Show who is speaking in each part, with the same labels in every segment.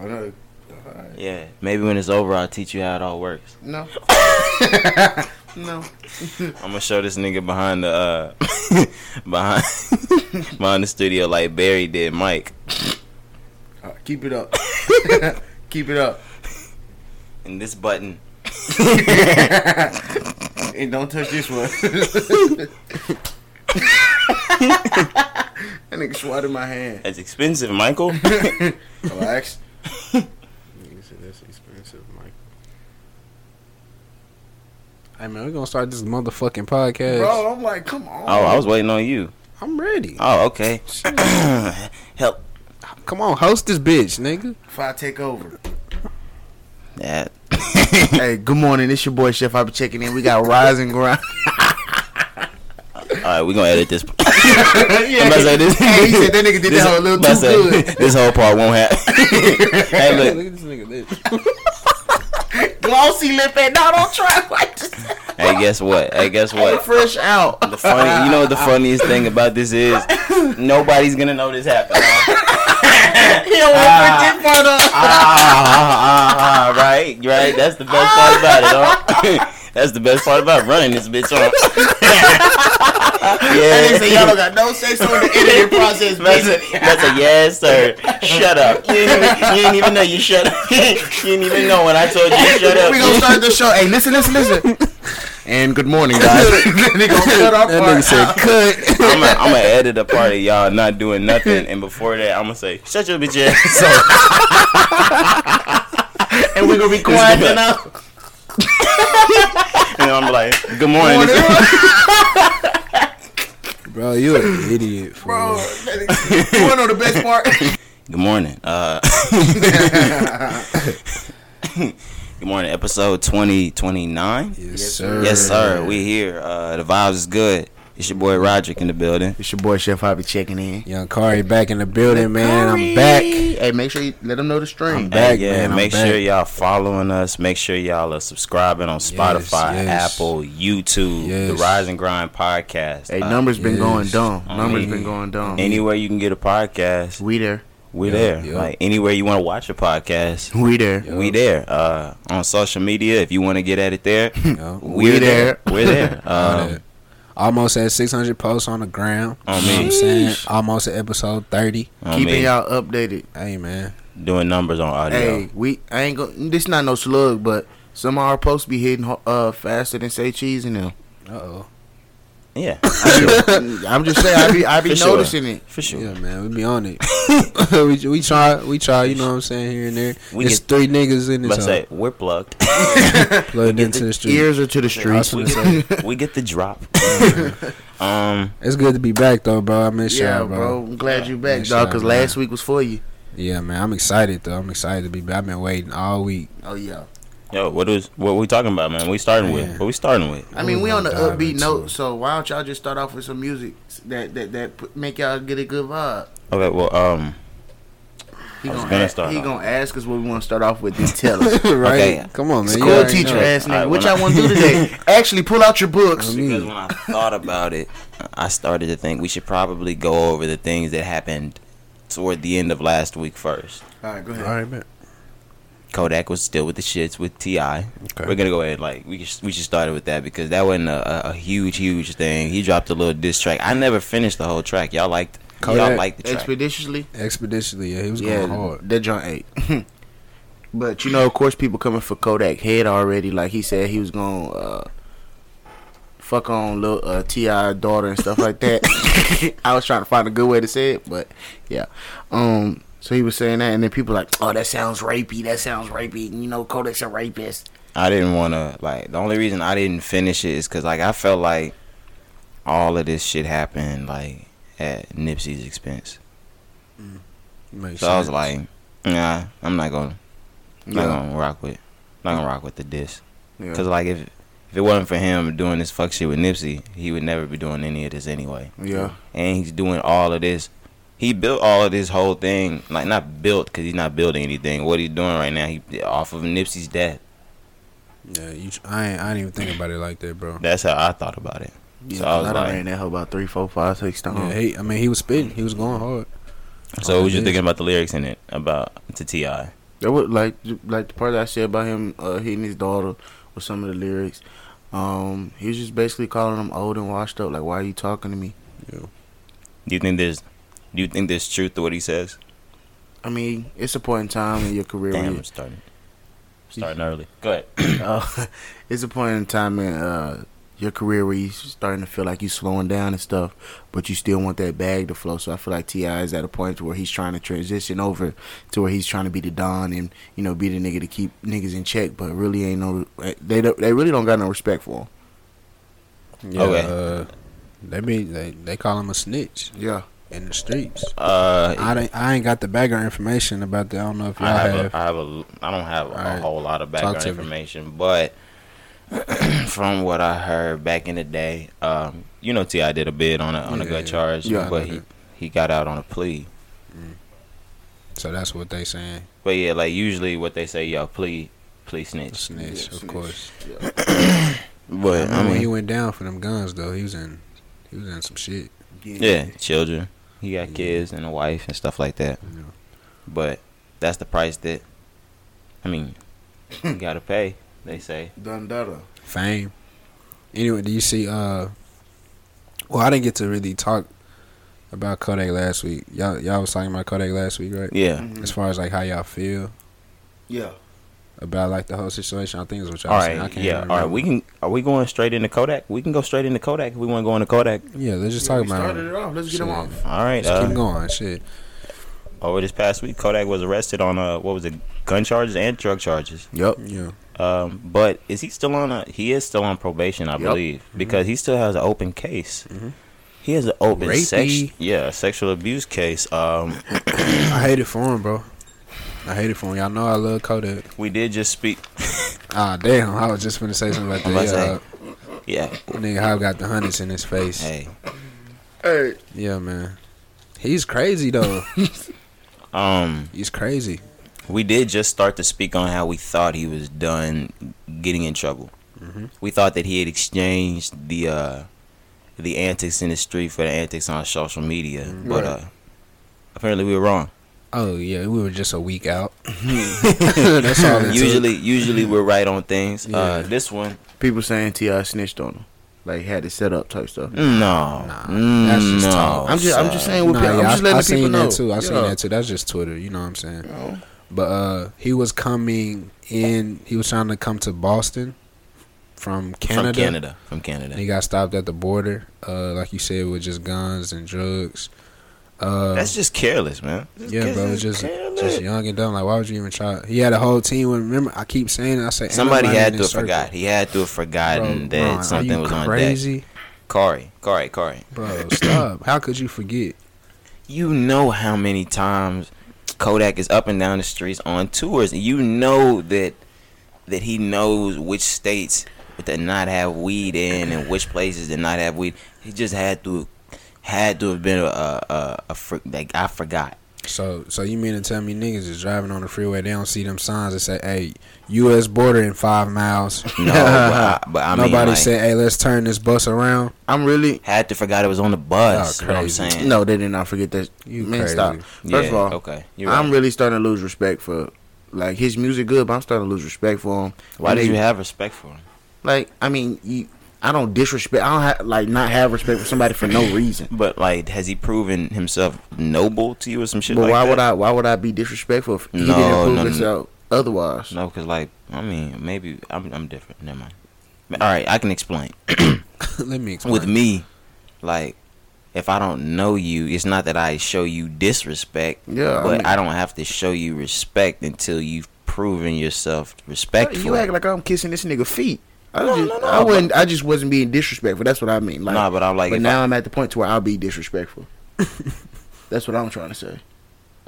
Speaker 1: I know. All right.
Speaker 2: Yeah, maybe when it's over, I'll teach you how it all works.
Speaker 1: No. no.
Speaker 2: I'm gonna show this nigga behind the uh, behind behind the studio like Barry did Mike,
Speaker 1: All right, keep it up. keep it up.
Speaker 2: and this button.
Speaker 1: and don't touch this one. that nigga swatted my hand.
Speaker 2: That's expensive, Michael.
Speaker 1: Relax.
Speaker 3: Nigga said that's expensive, Mike. Hey man, we're gonna start this motherfucking podcast.
Speaker 1: Bro, I'm like, come on.
Speaker 2: Oh, I was waiting on you.
Speaker 3: I'm ready.
Speaker 2: Oh, okay. Help.
Speaker 3: Come on, host this bitch, nigga.
Speaker 1: If I take over.
Speaker 2: That.
Speaker 1: hey, good morning. It's your boy Chef. I'll be checking in. We got Rise and Grind.
Speaker 2: All right, we gonna edit this.
Speaker 1: yeah.
Speaker 2: I'm about to say this.
Speaker 1: Hey, he said that nigga did
Speaker 2: this,
Speaker 1: that a little
Speaker 2: I'm about to
Speaker 1: too
Speaker 2: say,
Speaker 1: good.
Speaker 2: This whole part won't happen. hey, look.
Speaker 3: at this nigga. This.
Speaker 1: Glossy lip and no, don't try like this.
Speaker 2: Hey, guess what? Hey, guess what?
Speaker 1: Fresh out.
Speaker 2: The funny, you know what the funniest thing about this is nobody's gonna know this happened.
Speaker 1: He don't want to part up.
Speaker 2: ah, ah, ah, right, right. That's the best part about it. Huh? That's the best part about running this bitch on.
Speaker 1: And they say y'all
Speaker 2: yeah,
Speaker 1: don't got no say so in the editing process,
Speaker 2: that's a,
Speaker 1: man.
Speaker 2: that's a yes, sir. Shut up. You didn't, even- you didn't even know you shut up. you didn't even know when I told you to shut up.
Speaker 1: we gonna start the show. Hey, listen, listen, listen. And good morning, guys. nigga, shut up.
Speaker 3: That nigga said cut.
Speaker 2: I'm gonna I'm edit a part of y'all not doing nothing, and before that, I'm gonna say shut your bitch ass. So,
Speaker 1: and we gonna be quiet enough.
Speaker 2: and I'm like, good morning.
Speaker 3: Bro, you an idiot, for
Speaker 1: Bro,
Speaker 3: real.
Speaker 1: that nigga- you wanna know the best part?
Speaker 2: Good morning. Uh, good morning. Episode twenty twenty nine.
Speaker 3: Yes,
Speaker 1: sir.
Speaker 3: sir.
Speaker 2: Yes, sir. We here. Uh, the vibes is good. It's your boy Roderick in the building.
Speaker 1: It's your boy Chef Hobby checking in.
Speaker 3: Young Kari back in the building, man. I'm back.
Speaker 1: Hey, make sure you let them know the stream.
Speaker 3: back,
Speaker 2: And, yeah,
Speaker 3: man, I'm
Speaker 2: make sure
Speaker 3: back.
Speaker 2: y'all following us. Make sure y'all are subscribing on Spotify,
Speaker 3: yes.
Speaker 2: Apple, YouTube, the
Speaker 3: Yes.
Speaker 2: Rise and Grind podcast.
Speaker 1: Hey,
Speaker 2: Uh,
Speaker 1: numbers been
Speaker 3: yes.
Speaker 1: going dumb.
Speaker 2: I
Speaker 1: Numbers
Speaker 2: mean,
Speaker 1: been going dumb.
Speaker 2: Anywhere you can get a podcast,
Speaker 1: we there.
Speaker 2: we're
Speaker 3: Yup,
Speaker 2: there.
Speaker 3: yup.
Speaker 2: Like anywhere you want to watch a podcast,
Speaker 1: We there.
Speaker 2: we there. Uh, on social media, if you want to get at it there,
Speaker 3: Yo.
Speaker 2: we're
Speaker 1: We
Speaker 2: there.
Speaker 1: there.
Speaker 2: We're there.
Speaker 3: Um,
Speaker 2: Um,
Speaker 3: Almost at 600 posts on the ground.
Speaker 2: On
Speaker 3: you know
Speaker 2: me.
Speaker 3: what I'm saying? Almost at episode 30.
Speaker 2: I
Speaker 1: Keeping
Speaker 2: mean,
Speaker 1: y'all updated.
Speaker 3: Hey, man.
Speaker 2: doing numbers on audio.
Speaker 1: Hey, we I ain't going this not no slug, but some of our posts be hitting uh faster than say cheese in them.
Speaker 3: Uh-oh.
Speaker 2: Yeah,
Speaker 1: I'm just saying I be I be
Speaker 2: For sure.
Speaker 1: noticing it.
Speaker 2: for sure.
Speaker 3: Yeah, man. We be on it. we, we try. We try. You know what I'm saying? Here and there.
Speaker 2: We
Speaker 3: it's
Speaker 2: get-
Speaker 3: three niggas in
Speaker 2: Let's
Speaker 3: this
Speaker 2: say
Speaker 3: hole.
Speaker 2: we're plugged.
Speaker 3: Plugged into the street.
Speaker 1: Ears are to the streets.
Speaker 2: we,
Speaker 3: what
Speaker 2: get, we get the drop. um,
Speaker 3: It's good to be back, though, bro. I miss
Speaker 1: Yeah,
Speaker 3: y'all,
Speaker 1: bro. I'm glad you back,
Speaker 3: Nice
Speaker 1: dog.
Speaker 3: job,
Speaker 1: Cause
Speaker 3: man.
Speaker 1: last week was for you.
Speaker 3: Yeah, man. I'm excited, though. I'm excited to be back. I've been waiting all week.
Speaker 1: Oh yeah.
Speaker 2: yo, what is what we talking about, man? We starting with
Speaker 3: Man.
Speaker 2: what we starting with?
Speaker 1: I mean, we on the
Speaker 3: Dive
Speaker 1: upbeat
Speaker 3: into
Speaker 1: note,
Speaker 3: it.
Speaker 1: so why don't y'all just start off with some music that that that put- make y'all get a good vibe?
Speaker 2: Okay, well, um,
Speaker 1: He
Speaker 2: I was
Speaker 1: gonna,
Speaker 2: gonna
Speaker 1: ask,
Speaker 2: start
Speaker 1: he
Speaker 2: off.
Speaker 1: gonna ask us what we want to start off with, then tell us.
Speaker 3: right?
Speaker 2: Okay.
Speaker 3: Come on, man. You
Speaker 1: School
Speaker 3: already
Speaker 1: teacher
Speaker 3: know.
Speaker 1: ass nigga,
Speaker 2: Alright,
Speaker 1: what
Speaker 2: when
Speaker 1: y'all
Speaker 2: I-
Speaker 1: want to do today? Actually, pull out your books.
Speaker 3: Mm.
Speaker 2: because when I thought about it, I started to think we should probably go over the things that happened toward the end of last week first.
Speaker 1: All right, go
Speaker 3: All
Speaker 1: ahead.
Speaker 3: right, man.
Speaker 2: Kodak was still with the shits with Ti. We're gonna go ahead like we should, we should start it with that because that wasn't a, a, a huge huge thing. He dropped a little diss track. I never finished the whole track. Y'all liked y'all
Speaker 3: Kodak
Speaker 2: liked the track.
Speaker 1: Expeditiously,
Speaker 3: Expeditiously, yeah. He was
Speaker 1: yeah,
Speaker 3: going hard.
Speaker 1: that joint eight. but you know, of course, people coming for Kodak head already. Like he said, he was gonna uh, fuck on little uh, Ti daughter and stuff like that. I was trying to find a good way to say it, but yeah. Um, so he was saying that, and then people like, oh, that sounds rapey. That sounds rapey. You know, Kodak's a rapist.
Speaker 2: I didn't want to like the only reason I didn't finish it is because like I felt like all of this shit happened like at Nipsey's expense.
Speaker 3: Makes
Speaker 2: So I was
Speaker 3: sense.
Speaker 2: like, nah, I'm not gonna not
Speaker 1: Yeah.
Speaker 2: gonna rock with not gonna rock with the diss
Speaker 1: Yeah.
Speaker 2: because like if if it wasn't for him doing this fuck shit with Nipsey, he would never be doing any of this anyway.
Speaker 1: Yeah.
Speaker 2: And he's doing all of this. He built all of this whole thing like not built because he's not building anything. What he's doing right now, he off of Nipsey's death.
Speaker 3: yeah, you, I ain't, I didn't even think about it like that, bro.
Speaker 2: That's how I thought about it.
Speaker 1: Yeah,
Speaker 2: So I was
Speaker 1: I done
Speaker 2: like-
Speaker 1: ran that hoe about three, four, five, six times.
Speaker 3: Yeah, he, I mean, he was spitting. He was going hard.
Speaker 2: So
Speaker 3: Oh,
Speaker 2: what was you
Speaker 3: it is.
Speaker 2: thinking about the lyrics in it about to Ti?
Speaker 1: That was like like the part that I said about him uh, hitting his daughter with some of the lyrics. Um, he was just basically calling him old and washed up. Like, why are you talking to me?
Speaker 2: Do you think there's do you think there's truth to what he says?
Speaker 1: I mean, it's a point in time in your career.
Speaker 2: Damn,
Speaker 1: when
Speaker 2: I'm starting starting early. Go ahead.
Speaker 1: you- uh, it's a point in time in uh, your career where you starting to feel like you slowing down and stuff, but you still want that bag to flow. So I feel like Ti is at a point where he's trying to transition over to where he's trying to be the don and you know be the nigga to keep niggas in check, but really ain't no they don't, they really don't got no respect for him.
Speaker 3: Yeah,
Speaker 2: Okay.
Speaker 3: uh, they be they, they call him a snitch
Speaker 1: Yeah,
Speaker 3: in the streets.
Speaker 2: Uh,
Speaker 3: I don't, I ain't got the background information about that. I don't know if y'all
Speaker 2: I have,
Speaker 3: have.
Speaker 2: A, I have a I don't have a
Speaker 3: Alright.
Speaker 2: whole lot of background
Speaker 3: to me.
Speaker 2: information, but from what I heard back in the day, um, you know, Ti did a bid on a on a
Speaker 3: Yeah,
Speaker 2: good
Speaker 3: yeah.
Speaker 2: charge,
Speaker 1: Yeah, I
Speaker 2: but
Speaker 3: know
Speaker 2: he
Speaker 3: that.
Speaker 2: he got out on a plea.
Speaker 3: so that's what they saying.
Speaker 2: But yeah, like usually what they say, yo, plea, plea snitch.
Speaker 3: Snitch,
Speaker 1: Yeah,
Speaker 3: of
Speaker 1: snitch.
Speaker 3: course.
Speaker 1: yeah.
Speaker 2: But I
Speaker 3: Remember when he
Speaker 2: mean,
Speaker 3: went down for them guns though, he was in he was in some shit.
Speaker 2: yeah, children. He got
Speaker 3: Yeah.
Speaker 2: kids and a wife and stuff like that.
Speaker 3: You know.
Speaker 2: But that's the price that I mean, you gotta pay. They say.
Speaker 1: Dundada.
Speaker 3: Fame. Anyway, do you see? Uh, well, I didn't get to really talk about Kodak last week. Y'all, y'all was talking about Kodak last week, right?
Speaker 2: Yeah.
Speaker 1: Mhm.
Speaker 3: As far as like how y'all feel
Speaker 1: Yeah.
Speaker 3: about like the whole situation, I think is what y'all
Speaker 2: All
Speaker 3: saying. I
Speaker 2: right,
Speaker 3: can't
Speaker 2: yeah. All
Speaker 3: remember.
Speaker 2: right, we can. Are we going straight into Kodak? We can go straight into Kodak if we want to go into Kodak.
Speaker 3: Yeah, let's just
Speaker 1: Yeah,
Speaker 3: talk
Speaker 1: we
Speaker 3: about.
Speaker 1: started
Speaker 3: it.
Speaker 1: it off. Let's get him
Speaker 3: Shit.
Speaker 1: off.
Speaker 2: All right.
Speaker 3: Let's keep
Speaker 2: Uh,
Speaker 3: going. Shit.
Speaker 2: over this past week, Kodak was arrested on uh, what was it, gun charges and drug charges.
Speaker 1: Yep.
Speaker 3: Yeah.
Speaker 2: Um, but is he still on? A, he is still on probation, I
Speaker 1: Yep.
Speaker 2: believe,
Speaker 3: Mm-hmm.
Speaker 2: because he still has an open case.
Speaker 3: Mhm.
Speaker 2: He has an open
Speaker 3: Rapey.
Speaker 2: sex, yeah, sexual abuse case. Um,
Speaker 3: I hate it for him, bro. I hate it for him. Y'all know I love Kodak.
Speaker 2: we did just speak.
Speaker 3: Ah, damn. I was just gonna say something about
Speaker 2: I'm
Speaker 3: that.
Speaker 2: about to
Speaker 3: Yeah,
Speaker 2: Yeah.
Speaker 3: uh, nigga, how got the hundreds in his face.
Speaker 2: Hey.
Speaker 1: Hey.
Speaker 3: Yeah, man. He's crazy though.
Speaker 2: Um.
Speaker 3: He's crazy.
Speaker 2: We did just start to speak on how we thought he was done getting in trouble.
Speaker 3: Mm-hmm.
Speaker 2: We thought that he had exchanged the uh, the antics in the street for the antics on social media,
Speaker 1: Right.
Speaker 2: but uh, apparently we were wrong.
Speaker 3: Oh yeah, we were just a week out. That's all. it took.
Speaker 2: Usually, usually we're right on things.
Speaker 3: Yeah.
Speaker 2: Uh, this one,
Speaker 1: People saying Ti snitched on him, like had it set up type stuff.
Speaker 2: no,
Speaker 3: Nah, that's
Speaker 2: Mm,
Speaker 3: just
Speaker 2: no.
Speaker 3: talk.
Speaker 1: I'm just, I'm just
Speaker 2: sir.
Speaker 1: saying. What
Speaker 3: Nah,
Speaker 1: people,
Speaker 3: yeah,
Speaker 1: I'm
Speaker 3: I,
Speaker 1: just letting
Speaker 3: I
Speaker 1: the people
Speaker 3: seen
Speaker 1: know.
Speaker 3: that too. I seen
Speaker 1: Yeah.
Speaker 3: that too. That's just Twitter. You know what I'm saying?
Speaker 1: You know?
Speaker 3: But uh, he was coming in. He was trying to come to Boston from Canada.
Speaker 2: from Canada, from Canada.
Speaker 3: And he got stopped at the border. Uh, like you said, with just guns and drugs. Uh,
Speaker 2: That's just careless, man. This
Speaker 3: yeah,
Speaker 2: kid's
Speaker 3: bro. Just
Speaker 2: careless.
Speaker 3: just young and dumb. Like, why would you even try? He had a whole team. With, remember, I keep saying, it, I say
Speaker 2: Somebody
Speaker 3: everybody
Speaker 2: had
Speaker 3: in
Speaker 2: to
Speaker 3: his
Speaker 2: have
Speaker 3: circle.
Speaker 2: forgot. He had to have forgotten
Speaker 3: Bro,
Speaker 2: that
Speaker 3: Ron, are
Speaker 2: something
Speaker 3: you
Speaker 2: was on deck.
Speaker 3: crazy?
Speaker 2: Corey, Corey, Corey.
Speaker 3: Bro, stop. How could you forget?
Speaker 2: you know how many times Kodak is up and down the streets on tours. You know that that he knows which states that not have weed in and which places that not have weed. He just had to had to have been a a, a, a fr- like I forgot.
Speaker 3: So, so you mean to tell me niggas is driving on the freeway? They don't see them signs that say, "Hey, U.S. border in five miles."
Speaker 2: No, but I, but I mean,
Speaker 3: Nobody
Speaker 2: like,
Speaker 3: said, "Hey, let's turn this bus around."
Speaker 1: I'm really.
Speaker 2: had to forgot it was on the bus.
Speaker 3: Oh,
Speaker 2: you know what I'm
Speaker 3: crazy.
Speaker 2: saying?
Speaker 1: No, they did not forget that.
Speaker 3: You
Speaker 1: Man,
Speaker 3: crazy.
Speaker 1: stop. First
Speaker 2: Yeah,
Speaker 1: of all,
Speaker 2: okay, you're right.
Speaker 1: I'm really starting to lose respect for, like, his music good, but I'm starting to lose respect for him.
Speaker 2: Why
Speaker 1: And
Speaker 2: did
Speaker 1: they-
Speaker 2: you have respect for him?
Speaker 1: Like, I mean, you, I don't disrespect. I don't ha- like not have respect for somebody for no reason.
Speaker 2: But like, has he proven himself noble to you or some shit?
Speaker 1: but
Speaker 2: like
Speaker 1: why
Speaker 2: that?
Speaker 1: would I? Why would I be disrespectful if he
Speaker 2: No,
Speaker 1: didn't prove
Speaker 2: no, no.
Speaker 1: himself otherwise?
Speaker 2: No, because like I mean, maybe I'm I'm different. Never mind. All right, I can explain.
Speaker 3: Let me explain.
Speaker 2: With me, like if I don't know you, it's not that I show you disrespect.
Speaker 1: Yeah, I
Speaker 2: but I,
Speaker 1: mean-
Speaker 2: don't have to show you respect until you've proven yourself respectful.
Speaker 1: You act like I'm kissing this nigga feet. I was
Speaker 2: No,
Speaker 1: just,
Speaker 2: no, no,
Speaker 1: I wasn't. I just wasn't being disrespectful. That's what I mean. Like,
Speaker 2: Nah, but I'm like,
Speaker 1: but
Speaker 2: if
Speaker 1: now I, am at the point to where I'll be disrespectful. That's what I'm trying to say.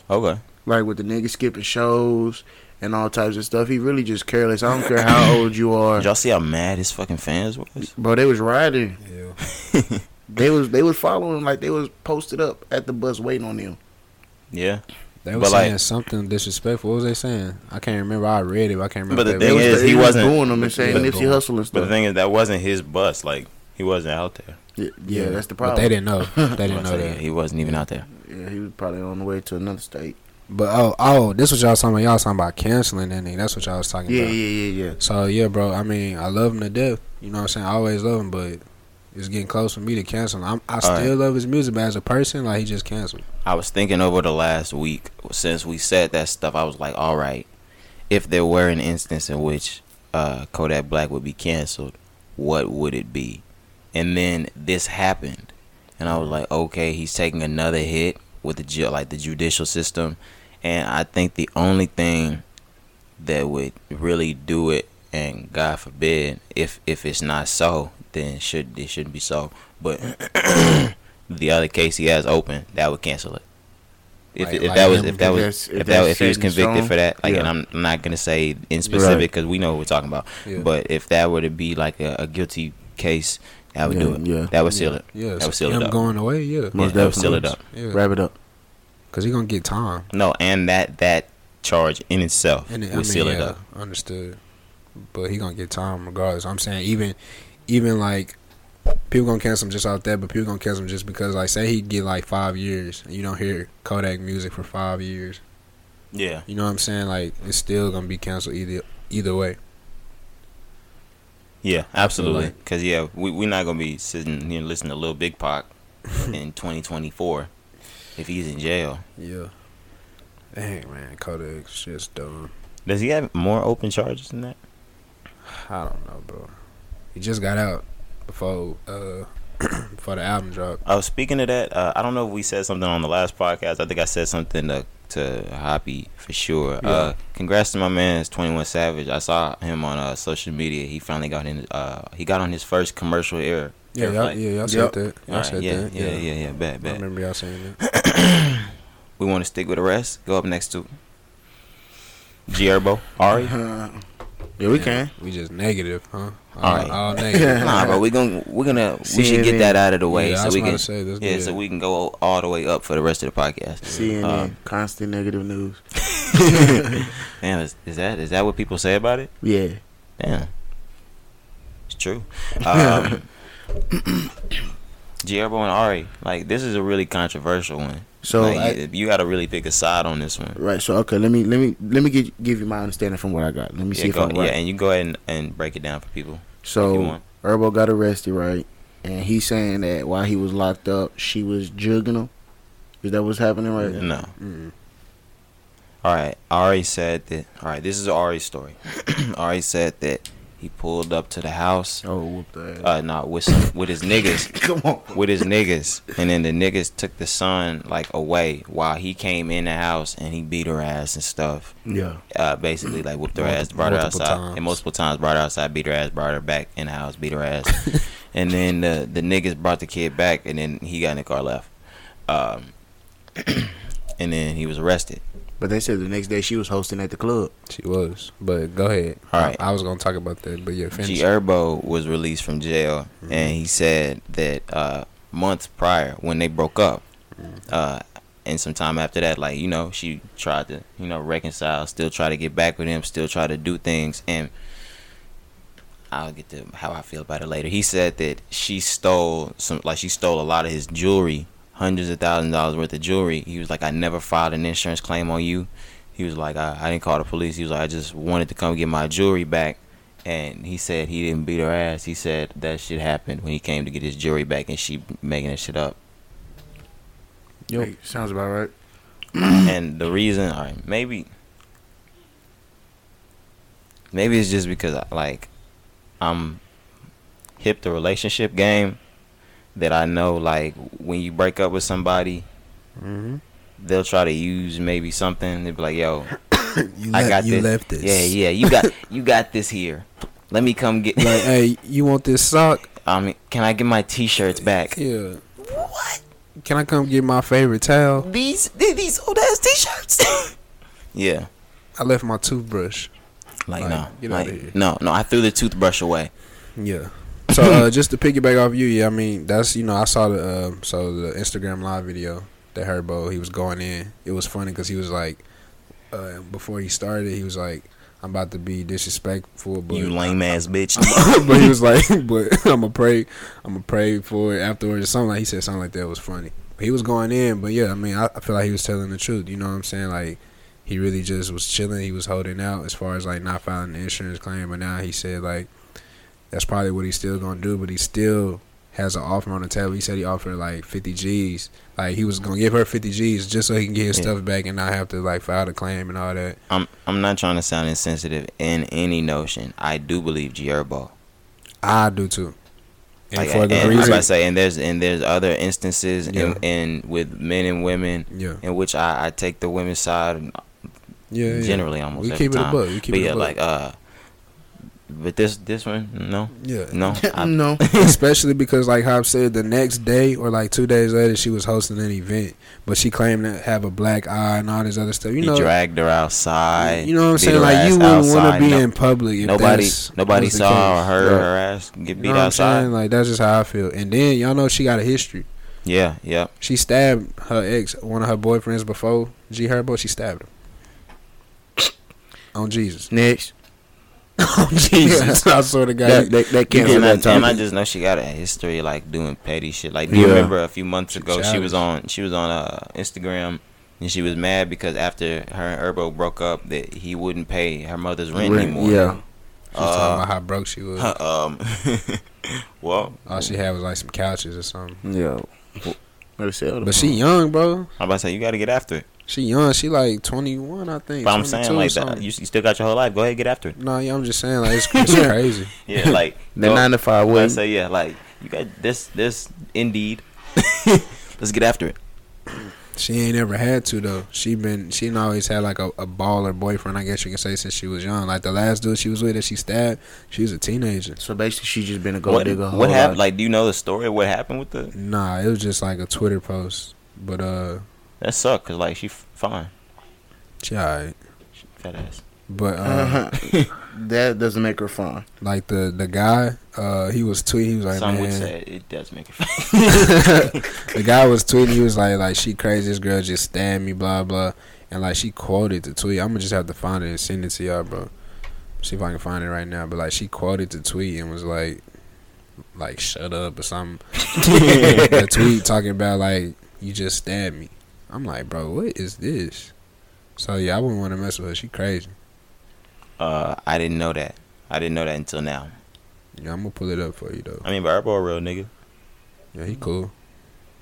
Speaker 2: okay,
Speaker 1: Like with the nigga skipping shows and all types of stuff. He really just careless. I don't care how old you are,
Speaker 2: did y'all see how mad his fucking fans was?
Speaker 1: bro. They was riding.
Speaker 3: Yeah.
Speaker 1: They was they was following. Like they was posted up at the bus waiting on them.
Speaker 2: Yeah,
Speaker 3: They were
Speaker 2: But, like-
Speaker 3: saying something disrespectful. What was they saying? I can't remember. I read it. But I can't remember.
Speaker 2: But the
Speaker 3: if they
Speaker 1: They
Speaker 2: Thing
Speaker 1: was,
Speaker 2: is,
Speaker 1: they
Speaker 2: he
Speaker 1: was
Speaker 2: wasn't-
Speaker 1: booing them and saying
Speaker 3: Yeah,
Speaker 1: Nipsey
Speaker 3: booing.
Speaker 1: Hustle and stuff.
Speaker 2: thing is, that wasn't his bus. Like he wasn't out there.
Speaker 1: yeah, yeah, that's the
Speaker 3: But
Speaker 1: problem.
Speaker 3: they didn't know. They didn't know
Speaker 2: Yeah,
Speaker 3: that.
Speaker 2: he wasn't even out there.
Speaker 1: Yeah, he was probably on the way to another state.
Speaker 3: But oh oh, this was y'all talking about. Y'all talking about canceling that nigga. That's what y'all was talking
Speaker 1: Yeah,
Speaker 3: about.
Speaker 1: yeah, yeah, yeah.
Speaker 3: So yeah, bro. I mean, I love him to death. You know what I'm saying? I always love him, but it's getting close for me to cancel. him. I'm, I still
Speaker 2: right.
Speaker 3: love his music, but as a person, like he just canceled.
Speaker 2: I was thinking over the last week since we said that stuff. I was like, all right, if there were an instance in which uh, Kodak Black would be canceled, what would it be? And then this happened, and I was like, okay, he's taking another hit with the ju- like the judicial system, and I think the only thing that would really do it, and God forbid, if if it's not so, then it should it shouldn't be so, but. the other case he has open, that would cancel it. If,
Speaker 3: Like-
Speaker 2: if
Speaker 3: like
Speaker 2: that was
Speaker 3: him,
Speaker 2: if that was
Speaker 1: that's-
Speaker 2: if,
Speaker 1: if
Speaker 2: that
Speaker 1: that's
Speaker 2: if he was
Speaker 1: set in
Speaker 2: convicted
Speaker 1: stone,
Speaker 2: for that, like, and
Speaker 1: yeah.
Speaker 2: I'm I'm not gonna say in specific because we know what we're talking about.
Speaker 3: Yeah.
Speaker 2: But if that were to be like a, a guilty case, that would do it.
Speaker 1: Yeah, yeah.
Speaker 2: That would seal it.
Speaker 3: Yeah,
Speaker 2: that
Speaker 3: so
Speaker 2: would seal
Speaker 3: him
Speaker 2: it up.
Speaker 3: going away. Yeah,
Speaker 2: yeah,
Speaker 1: Most
Speaker 2: that would seal it
Speaker 1: definitely.
Speaker 2: up.
Speaker 3: yeah,
Speaker 1: Wrap it up.
Speaker 3: because he gonna get time.
Speaker 2: No, and that that charge in itself
Speaker 3: And
Speaker 2: would
Speaker 3: I mean,
Speaker 2: seal it
Speaker 3: yeah,
Speaker 2: up.
Speaker 3: Understood. But he gonna get time regardless. I'm saying even, even like people gonna cancel him just out that, but people gonna cancel him just because like say he get like five years and you don't hear Kodak music for five years.
Speaker 2: Yeah,
Speaker 3: You know what I'm saying? Like it's still gonna be canceled either either way.
Speaker 2: yeah, absolutely.
Speaker 3: like-
Speaker 2: Because yeah, we we're not gonna be sitting here listening to Lil Big Pac in 2024 if he's in jail.
Speaker 3: Yeah. Dang man, Kodak shit's dumb.
Speaker 2: Does he have more open charges than that?
Speaker 3: I don't know, bro. He just got out before uh before the album dropped.
Speaker 2: Oh, speaking of that, uh, I don't know if we said something on the last podcast. I think I said something to, to Hoppy for sure. Uh, congrats to my man, Twenty One Savage. I saw him on uh, social media. He finally got in. Uh, he got on his first commercial air.
Speaker 3: Yeah,
Speaker 2: air
Speaker 3: y'all,
Speaker 2: flight.
Speaker 3: yeah, y'all said
Speaker 1: Yep.
Speaker 3: that. Y'all
Speaker 2: Alright,
Speaker 3: said
Speaker 2: yeah,
Speaker 3: that.
Speaker 2: yeah, yeah, yeah, Bad,
Speaker 3: I
Speaker 2: bad.
Speaker 3: remember y'all saying that.
Speaker 2: We want to stick with the rest. Go up next to Gerbo Ari.
Speaker 1: Uh-huh. Yeah, we
Speaker 3: Yeah,
Speaker 1: can.
Speaker 3: We just negative, huh? All,
Speaker 2: All right.
Speaker 3: all negative.
Speaker 2: nah, bro. We gonna we gonna we should get
Speaker 1: CNN.
Speaker 2: that out of the way
Speaker 3: yeah, I
Speaker 2: so
Speaker 3: was
Speaker 2: we
Speaker 3: about
Speaker 2: can
Speaker 3: to say this.
Speaker 2: yeah so we can go all the way up for the rest of the podcast.
Speaker 1: CNN,
Speaker 2: Um,
Speaker 1: constant negative news.
Speaker 2: Damn, is, is that is that what people say about it?
Speaker 1: Yeah,
Speaker 2: Damn. It's true. Um, Gerbo and Ari, like this is a really controversial one.
Speaker 1: So
Speaker 2: Like,
Speaker 1: I-
Speaker 2: you, you got to really pick a side on this one.
Speaker 1: right. So okay, let me let me let me get, give you my understanding from what I got. Let me
Speaker 2: Yeah,
Speaker 1: see if
Speaker 2: go,
Speaker 1: I'm
Speaker 2: yeah,
Speaker 1: right.
Speaker 2: and you go ahead and, and break it down for people. if you
Speaker 1: so
Speaker 2: want.
Speaker 1: Herbo got arrested, right? And he's saying that while he was locked up, she was jugging him. Is that what's happening right now?
Speaker 2: No.
Speaker 3: Mm.
Speaker 2: All right. Ari said that. All right. This is Ari's story. Ari said that he pulled up to the house.
Speaker 1: Oh, whoop the ass.
Speaker 2: Uh, not with some, with his niggas.
Speaker 1: Come on.
Speaker 2: with his niggas, and then the niggas took the son like away while he came in the house and he beat her ass and stuff.
Speaker 1: Yeah.
Speaker 2: Uh, basically, like whooped her ass,
Speaker 3: Multi-
Speaker 2: brought her
Speaker 3: multiple
Speaker 2: outside,
Speaker 3: times.
Speaker 2: and multiple times brought her outside, beat her ass, brought her back in the house, beat her ass, and then the the niggas brought the kid back, and then he got in the car left, um, and then he was arrested.
Speaker 1: But they said the next day she was hosting at the club.
Speaker 3: She was, but go ahead.
Speaker 2: All right.
Speaker 3: I, I was gonna talk about that, but yeah, finish.
Speaker 2: G er, Herbo was released from jail, and he said that uh, months prior, when they broke up, uh, and some time after that, like you know, she tried to you know reconcile, still try to get back with him, still try to do things, and I'll get to how I feel about it later. He said that she stole some, like she stole a lot of his jewelry, hundreds of thousands of dollars worth of jewelry. He was like, I never filed an insurance claim on you. He was like, I, I didn't call the police. He was like, I just wanted to come get my jewelry back. And he said he didn't beat her ass. He said that shit happened when he came to get his jewelry back, and she making that shit up.
Speaker 1: Hey, sounds about right.
Speaker 2: and the reason, all right, maybe, maybe it's just because I, like I'm hip to relationship game that I know like when you break up with somebody,
Speaker 3: hmm
Speaker 2: they'll try to use maybe something. They'll be like, "Yo,
Speaker 3: You,
Speaker 2: I got
Speaker 3: you
Speaker 2: this.
Speaker 3: left this.
Speaker 2: Yeah, yeah, you got you got this here. Let me come get.
Speaker 3: Like, hey, you want this sock?
Speaker 2: I mean, can I get my t-shirts back?
Speaker 3: Yeah. What? Can I come get my favorite towel?
Speaker 2: These these old ass t-shirts. yeah.
Speaker 3: I left my toothbrush.
Speaker 2: Like,
Speaker 3: Like,
Speaker 2: no,
Speaker 3: get
Speaker 2: like,
Speaker 3: outta here.
Speaker 2: no, no! I threw the toothbrush away.
Speaker 3: Yeah. So uh, just to piggyback off you, yeah, I mean that's you know I saw the uh, so the Instagram live video that Herbo he was going in. It was funny because he was like, uh, before he started, he was like, "I'm about to be disrespectful," but
Speaker 2: You lame ass bitch.
Speaker 3: but he was like, "But I'm gonna pray, I'm gonna pray for it afterwards." Something like he said something like that was funny. he was going in, but yeah, I mean, I, I feel like he was telling the truth. You know what I'm saying? Like he really just was chilling. He was holding out as far as like not filing the insurance claim. But now he said like that's probably what he's still gonna do. But he still has an offer on the table. He said he offered like 50 G's. Like he was gonna give her 50 G's just so he can get his
Speaker 2: Yeah.
Speaker 3: stuff back and not have to like file the claim and all that.
Speaker 2: I'm I'm not trying to sound insensitive in any notion. I do believe Gierbo.
Speaker 3: I do too. And
Speaker 2: Like,
Speaker 3: for
Speaker 2: and,
Speaker 3: the
Speaker 2: I was
Speaker 3: reason,
Speaker 2: about to say, and there's and there's other instances
Speaker 3: Yeah.
Speaker 2: in, in with men and women
Speaker 3: yeah,
Speaker 2: in which I, I take the women's side
Speaker 3: yeah, yeah.
Speaker 2: generally almost
Speaker 3: we
Speaker 2: every
Speaker 3: keep it a
Speaker 2: time.
Speaker 3: book. We keep
Speaker 2: but
Speaker 3: it
Speaker 2: yeah,
Speaker 3: a book.
Speaker 2: like uh, but this this one no
Speaker 3: yeah,
Speaker 2: no I,
Speaker 1: no.
Speaker 3: especially because like Hobbs said the next day or like two days later she was hosting an event but she claimed to have a black eye and all this other stuff you
Speaker 2: he
Speaker 3: know
Speaker 2: dragged her outside.
Speaker 3: you know what i'm
Speaker 2: beat
Speaker 3: saying
Speaker 2: her
Speaker 3: like you
Speaker 2: ass
Speaker 3: wouldn't want
Speaker 2: outside.
Speaker 3: to be
Speaker 2: No-
Speaker 3: in public if
Speaker 2: Nobody
Speaker 3: that's,
Speaker 2: nobody
Speaker 3: was the
Speaker 2: saw
Speaker 3: case.
Speaker 2: her
Speaker 3: Yeah.
Speaker 2: her ass get
Speaker 3: You
Speaker 2: beat
Speaker 3: know what I'm saying?
Speaker 2: outside.
Speaker 3: like that's just how i feel and then y'all know she got a history
Speaker 2: Yeah, yeah.
Speaker 3: she stabbed her ex one of her boyfriends before g herbo she stabbed him on jesus
Speaker 1: Next,
Speaker 3: on jesus i swear to god
Speaker 1: that that, that can't
Speaker 2: and, I,
Speaker 1: that
Speaker 2: and I
Speaker 1: topic.
Speaker 2: just know she got a history like doing petty shit. Like, do you
Speaker 1: Yeah.
Speaker 2: remember a few months ago she was
Speaker 3: childish.
Speaker 2: on she was on uh, Instagram and she was mad because after her and Herbo broke up that he wouldn't pay her mother's rent,
Speaker 1: Rent,
Speaker 2: anymore.
Speaker 1: yeah.
Speaker 3: she was talking about how broke she was
Speaker 2: Uh, um, well,
Speaker 3: all she had was like some couches or something
Speaker 1: Yeah. Well, let's sell them.
Speaker 3: but she young bro
Speaker 2: I'm about to say you got to get after it.
Speaker 3: She young. She like twenty one, I think.
Speaker 2: But I'm saying
Speaker 3: 22
Speaker 2: like
Speaker 3: something.
Speaker 2: that, you, you still got your whole life. Go ahead, get after it.
Speaker 3: No, yeah, I'm just saying like it's, it's crazy.
Speaker 2: Yeah, like
Speaker 1: the
Speaker 2: go-
Speaker 1: nine to five
Speaker 2: I
Speaker 1: way.
Speaker 2: say yeah, like you got this this indeed. Let's get after it.
Speaker 3: She ain't ever had to though. She been she done always had like a, a baller boyfriend, I guess you can say, since she was young. Like the last dude she was with that she stabbed, she was a teenager.
Speaker 1: So basically, she just been a gold
Speaker 2: what
Speaker 1: digger. her
Speaker 2: what
Speaker 1: whole
Speaker 2: happened?
Speaker 1: life.
Speaker 2: Like, do you know the story? of What happened with the?
Speaker 3: Nah, it was just like a Twitter post. But uh
Speaker 2: That sucked. Cause like she f- fine,
Speaker 3: she alright.
Speaker 2: She fat ass.
Speaker 3: But uh
Speaker 2: Uh-huh.
Speaker 1: Uh-huh. that doesn't make her fun.
Speaker 3: like the the guy, uh he was tweeting, he was like
Speaker 2: Some
Speaker 3: man,
Speaker 2: would say it does make her fat.
Speaker 3: the guy was tweeting. He was like, like she crazy. This girl just stabbed me, blah blah. And like she quoted the tweet. I'm gonna just have to find it and send it to y'all, bro. See if I can find it right now. But like she quoted the tweet and was like, like shut up or something. the tweet talking about like you just stabbed me. I'm like, bro, what is this? So yeah, I wouldn't want to mess with her. She crazy.
Speaker 2: Uh, I didn't know that. I didn't know that until now.
Speaker 3: Yeah, I'm gonna pull it up for you though.
Speaker 2: I mean, but Herbo a real nigga.
Speaker 3: Yeah, he cool.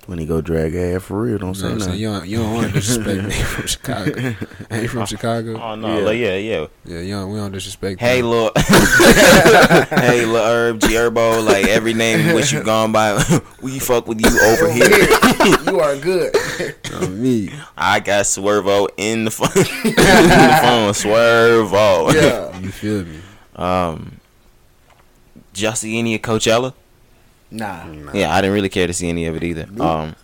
Speaker 1: When he go drag her ass for real, don't
Speaker 3: You
Speaker 1: say
Speaker 3: know what I'm saying?
Speaker 1: nothing.
Speaker 3: You don't, you don't want to disrespect me from Chicago. Ain't you from Chicago?
Speaker 2: Oh no,
Speaker 1: Yeah.
Speaker 2: like, yeah, yeah.
Speaker 3: Yeah, you don't, we don't disrespect.
Speaker 2: Hey,
Speaker 3: them.
Speaker 2: look. hey, look, Herb, G Herbo, like every name which you gone by, we fuck with you over here.
Speaker 1: you are good.
Speaker 3: on me.
Speaker 2: I got Swervo in the phone. in the phone, Swervo.
Speaker 3: You feel me?
Speaker 2: Um, y'all see any of Coachella?
Speaker 1: Nah.
Speaker 2: Yeah, I didn't really care to see any of it either.
Speaker 1: Nope.
Speaker 2: Um,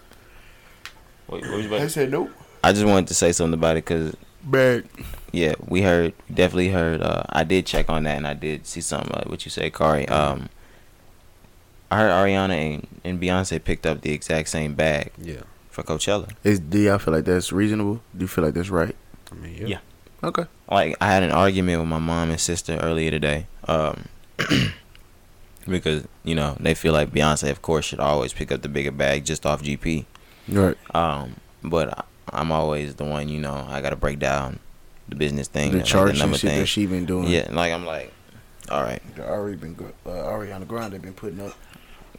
Speaker 2: wait, what was you about to-
Speaker 1: said nope.
Speaker 2: I just wanted to say something about it because
Speaker 1: Bad.
Speaker 2: yeah, we heard definitely heard. Uh, I did check on that and I did see something like what you said, Kari. Um, I heard Ariana and, and Beyonce picked up the exact same bag
Speaker 3: Yeah.
Speaker 2: for Coachella.
Speaker 1: Is, do y'all feel like that's reasonable? Do you feel like that's right?
Speaker 3: I mean, yeah.
Speaker 2: Yeah.
Speaker 1: Okay.
Speaker 2: like I had an argument with my mom and sister earlier today. Um because, you know, they feel like Beyonce of course should always pick up the bigger bag just off GP.
Speaker 1: Right.
Speaker 2: Um but I, I'm always the one, you know, I got to break down the business thing,
Speaker 1: The
Speaker 2: like,
Speaker 1: charts and
Speaker 2: number
Speaker 1: shit that she been doing.
Speaker 2: Yeah, like I'm like all right.
Speaker 1: Already been good. Uh, Ariana Grande been putting up.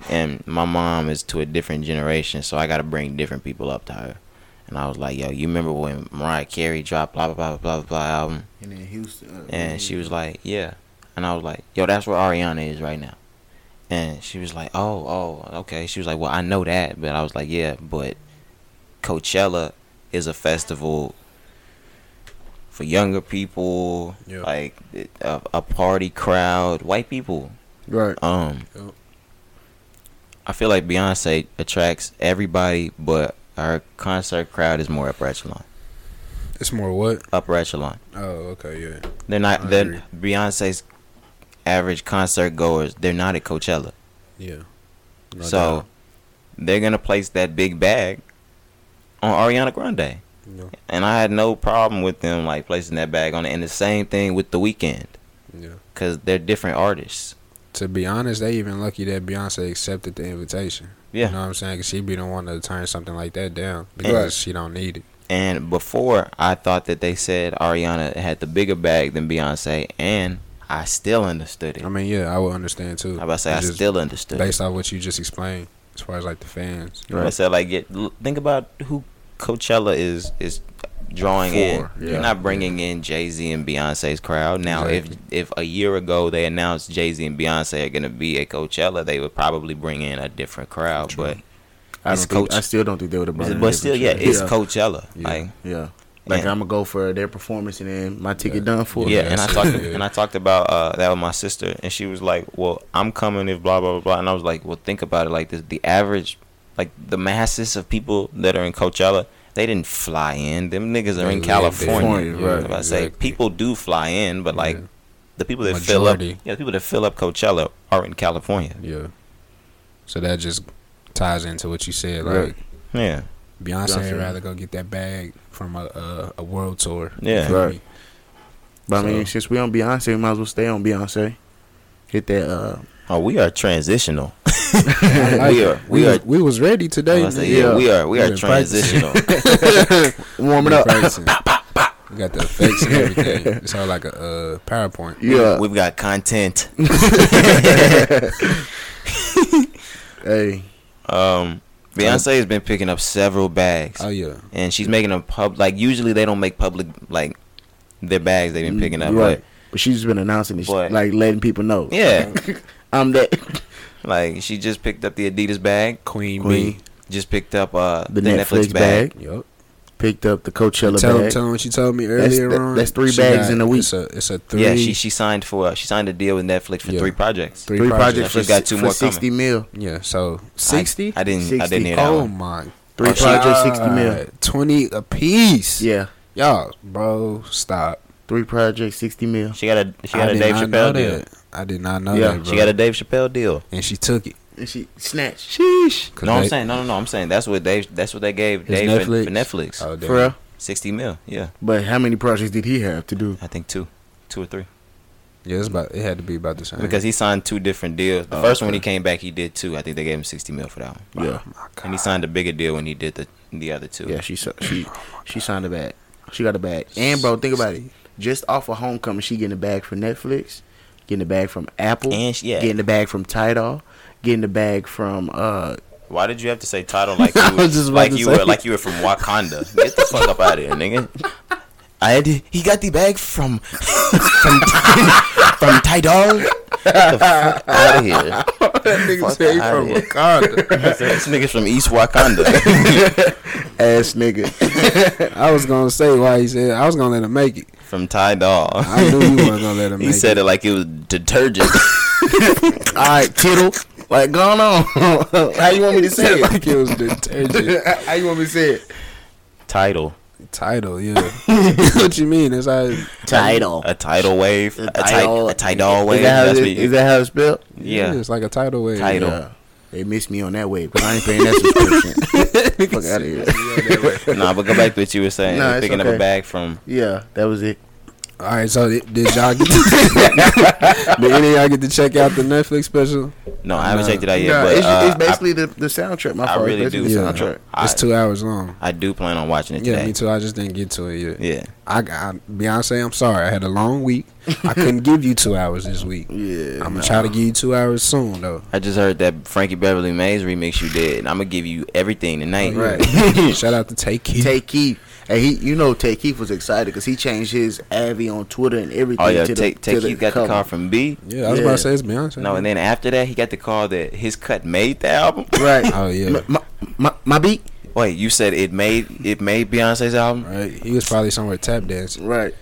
Speaker 2: And my mom is to a different generation, so I got to bring different people up to her. And I was like, yo, you remember when Mariah Carey dropped blah blah blah blah blah blah album?
Speaker 1: And then Houston. Uh,
Speaker 2: And she was like, "Yeah," and I was like, "Yo, that's where Ariana is right now." And she was like, "Oh, oh, okay." She was like, "Well, I know that," but I was like, "Yeah, but Coachella is a festival for younger people,
Speaker 3: Yeah.
Speaker 2: like it- a, a party crowd, white people."
Speaker 1: Right.
Speaker 2: Um,
Speaker 3: Yep.
Speaker 2: I feel like Beyonce attracts everybody, but her concert crowd is more upper echelon.
Speaker 3: It's more what?
Speaker 2: Upper echelon.
Speaker 3: Oh, okay, yeah.
Speaker 2: They're not.
Speaker 3: I
Speaker 2: They're Beyonce's average concert goers. They're not at Coachella,
Speaker 3: Yeah. No
Speaker 2: so
Speaker 3: doubt.
Speaker 2: they're gonna place that big bag on Ariana Grande.
Speaker 3: No.
Speaker 2: And I had no problem with them like placing that bag on it. And the same thing with The Weeknd,
Speaker 3: Yeah.
Speaker 2: cause they're different artists.
Speaker 3: To be honest, they even lucky that Beyonce accepted the invitation.
Speaker 2: Yeah.
Speaker 3: You know what I'm saying? Cause she be the one to turn something like that down because she don't need it.
Speaker 2: And before I thought that they said Ariana had the bigger bag than Beyonce, and I still understood it.
Speaker 3: I mean, yeah, I would understand too.
Speaker 2: I about to say I
Speaker 3: It's just
Speaker 2: still understood. it.
Speaker 3: based off what you just explained, as far as like the fans.
Speaker 2: I said like get, l- think about who Coachella is is drawing
Speaker 3: For,
Speaker 2: in.
Speaker 3: yeah.
Speaker 2: You're not bringing in Jay Z and Beyonce's crowd. Now, if if a year ago they announced Jay Z and Beyonce are going to be at Coachella, they would probably bring in a different crowd.
Speaker 3: True.
Speaker 2: But
Speaker 1: I,
Speaker 2: It's
Speaker 1: don't think,
Speaker 2: Coach-
Speaker 1: I still don't think they would have brought it
Speaker 2: but
Speaker 1: in
Speaker 2: still,
Speaker 1: for
Speaker 2: yeah,
Speaker 1: sure.
Speaker 2: it's
Speaker 1: yeah.
Speaker 2: Coachella.
Speaker 3: Yeah.
Speaker 2: Like
Speaker 1: yeah. Like
Speaker 2: Yeah.
Speaker 1: I'm gonna go for their performance and then my ticket done for.
Speaker 2: yeah,
Speaker 1: me.
Speaker 2: and I
Speaker 3: that's
Speaker 2: talked
Speaker 3: it.
Speaker 2: and I talked about uh, that with my sister, and she was like, "Well, I'm coming if blah blah blah," blah. and I was like, "Well, think about it. Like the the average, like the masses of people that are in Coachella, they didn't fly in. Them niggas are in
Speaker 3: They live there.
Speaker 2: California.
Speaker 1: California, right,
Speaker 2: If I say
Speaker 3: exactly.
Speaker 2: people do fly in, but like
Speaker 3: Yeah.
Speaker 2: the people that fill up,
Speaker 3: Majority.
Speaker 2: yeah, the people that fill up Coachella are in California.
Speaker 3: Yeah. So that just ties into what you said. Like
Speaker 1: Right.
Speaker 2: Yeah,
Speaker 3: Beyonce
Speaker 1: Beyonce.
Speaker 3: would rather go get that bag from a a, a world tour.
Speaker 2: Yeah.
Speaker 3: You
Speaker 1: Right.
Speaker 3: feel me?
Speaker 1: But I mean,
Speaker 3: So-
Speaker 1: since we on Beyonce, we might as well stay on Beyonce. Hit that. uh
Speaker 2: oh, we are transitional.
Speaker 3: I like
Speaker 2: We
Speaker 3: it.
Speaker 2: are- we are-
Speaker 3: was- we was ready
Speaker 2: I
Speaker 3: today.
Speaker 2: was like,
Speaker 3: man.
Speaker 2: yeah, we are we
Speaker 3: We
Speaker 2: are
Speaker 3: been practicing.
Speaker 2: transitional.
Speaker 1: Warming up.
Speaker 3: Practicing. We got the effects and everything. It's all like a uh, PowerPoint.
Speaker 1: Yeah.
Speaker 2: We've got content.
Speaker 1: Hey.
Speaker 2: Um, Beyonce has been picking up several bags.
Speaker 3: Oh yeah.
Speaker 2: and she's making them pub like usually they don't make public like their bags they've
Speaker 3: Mm,
Speaker 2: been picking up
Speaker 1: Right. But she's just been announcing this,
Speaker 2: But-
Speaker 1: like letting people know.
Speaker 2: but yeah
Speaker 1: I'm that.
Speaker 2: like she just picked up the adidas bag
Speaker 3: Queen,
Speaker 1: Queen.
Speaker 2: just picked up uh
Speaker 1: The Netflix, bag.
Speaker 3: B. Yup.
Speaker 1: Picked up the Coachella
Speaker 3: Tell
Speaker 1: bag.
Speaker 3: tell them what you told me
Speaker 1: That's-
Speaker 3: earlier
Speaker 1: that-
Speaker 3: on.
Speaker 1: that's three
Speaker 3: She
Speaker 1: bags in a week.
Speaker 3: It's a, it's a three.
Speaker 2: yeah she she signed for uh, she signed a deal with netflix for
Speaker 3: Yeah.
Speaker 2: three projects
Speaker 1: Three projects
Speaker 2: Now
Speaker 1: for,
Speaker 2: she's got
Speaker 1: si-
Speaker 2: two
Speaker 1: for
Speaker 2: more
Speaker 1: 60 mil.
Speaker 3: Yeah. So
Speaker 2: I, I didn't i
Speaker 1: 60.
Speaker 2: didn't hear that
Speaker 3: Oh
Speaker 2: one.
Speaker 3: my.
Speaker 1: Three
Speaker 2: Oh, she-
Speaker 1: projects, 60 mil.
Speaker 3: God. Twenty a piece.
Speaker 1: Yeah.
Speaker 3: Y'all, bro, stop.
Speaker 1: Three projects, 60 mil.
Speaker 2: she got a she got
Speaker 3: I
Speaker 2: a
Speaker 3: did
Speaker 2: dave
Speaker 3: not know
Speaker 2: chappelle deal
Speaker 3: that. I did not know
Speaker 1: Yeah.
Speaker 3: that, bro.
Speaker 2: she got a dave chappelle deal
Speaker 3: and she took it.
Speaker 1: And she snatched.
Speaker 3: Sheesh.
Speaker 2: no i'm saying no no no i'm saying that's what dave that's what they gave
Speaker 3: His
Speaker 2: dave for- for
Speaker 3: Netflix?
Speaker 2: netflix
Speaker 3: Oh, damn.
Speaker 1: For real.
Speaker 2: 60 mil yeah
Speaker 1: But how many projects did he have to do?
Speaker 2: i think two two or three
Speaker 3: Yeah, it's about. It had to be about the same.
Speaker 2: Because he signed two different deals. The
Speaker 1: Oh,
Speaker 2: first one when
Speaker 1: okay.
Speaker 2: he came back, he did two. I think they gave him sixty mil for that one.
Speaker 1: Yeah.
Speaker 3: my God.
Speaker 2: And he signed a bigger deal when he did the the other two.
Speaker 1: Yeah, she si- she she signed a bag. She got a bag. And bro, think about it. Just off of Homecoming, she getting a bag from Netflix, getting a bag from Apple,
Speaker 2: And she, yeah,
Speaker 1: getting a bag from Tidal, getting a bag from uh
Speaker 2: why did you have to say title like
Speaker 3: I
Speaker 2: you were,
Speaker 3: was just about
Speaker 2: like
Speaker 3: to
Speaker 2: you
Speaker 3: say.
Speaker 2: were like you were from Wakanda? Get the fuck up out of here, nigga. I had to, he got the bag from from from Tidal. Get the fuck out of here.
Speaker 3: that nigga
Speaker 2: Fuck
Speaker 3: said he
Speaker 2: outta
Speaker 3: from
Speaker 2: here.
Speaker 3: Wakanda.
Speaker 2: This nigga's from East Wakanda.
Speaker 1: ass nigga.
Speaker 3: I was gonna say why he said I was gonna let him make it.
Speaker 2: from Tidal.
Speaker 3: I knew you weren't gonna let him.
Speaker 2: He
Speaker 3: make
Speaker 2: said
Speaker 3: it.
Speaker 2: it like it was detergent.
Speaker 1: All right, Kittle. Like going on. how you want me to say
Speaker 3: said it
Speaker 1: it?
Speaker 3: like it was detergent.
Speaker 1: how you want me to say it?
Speaker 2: Tidal.
Speaker 3: Title, yeah. what you mean? It's like
Speaker 1: Tidal.
Speaker 2: A tidal wave. A, tidal, a tidal wave.
Speaker 1: Is that, how
Speaker 2: That's
Speaker 1: it-
Speaker 2: what you-
Speaker 1: is that how it's spelled?
Speaker 2: yeah.
Speaker 3: it's like a title wave.
Speaker 2: Tidal.
Speaker 1: Yeah. They missed me on that wave, but I ain't paying that subscription. Fuck out of here.
Speaker 2: nah, but go back to what you were saying.
Speaker 1: Nah, it's
Speaker 2: picking up
Speaker 1: okay.
Speaker 2: a bag from
Speaker 1: Yeah, that was it.
Speaker 3: All right, so did, did y'all get? did any of y'all get to check out the Netflix special?
Speaker 2: no, I haven't
Speaker 3: Nah.
Speaker 2: checked it out yet,
Speaker 1: Nah,
Speaker 2: but
Speaker 1: it's,
Speaker 2: uh,
Speaker 1: it's basically the, the soundtrack. My
Speaker 2: I
Speaker 1: fault.
Speaker 2: really
Speaker 1: it's basically
Speaker 3: do.
Speaker 1: the
Speaker 3: Yeah.
Speaker 1: soundtrack.
Speaker 2: I,
Speaker 3: It's two hours long.
Speaker 2: I, I do plan on watching it
Speaker 3: Yeah,
Speaker 2: today.
Speaker 3: me too. I just didn't get to it yet.
Speaker 2: Yeah,
Speaker 3: I got Beyonce. I'm sorry. I had a long week. I couldn't give you two hours this week.
Speaker 1: Yeah,
Speaker 3: I'm gonna try to give you two hours soon though.
Speaker 2: I just heard that Frankie Beverly Mays remix you did, and I'm gonna give you everything tonight.
Speaker 3: Shout out to Take Keith.
Speaker 1: Tay Keith. And he, you know, Tay Keith was excited because he changed his Avi on Twitter and everything.
Speaker 2: oh yeah,
Speaker 1: to the,
Speaker 2: take
Speaker 1: to
Speaker 2: take
Speaker 1: the
Speaker 2: you got
Speaker 1: cover.
Speaker 2: the call from B.
Speaker 3: yeah, I was about
Speaker 1: Yeah.
Speaker 3: to say it's Beyonce.
Speaker 2: No, and then after that, he got the call that his cut made the album.
Speaker 1: Right.
Speaker 3: Oh yeah,
Speaker 1: My, my, my, my beat.
Speaker 2: Wait, you said it made it made Beyonce's album?
Speaker 3: right. He was probably somewhere tap dancing.
Speaker 1: Right.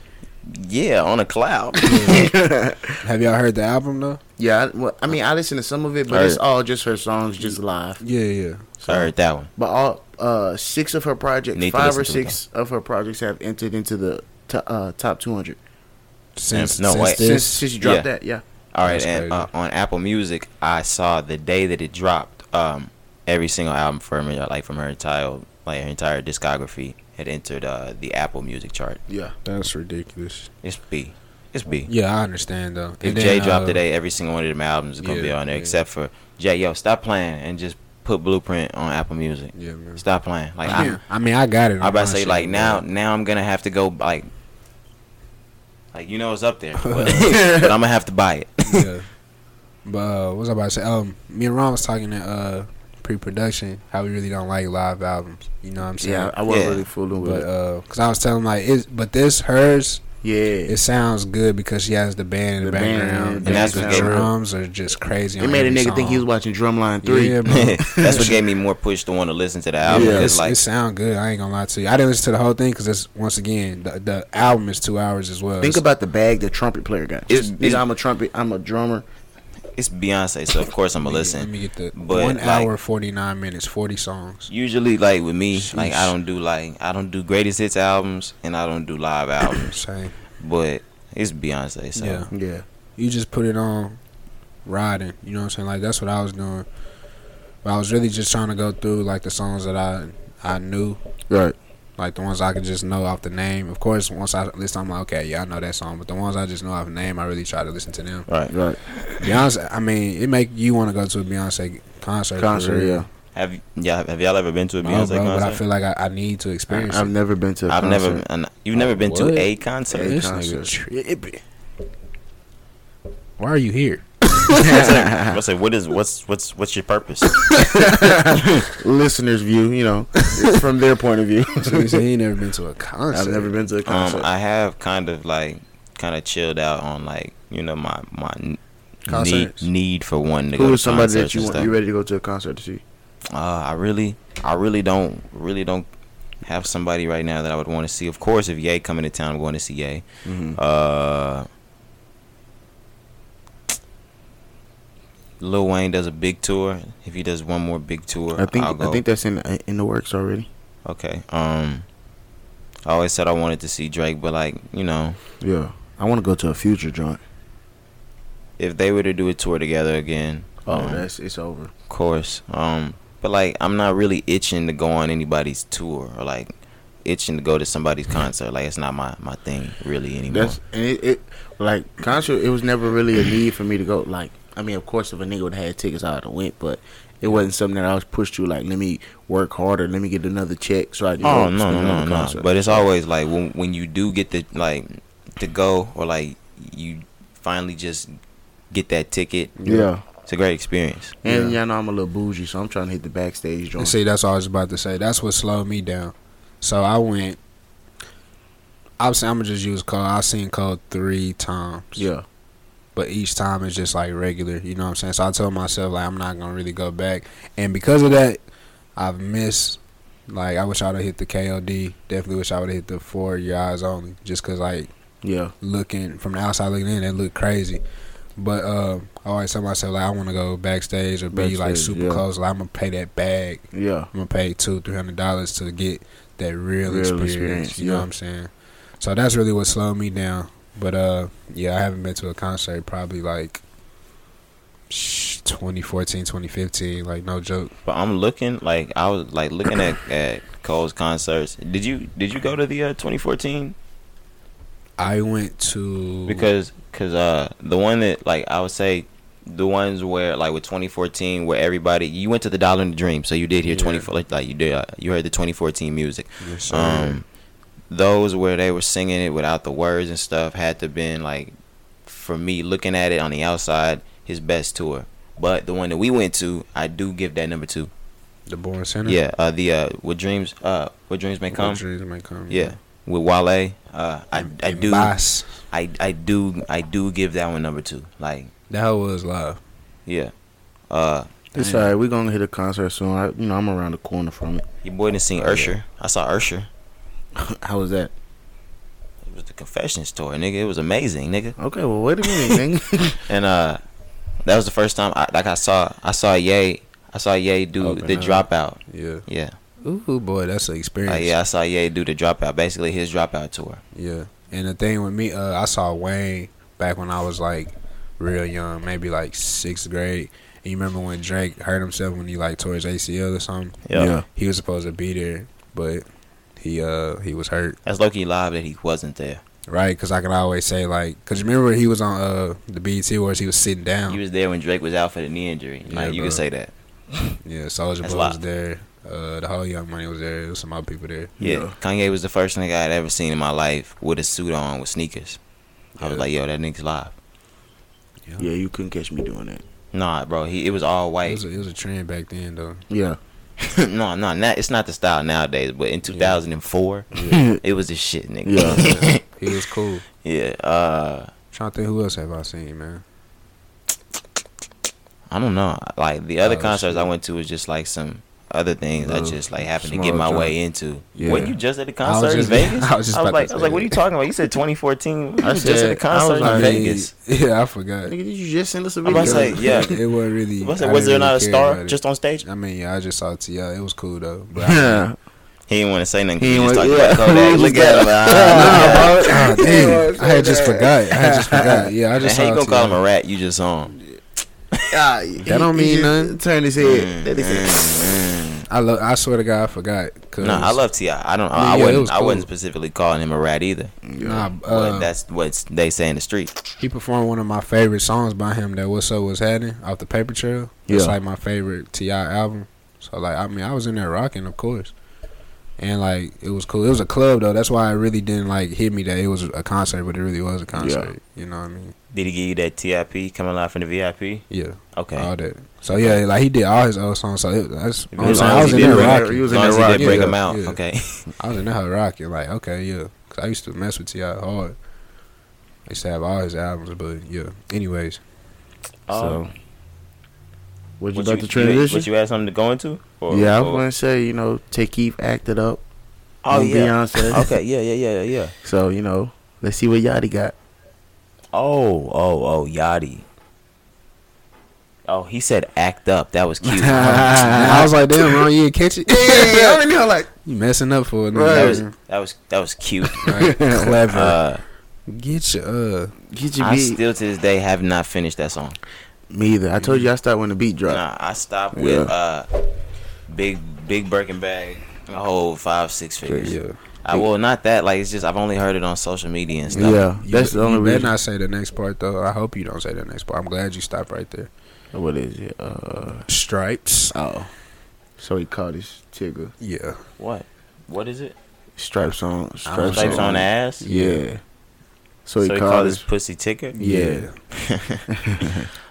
Speaker 2: Yeah, on a cloud.
Speaker 3: Have y'all heard the album though?
Speaker 1: Yeah. I, well, I mean, I listen to some of it, but
Speaker 2: Right.
Speaker 1: it's all just her songs, just live.
Speaker 3: Yeah, yeah.
Speaker 2: so I heard that one.
Speaker 1: But all uh, six of her projects,
Speaker 2: Need to
Speaker 1: five or
Speaker 2: listen to it,
Speaker 1: six of her projects have entered into the to uh, top 200
Speaker 3: Since
Speaker 2: No,
Speaker 3: since
Speaker 2: wait.
Speaker 3: this-
Speaker 1: since since you dropped
Speaker 2: yeah.
Speaker 1: that. Yeah.
Speaker 2: All right,
Speaker 3: That's
Speaker 2: and
Speaker 3: crazy.
Speaker 2: uh, on Apple Music, I saw the day that it dropped. Um, every single album from her, like from her entire, like her entire discography, had entered uh, the Apple Music chart.
Speaker 1: Yeah.
Speaker 3: that's ridiculous.
Speaker 2: It's B. It's B.
Speaker 3: Yeah, I understand though.
Speaker 2: If
Speaker 3: And
Speaker 2: Jay
Speaker 3: then,
Speaker 2: dropped
Speaker 3: uh,
Speaker 2: today, every single one of them albums is gonna be
Speaker 3: yeah,
Speaker 2: on there,
Speaker 3: yeah.
Speaker 2: except for Jay. Yo, stop playing and just put Blueprint on Apple Music.
Speaker 3: Yeah, man.
Speaker 2: Stop playing. Like
Speaker 3: I,
Speaker 2: I,
Speaker 3: mean, I mean, I got it.
Speaker 2: I
Speaker 3: on
Speaker 2: about
Speaker 3: my
Speaker 2: to say
Speaker 3: shit,
Speaker 2: like
Speaker 3: but-
Speaker 2: now now I'm gonna have to go like like you know it's up there, but, but I'm gonna have to buy it.
Speaker 3: yeah. But uh, what was I about to say? Um, me and Ron was talking in uh, pre-production how we really don't like live albums. You know what I'm saying?
Speaker 1: Yeah, I wasn't
Speaker 2: Yeah.
Speaker 1: really fooling with
Speaker 3: But
Speaker 1: it.
Speaker 3: uh, cause I was telling him, like, it's, but this hers,
Speaker 1: Yeah,
Speaker 3: it sounds good because she has the band in the,
Speaker 1: The band,
Speaker 3: background,
Speaker 1: yeah,
Speaker 2: the
Speaker 3: and
Speaker 2: background.
Speaker 3: the drums are just crazy.
Speaker 1: it
Speaker 3: on
Speaker 1: made a
Speaker 3: every
Speaker 1: nigga think he was
Speaker 3: song.
Speaker 1: watching Drumline Three.
Speaker 3: Yeah, bro.
Speaker 2: That's what gave me more push to want to listen to the album.
Speaker 1: Yeah.
Speaker 2: It's
Speaker 3: It's,
Speaker 2: like
Speaker 3: it sound good. I ain't gonna lie to you. I didn't listen to the whole thing because it's once again the, the album is two hours as well.
Speaker 1: Think about the bag the trumpet player got.
Speaker 2: It's-
Speaker 1: Nigga,
Speaker 2: it's-
Speaker 1: I'm a trumpet. I'm a drummer.
Speaker 2: it's Beyonce, so of course I'm gonna
Speaker 3: Let
Speaker 2: listen.
Speaker 3: me get the
Speaker 2: But,
Speaker 3: one
Speaker 2: like-
Speaker 3: hour forty nine minutes, forty songs.
Speaker 2: Usually, like with me, like I
Speaker 3: Sheesh.
Speaker 2: don't do like I don't do greatest hits albums and I don't do live albums,
Speaker 3: Same.
Speaker 2: but it's Beyonce, so
Speaker 3: Yeah.
Speaker 1: Yeah,
Speaker 3: you just put it on riding. You know what I'm saying? Like that's what I was doing. But I was really just trying to go through like the songs that I I knew,
Speaker 1: right.
Speaker 3: like the ones I could just know off the name. Of course, once I listen, I'm like, okay, yeah, I know that song. But the ones I just know off name, I really try to listen to them.
Speaker 2: right.
Speaker 1: Right.
Speaker 3: Beyonce, I mean, it make you want to go to a Beyonce concert. for
Speaker 1: Concert,
Speaker 3: real.
Speaker 1: yeah.
Speaker 2: Have y- y'all have y'all ever been to a
Speaker 3: No,
Speaker 2: Beyonce
Speaker 3: bro, but I
Speaker 2: concert?
Speaker 3: feel like I, I need to experience.
Speaker 1: I, have
Speaker 3: it.
Speaker 1: never been to. i
Speaker 2: I've never. and You've never been
Speaker 3: What?
Speaker 2: to a concert.
Speaker 1: a
Speaker 3: This
Speaker 1: concert.
Speaker 3: nigga's tri-
Speaker 1: It- it be-
Speaker 3: Why are you here?
Speaker 2: I say, what is what's what's what's your purpose?
Speaker 1: listeners' view, you know, from their point of view.
Speaker 3: So he said he ain't never been to a concert.
Speaker 1: I've never been to a
Speaker 2: um,
Speaker 1: concert.
Speaker 2: I have kind of like kind of chilled out on like you know my my n- need
Speaker 3: Concerts.
Speaker 2: need for one to go
Speaker 1: Who
Speaker 2: to
Speaker 1: is somebody that
Speaker 2: concerts
Speaker 1: you
Speaker 2: and
Speaker 1: want?
Speaker 2: stuff.
Speaker 1: You ready to go to a concert to see?
Speaker 2: Uh, I really, I really don't, really don't have somebody right now that I would want to see. Of course, if Ye coming to town, I'm going to see Ye.
Speaker 1: Mm-hmm.
Speaker 2: Uh, Lil Wayne does a big tour. If he does one more big tour,
Speaker 1: I think
Speaker 2: I'll go.
Speaker 1: I think that's in in the works already.
Speaker 2: okay. Um, I always said I wanted to see Drake, but like you know,
Speaker 1: Yeah, I want to go to a future joint.
Speaker 2: if they were to do a tour together again,
Speaker 1: Oh,
Speaker 2: um,
Speaker 1: that's it's over.
Speaker 2: of course. Um, but like I'm not really itching to go on anybody's tour or like itching to go to somebody's concert. Like it's not my my thing really anymore.
Speaker 1: That's and it, it like concert. It was never really a need for me to go. Like I mean, of course, if a nigga would have had tickets, I'd have went, but. It wasn't something that I was pushed to. Like, let me work harder. Let me get another check so I can.
Speaker 2: Oh
Speaker 1: go
Speaker 2: no
Speaker 1: spend it
Speaker 2: no
Speaker 1: on
Speaker 2: no
Speaker 1: the
Speaker 2: no!
Speaker 1: concert.
Speaker 2: But it's always like when when you do get the like to go or like you finally just get that ticket.
Speaker 1: yeah.
Speaker 2: it's a great experience.
Speaker 1: And y'all know I'm a little bougie, so I'm trying to hit the backstage
Speaker 3: And
Speaker 1: joint.
Speaker 3: see, that's what I was about to say. That's what slowed me down. So I went. I'm I'm gonna just use Cole. I've seen Cole three times.
Speaker 1: Yeah,
Speaker 3: But each time it's just like regular. You know what I'm saying? So I told myself like I'm not gonna really go back. And because of that, I've missed. Like I wish I'd have hit the KOD. Definitely wish I would have hit the four your eyes only. Just cause like
Speaker 1: yeah.
Speaker 3: looking from the outside looking in, it looked crazy. But uh, I always tell myself like I want to go backstage or be like
Speaker 1: Backstage,
Speaker 3: super
Speaker 1: yeah.
Speaker 3: close. Like I'm gonna pay that bag.
Speaker 1: Yeah.
Speaker 3: I'm gonna pay two, three hundred dollars to get that real,
Speaker 1: Real
Speaker 3: experience,
Speaker 1: experience,
Speaker 3: You
Speaker 1: yeah.
Speaker 3: know what I'm saying? So that's really what slowed me down. But uh, yeah, I haven't been to a concert probably like sh- 2014, 2015. Like no joke.
Speaker 2: But I'm looking like I was like looking at at Cole's concerts. Did you did you go to the uh, 2014?
Speaker 3: I went to
Speaker 2: Because cause uh the one that like I would say the ones where like with 2014 where everybody you went to the Dollar and the Dream, so you did hear
Speaker 3: Yeah.
Speaker 2: 24 like, like you did uh, you heard the 2014 music.
Speaker 3: Yes, sir.
Speaker 2: um those where they were singing it without the words and stuff had to been like for me looking at it on the outside his best tour but the one that we went to i do give that number two
Speaker 3: the Born Center.
Speaker 2: yeah uh the uh what dreams uh what dreams may come
Speaker 3: What dreams may come.
Speaker 2: yeah with Wale, uh, I I
Speaker 3: And
Speaker 2: do I,
Speaker 3: Boss.
Speaker 2: I do I do give that one number two. Like
Speaker 3: That was live.
Speaker 2: yeah, uh,
Speaker 1: It's all right. We're gonna hit a concert soon. I, you know, I'm around the corner from it.
Speaker 2: your boy didn't sing
Speaker 3: Oh, yeah.
Speaker 2: Usher. I saw Usher.
Speaker 1: How was that?
Speaker 2: It was the Confessions tour, nigga. It was amazing, nigga.
Speaker 1: Okay, well, wait a minute, nigga.
Speaker 2: And uh that was the first time I like I saw I saw Ye I saw Ye do
Speaker 3: Open
Speaker 2: the
Speaker 3: up.
Speaker 2: dropout.
Speaker 3: Yeah.
Speaker 2: Yeah.
Speaker 3: Ooh boy, that's an experience.
Speaker 2: Like, Oh, yeah, I saw Ye do the dropout, basically his dropout tour.
Speaker 3: Yeah. And the thing with me, uh, I saw Wayne back when I was like real young, maybe like sixth grade. And you remember when Drake hurt himself when he like tore his ACL or something?
Speaker 1: Yeah.
Speaker 3: He was supposed to be there, but he uh he was hurt,
Speaker 2: That's low key live that he wasn't there.
Speaker 3: right? Because I could always say like, because remember he was on uh the BET Awards, he was sitting down.
Speaker 2: He was there when Drake was out for the knee injury. Like
Speaker 3: Yeah,
Speaker 2: you
Speaker 3: bro.
Speaker 2: could say that.
Speaker 3: Yeah, Soldier
Speaker 2: That's
Speaker 3: Boy
Speaker 2: a lot.
Speaker 3: was there. Uh, the Hollow Young Money was there. There was some other people there.
Speaker 2: Yeah.
Speaker 1: Yeah.
Speaker 2: Kanye was the first nigga I'd ever seen in my life with a suit on with sneakers. I was
Speaker 3: Yeah.
Speaker 2: like, yo, that nigga's live.
Speaker 1: Yeah, you couldn't catch me doing that.
Speaker 2: Nah, bro, he it was all
Speaker 3: It
Speaker 2: white.
Speaker 3: was, a, it was a trend back then, though.
Speaker 1: Yeah.
Speaker 2: no, no, not, it's not the style nowadays. But in 2004,
Speaker 1: Yeah.
Speaker 2: it was the shit, nigga.
Speaker 1: yeah.
Speaker 3: He was cool.
Speaker 2: Yeah. Uh,
Speaker 3: trying to think who else have I seen, man?
Speaker 2: I don't know. Like the other
Speaker 3: Oh,
Speaker 2: concerts
Speaker 3: shit.
Speaker 2: I went to was just like some other things I
Speaker 1: Little
Speaker 2: just like happened to
Speaker 1: small
Speaker 2: get my
Speaker 1: joint.
Speaker 2: way into.
Speaker 1: Yeah.
Speaker 2: Were you just at the
Speaker 3: I was
Speaker 2: concert
Speaker 3: just-
Speaker 2: in Vegas?
Speaker 3: I was just about to
Speaker 2: like, I was
Speaker 3: say
Speaker 2: like, what
Speaker 3: that.
Speaker 2: are you talking about? You said 2014. I
Speaker 1: I
Speaker 2: was just at the
Speaker 1: said- I was
Speaker 2: concert in
Speaker 1: like-
Speaker 2: Vegas.
Speaker 3: Yeah, I forgot.
Speaker 1: Nigga, did you just send us a
Speaker 2: I'm
Speaker 1: video?
Speaker 2: about to say, yeah.
Speaker 3: it wasn't really.
Speaker 2: Was, it,
Speaker 3: I
Speaker 2: was there
Speaker 3: didn't
Speaker 2: not a
Speaker 3: really care about
Speaker 2: star
Speaker 3: it.
Speaker 2: just on stage?
Speaker 3: I mean, yeah, I just saw T.I. It was cool though. But I,
Speaker 1: Yeah.
Speaker 2: He didn't want to say nothing. 'cause
Speaker 1: He
Speaker 2: He
Speaker 1: didn't
Speaker 2: just talked
Speaker 1: wanna- yeah. He
Speaker 2: about Kodak. Look
Speaker 1: just
Speaker 2: at him. Ah,
Speaker 3: Nah, bro.
Speaker 1: Yeah,
Speaker 3: Ah, dang, I had
Speaker 1: so bad.
Speaker 3: just forgot. I had just forgot. Yeah, I
Speaker 2: man,
Speaker 3: just
Speaker 2: how
Speaker 3: saw
Speaker 2: you gonna
Speaker 3: T.I..
Speaker 2: call him a rat? You just saw him.
Speaker 1: that
Speaker 3: don't mean nothing.
Speaker 1: Turn his
Speaker 2: Mm,
Speaker 1: head. That nigga-
Speaker 2: mm.
Speaker 3: I love. I swear to God, I forgot. 'cause-
Speaker 2: No, I love Ti. I don't.
Speaker 3: Yeah,
Speaker 2: I
Speaker 3: it
Speaker 2: wouldn't.
Speaker 3: was
Speaker 2: I wouldn't
Speaker 3: cool.
Speaker 2: specifically calling him a rat either.
Speaker 3: Nah,
Speaker 2: but
Speaker 3: uh,
Speaker 2: that's what they say in the street.
Speaker 3: he performed one of my favorite songs by him. That what's up was happening off the Paper Trail. It's
Speaker 1: Yeah.
Speaker 3: like my favorite Ti album. So like, I mean, I was in there rocking, of course. And like it was cool. It was a club though. That's why it really didn't like hit me that it was a concert, but it really was a concert. You know what I mean?
Speaker 2: Did he give you that TIP coming live from the VIP?
Speaker 3: Yeah.
Speaker 2: Okay.
Speaker 3: All that. So yeah, like he did all his old songs. So it, that's
Speaker 2: As
Speaker 3: I'm
Speaker 2: long
Speaker 3: saying,
Speaker 2: as
Speaker 3: Uh, I
Speaker 2: he
Speaker 3: was in
Speaker 2: did
Speaker 3: there
Speaker 2: bring it-
Speaker 3: rocking.
Speaker 1: He was
Speaker 2: as
Speaker 1: in
Speaker 2: long as
Speaker 1: there
Speaker 2: he did
Speaker 1: rocking.
Speaker 2: break
Speaker 3: Yeah,
Speaker 2: him out.
Speaker 3: yeah.
Speaker 2: Okay.
Speaker 3: I was in there rocking. Like okay, yeah. 'Cause I used to mess with Ti hard. I used to have all his albums, but yeah. Anyways,
Speaker 1: So, what you about
Speaker 2: Oh, what you-
Speaker 1: to
Speaker 2: you-
Speaker 1: transition?
Speaker 2: What you had something to go into? Or-
Speaker 1: yeah, I was
Speaker 2: or-
Speaker 1: gonna say, you know, Takeef acted up
Speaker 2: Oh
Speaker 1: on
Speaker 2: yeah.
Speaker 1: Beyonce.
Speaker 2: Okay. Yeah. Yeah. Yeah. Yeah.
Speaker 1: So, you know, let's see what Yachty got.
Speaker 2: Oh. Oh. Oh. Yachty. Oh, he said act up. That was cute. that
Speaker 3: And I was like, damn, wrong year, catch it.
Speaker 1: I mean, you know, like
Speaker 3: You messing up for it.
Speaker 1: Right.
Speaker 2: was
Speaker 3: nigga.
Speaker 2: that was that was cute.
Speaker 3: Right. Clever.
Speaker 2: Uh,
Speaker 3: Get your uh.
Speaker 1: get your
Speaker 2: I
Speaker 1: beat.
Speaker 2: still to this day have not finished that song.
Speaker 1: Me either. I told you I stopped when the beat dropped.
Speaker 2: Nah, I stopped
Speaker 1: Yeah.
Speaker 2: with uh, big big Birkin bag, a whole five six figures.
Speaker 3: Yeah.
Speaker 2: I, well, not that. Like it's just I've only heard it on social media and stuff.
Speaker 1: Yeah, that's the only
Speaker 3: you better
Speaker 1: reason.
Speaker 3: not say the next part though. I hope you don't say the next part. I'm glad you stopped right there.
Speaker 1: What is it? Uh,
Speaker 3: Stripes.
Speaker 1: oh, so he called his tigger
Speaker 3: Yeah.
Speaker 2: What? What is it?
Speaker 1: stripes on stripes,
Speaker 3: Stripes
Speaker 2: Stripes
Speaker 3: on-
Speaker 2: on the ass.
Speaker 1: Yeah. So
Speaker 2: So
Speaker 1: he called
Speaker 2: called his
Speaker 1: his
Speaker 2: pussy ticker. And
Speaker 1: yeah.
Speaker 2: then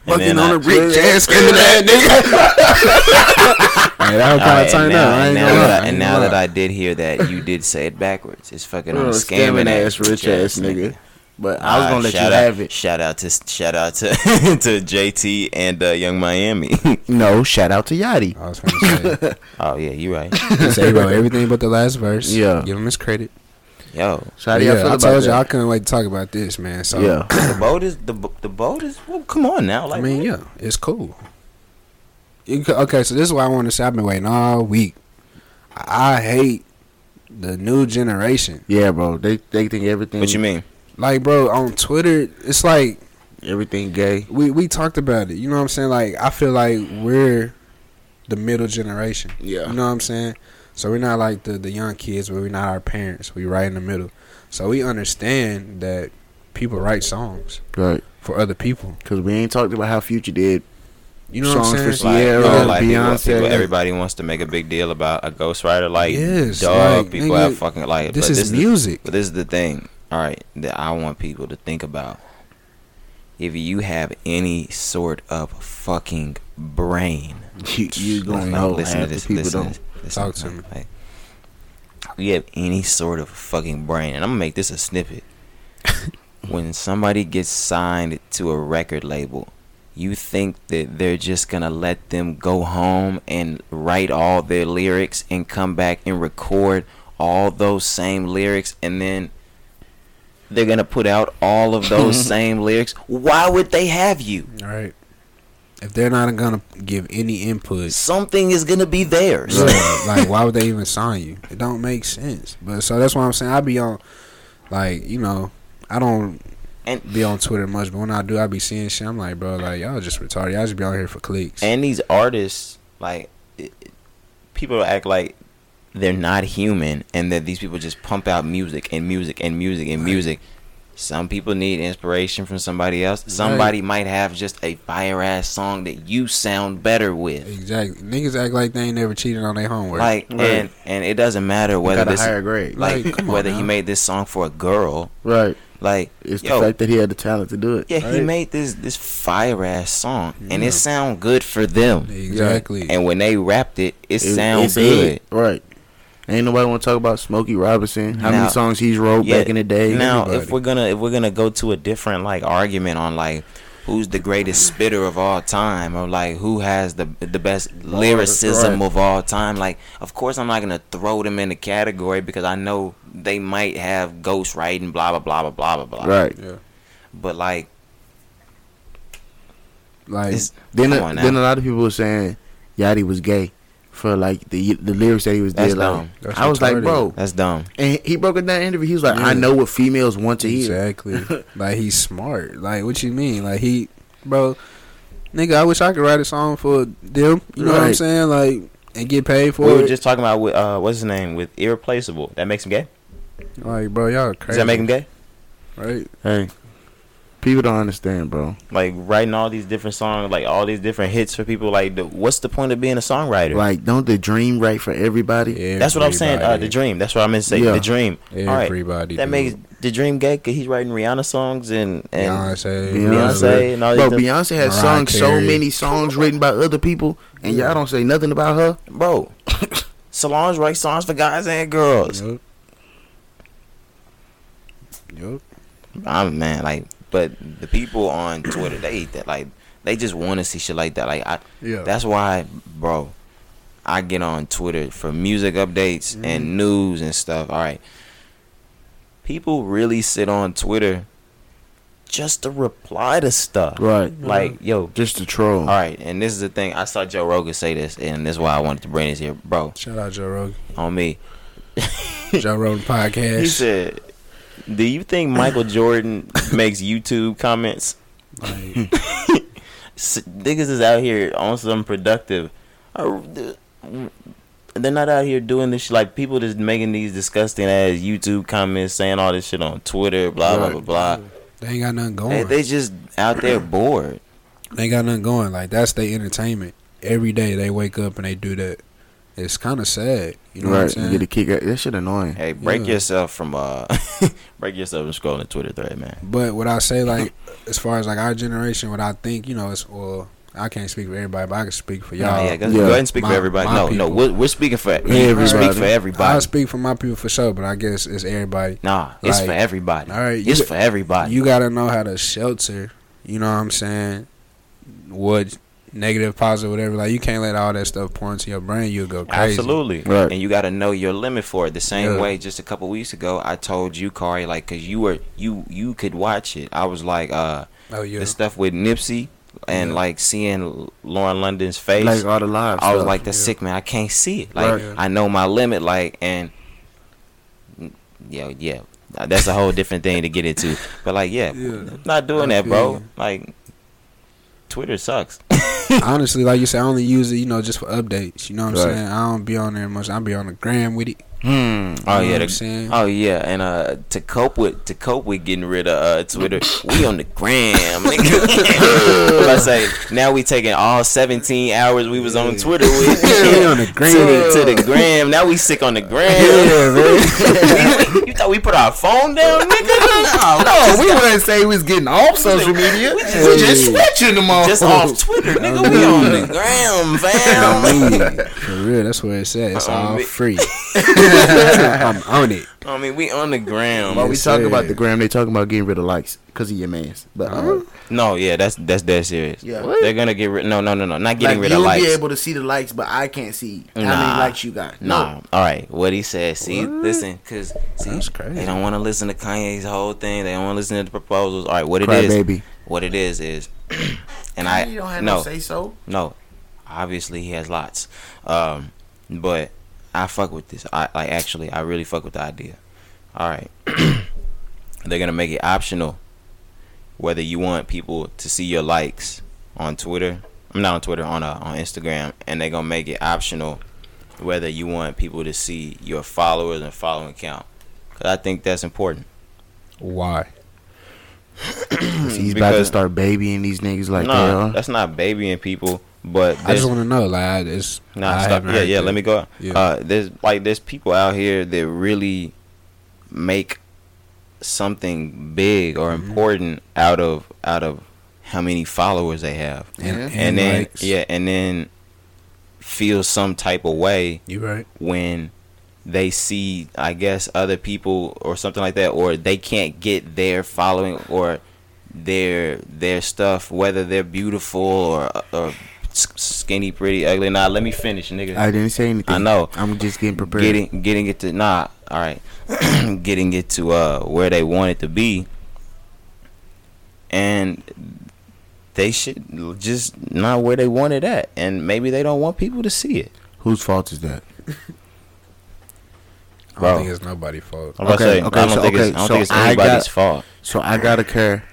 Speaker 1: Fucking
Speaker 2: I-
Speaker 1: on a rich ass screaming at nigga.
Speaker 3: Hey, that
Speaker 2: All
Speaker 3: was probably
Speaker 2: right,
Speaker 3: turn
Speaker 2: and
Speaker 3: up.
Speaker 2: now, and
Speaker 3: I ain't
Speaker 2: now,
Speaker 3: gonna
Speaker 2: that,
Speaker 3: lie.
Speaker 2: I, and now that I did hear that, you did say it backwards. It's fucking on a scamming ass
Speaker 1: rich ass nigga. But I was
Speaker 2: Ah,
Speaker 1: gonna let you
Speaker 2: shout out,
Speaker 1: have it.
Speaker 2: Shout out to shout out to to JT and uh, Young Miami.
Speaker 1: No, shout out to Yachty.
Speaker 3: I was gonna say,
Speaker 2: oh yeah, you right.
Speaker 3: he said he wrote everything but the last verse.
Speaker 1: Yeah.
Speaker 3: give him his credit.
Speaker 2: Yo,
Speaker 1: So how
Speaker 3: But
Speaker 1: do y'all
Speaker 3: yeah,
Speaker 1: feel
Speaker 3: I
Speaker 1: about
Speaker 3: told you I
Speaker 1: that?
Speaker 3: couldn't wait to talk about this, man. So
Speaker 1: yeah.
Speaker 2: the boat is the bo- the boat is. Well, come on now, like
Speaker 3: I mean, yeah, it's cool. You c- okay, so this is why I want to say I've been waiting all week. I I hate the new generation.
Speaker 1: Yeah, bro. They they think everything
Speaker 2: what you mean?
Speaker 3: Like, bro, on Twitter, it's like
Speaker 1: everything gay.
Speaker 3: we we talked about it. You know what I'm saying? Like, I feel like we're the middle generation.
Speaker 1: Yeah.
Speaker 3: You know what I'm saying? So we're not like the the young kids, but we're not our parents. We right in the middle. So we understand that people write songs
Speaker 1: Right.
Speaker 3: for other people.
Speaker 1: Cause we ain't talked about how Future did.
Speaker 3: You know what I'm
Speaker 1: Songs
Speaker 3: saying?
Speaker 1: for Sierra,
Speaker 2: you know,
Speaker 1: Beyonce.
Speaker 2: people- everybody wants to make a big deal about a ghostwriter. Like,
Speaker 3: Yes,
Speaker 2: dog,
Speaker 3: like,
Speaker 2: people
Speaker 3: nigga,
Speaker 2: have fucking like.
Speaker 3: this
Speaker 2: but
Speaker 3: is music.
Speaker 2: But this is the thing, all right, that I want people to think about. If you have any sort of fucking brain,
Speaker 1: You, you gonna
Speaker 2: like,
Speaker 1: know
Speaker 2: listen
Speaker 1: half
Speaker 2: to this.
Speaker 1: the people
Speaker 2: Listen,
Speaker 1: don't.
Speaker 2: to this, listen
Speaker 3: Talk to me.
Speaker 2: Like, if you have any sort of fucking brain, and I'm gonna make this a snippet. when somebody gets signed to a record label, you think that they're just gonna let them go home and write all their lyrics and come back and record all those same lyrics and then they're gonna put out all of those same lyrics. Why would they have you?
Speaker 3: All right. If they're not gonna give any input,
Speaker 2: Something is gonna be theirs.
Speaker 3: yeah, like why would they even sign you? It don't make sense. But so that's why I'm saying I be on, like you know, I don't
Speaker 2: And
Speaker 3: be on Twitter much, but when I do, I be seeing shit. I'm like, bro, like y'all just retarded. Y'all just be on here for clicks.
Speaker 2: and these artists like it, it- people act like they're not human and that these people just pump out music and music and music and music Some people need inspiration from somebody else. Somebody might have just a fire ass song that you sound better with.
Speaker 3: Exactly. Niggas act like they ain't never cheated on their homework.
Speaker 2: Like
Speaker 1: Right.
Speaker 2: and and it doesn't matter whether
Speaker 1: got a
Speaker 2: this
Speaker 1: higher grade.
Speaker 2: like
Speaker 3: Right, come on
Speaker 2: whether he
Speaker 3: now.
Speaker 2: made this song for a girl.
Speaker 1: right.
Speaker 2: Like
Speaker 1: It's
Speaker 2: Yo.
Speaker 1: the fact that he had the talent to do it.
Speaker 2: yeah, he
Speaker 1: Right.
Speaker 2: made this this fire ass song and
Speaker 3: Yeah.
Speaker 2: it sound good for them.
Speaker 3: exactly.
Speaker 2: And when they rapped it, it,
Speaker 1: It-
Speaker 2: sounds
Speaker 1: it's
Speaker 2: good.
Speaker 1: it. Right. Ain't nobody want to talk about Smokey Robinson. How
Speaker 2: Now-
Speaker 1: many songs he's wrote
Speaker 2: Yeah,
Speaker 1: back in the day?
Speaker 2: Now, if
Speaker 3: everybody.
Speaker 2: we're gonna if we're gonna go to a different like argument on like who's the greatest spitter of all time or like who has the the best lyricism
Speaker 1: Oh, right.
Speaker 2: of all time, like of course I'm not gonna throw them in the category because I know they might have ghostwriting, blah blah blah blah blah blah blah.
Speaker 1: right.
Speaker 3: yeah.
Speaker 2: But like
Speaker 3: Like
Speaker 2: it's,
Speaker 1: Then
Speaker 2: come
Speaker 1: a-
Speaker 2: on now.
Speaker 1: then a lot of people were saying Yachty was gay for like the the lyrics that he was
Speaker 2: That's
Speaker 1: did. Like,
Speaker 2: dumb.
Speaker 3: That's
Speaker 1: I was like,
Speaker 3: retarded.
Speaker 1: bro,
Speaker 2: that's dumb.
Speaker 1: and he broke it down in interview. He was like, I
Speaker 3: Yeah.
Speaker 1: know what females want to hear.
Speaker 3: Exactly. like he's smart. Like what you mean? Like he, bro, nigga. I wish I could write a song for them. You know what I'm
Speaker 1: Right.
Speaker 3: saying? Like and get paid for
Speaker 2: We were
Speaker 3: it.
Speaker 2: just talking about with uh, what's his name with irreplaceable. That makes him gay.
Speaker 3: like, bro, y'all
Speaker 2: Does
Speaker 3: crazy.
Speaker 2: that make him gay?
Speaker 3: right?
Speaker 1: Hey, people don't understand, bro.
Speaker 2: Like writing all these different songs, like all these different hits for people. Like, the, what's the point of being a songwriter?
Speaker 1: Like, don't the dream right for everybody?
Speaker 2: That's what I'm saying. Uh, the
Speaker 3: Everybody.
Speaker 2: dream. That's what I meant to say.
Speaker 1: Yeah.
Speaker 2: The dream. All right.
Speaker 3: Everybody.
Speaker 2: That
Speaker 3: dude.
Speaker 2: makes the dream gay because he's writing Rihanna songs and and
Speaker 1: Beyonce.
Speaker 3: Beyonce.
Speaker 2: Beyonce and all
Speaker 1: Bro,
Speaker 2: these. Bro,
Speaker 1: Beyonce has
Speaker 3: Mariah
Speaker 1: sung so
Speaker 3: Carey.
Speaker 1: many songs written by other people, and y'all don't say nothing about her.
Speaker 2: bro Solange writes songs for guys and girls.
Speaker 3: Yup. Yup.
Speaker 2: I'm man, like, but the people on Twitter, they hate that. Like, they just want to see shit like that. Like, I.
Speaker 3: Yeah.
Speaker 2: That's why, bro. I get on Twitter for music updates and news and stuff. All right. People really sit on Twitter just to reply to stuff.
Speaker 1: Right.
Speaker 2: Like, yo,
Speaker 1: Just a troll.
Speaker 2: all right, and this is the thing. I saw Joe Rogan say this, and this is why I wanted to bring this here, bro.
Speaker 3: Shout out Joe Rogan.
Speaker 2: On me,
Speaker 3: Joe Rogan podcast.
Speaker 2: he said, "Do you think Michael Jordan makes YouTube comments?
Speaker 3: like,
Speaker 2: S- Niggas is out here on some productive. Uh, They're not out here doing this. Shit. Like people just making these disgusting ass YouTube comments, saying all this shit on Twitter, blah blah blah blah.
Speaker 3: they ain't got nothing
Speaker 2: They,
Speaker 3: going.
Speaker 2: they just out there bored.
Speaker 3: They ain't got nothing going. Like that's their entertainment. Every day they wake up and they do that. It's kind of sad. You know
Speaker 1: right.
Speaker 3: what I'm
Speaker 1: You get a
Speaker 3: saying?
Speaker 1: kick out. That shit annoying.
Speaker 2: Hey, break
Speaker 3: Yeah.
Speaker 2: yourself from uh, break yourself from scrolling Twitter thread, man.
Speaker 3: But what I say, like, as far as like our generation, what I think, you know, it's well, I can't speak for everybody, but I can speak for
Speaker 2: Nah,
Speaker 3: y'all.
Speaker 2: yeah, go,
Speaker 1: yeah.
Speaker 2: go ahead and speak
Speaker 3: My-
Speaker 2: for everybody.
Speaker 3: my
Speaker 2: No, no,
Speaker 3: people.
Speaker 2: we're, we're speaking for We
Speaker 1: Everybody.
Speaker 2: speak for
Speaker 3: I
Speaker 2: everybody.
Speaker 3: speak for my people for sure, but I guess it's everybody.
Speaker 2: Nah, it's
Speaker 3: Like,
Speaker 2: for everybody.
Speaker 3: all right, you
Speaker 2: it's
Speaker 3: got-
Speaker 2: for everybody.
Speaker 3: You gotta know how to shelter. You know what I'm saying? What negative, positive, whatever. Like you can't let all that stuff pour into your brain. You'll go crazy.
Speaker 2: Absolutely.
Speaker 1: Right.
Speaker 2: And you got to know your limit for it. The same
Speaker 3: Yeah.
Speaker 2: way, just a couple weeks ago, I told you, Kari, like, cause you were you you could watch it. I was like, uh,
Speaker 3: Oh yeah.
Speaker 2: the stuff with Nipsey and
Speaker 3: Yeah.
Speaker 2: like seeing Lauren London's face.
Speaker 1: Like all the live.
Speaker 2: I was
Speaker 1: stuff.
Speaker 2: like, that's
Speaker 3: Yeah.
Speaker 2: sick, man. I can't see it. Like,
Speaker 3: Right. Yeah.
Speaker 2: I know my limit. Like, and yeah, yeah, that's a whole different thing to get into. But like, yeah,
Speaker 3: Yeah.
Speaker 2: not doing
Speaker 3: I
Speaker 2: that, bro.
Speaker 3: feel you.
Speaker 2: Like, Twitter sucks.
Speaker 3: honestly, like you said, I only use it, you know, just for updates. You know what I'm
Speaker 1: Right.
Speaker 3: saying? I don't be on there much. I be on the gram with it.
Speaker 1: hmm.
Speaker 2: Oh
Speaker 3: You know
Speaker 2: yeah,
Speaker 3: what I'm
Speaker 2: the-
Speaker 3: saying?
Speaker 2: oh yeah, and uh, to cope with to cope with getting rid of uh, Twitter, we on the gram. nigga. I say now we taking all 17 hours we was on Twitter with
Speaker 3: We on the
Speaker 2: to,
Speaker 3: gram.
Speaker 2: the, to the gram. Now we sick on the gram. you thought we put our phone down, nigga?
Speaker 1: No, Oh, we wouldn't say we was getting off social media. We
Speaker 2: just-
Speaker 1: just, switching them off.
Speaker 2: Just off Twitter, nigga. We on the gram, fam.
Speaker 3: Yeah, for real, that's where it's at. It's
Speaker 2: I'm on
Speaker 3: all
Speaker 2: it.
Speaker 3: free. I'm on it.
Speaker 2: I mean, we on the
Speaker 1: While
Speaker 2: gram.
Speaker 1: we
Speaker 3: Yes,
Speaker 1: talking about
Speaker 3: sir.
Speaker 1: the gram, they talking about getting rid of likes because of your man's. But uh,
Speaker 2: No, yeah, that's that's dead serious.
Speaker 1: Yeah.
Speaker 2: Yeah, they're gonna get rid. No, no, no, no, not getting
Speaker 1: like,
Speaker 2: rid
Speaker 1: you'll
Speaker 2: of likes.
Speaker 1: be able to see the likes, but I can't see how
Speaker 2: Nah.
Speaker 1: many likes you got.
Speaker 2: Nah. All right. What he said. See, listen, cause see,
Speaker 3: That's crazy.
Speaker 2: they don't want to listen to Kanye's whole thing. They don't want to listen to the proposals. All right. What it
Speaker 1: Cry
Speaker 2: is?
Speaker 1: baby.
Speaker 2: What it is is, and
Speaker 1: No.
Speaker 2: I
Speaker 1: you don't have no,
Speaker 2: no
Speaker 1: say so.
Speaker 2: no. Obviously, he has lots. Um, but I fuck with this. I like actually, I really fuck with the idea. All right. They're gonna make it optional whether you want people to see your likes on Twitter. I'm not on Twitter, on uh, on Instagram, and they're gonna make it optional whether you want people to see your followers and following count. Cause I think that's important.
Speaker 3: Why?
Speaker 1: he's about to
Speaker 2: Hmm, Because-
Speaker 1: start babying these niggas like
Speaker 2: nah,
Speaker 1: that.
Speaker 2: that's not babying people, but
Speaker 3: I just
Speaker 2: there's-
Speaker 3: want to know. Like, I, it's
Speaker 2: Nah,
Speaker 3: I
Speaker 2: stop.
Speaker 3: haven't
Speaker 2: Yeah,
Speaker 3: heard
Speaker 2: yeah.
Speaker 3: that.
Speaker 2: Let me go.
Speaker 3: Yeah.
Speaker 2: Uh, there's like there's people out here that really make something big or
Speaker 3: Mm-hmm.
Speaker 2: important out of out of how many followers they have,
Speaker 3: And,
Speaker 1: And
Speaker 2: and then
Speaker 3: likes.
Speaker 2: yeah, and then feel some type of way
Speaker 3: you right.
Speaker 2: when they see, I guess, other people or something like that, or they can't get their following or their their stuff, whether they're beautiful or or s- skinny, pretty, ugly. Nah, let me finish, nigga.
Speaker 1: I didn't say anything.
Speaker 2: I know.
Speaker 1: I'm just getting prepared.
Speaker 2: Getting getting it to nah, all right, getting it to uh where they want it to be, and they should just not where they want it at, and maybe they don't want people to see it.
Speaker 1: Whose fault is that?
Speaker 3: I
Speaker 2: Bro.
Speaker 3: don't think it's nobody's fault.
Speaker 2: I'm about to
Speaker 1: Okay,
Speaker 2: say,
Speaker 1: okay,
Speaker 2: I don't
Speaker 1: so-
Speaker 2: think it's, I
Speaker 1: okay,
Speaker 2: don't
Speaker 1: so
Speaker 2: think it's
Speaker 1: I
Speaker 2: anybody's
Speaker 1: got-
Speaker 2: fault.
Speaker 1: So I gotta care,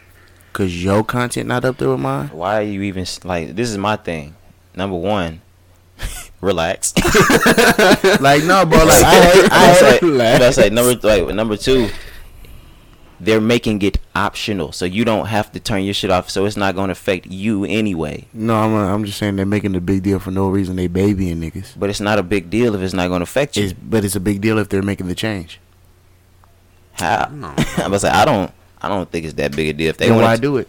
Speaker 1: cause your content not up there with mine.
Speaker 2: Why are you even s- like? This is my thing. Number one, relax.
Speaker 1: Like no, bro. Like I hate, I
Speaker 2: That's
Speaker 1: hate
Speaker 2: like- that's like number like number two. They're making it optional, so you don't have to turn your shit off. So it's not going to affect you anyway.
Speaker 1: No, I'm, uh, I'm just saying they're making a big deal for no reason. They babying niggas.
Speaker 2: But it's not a big deal if it's not going to affect you.
Speaker 1: It's, but it's a big deal if they're making the change.
Speaker 2: How?
Speaker 3: No.
Speaker 2: I'm about to say I don't. I don't think it's that big a deal. If they
Speaker 1: then why
Speaker 2: want to,
Speaker 1: do it?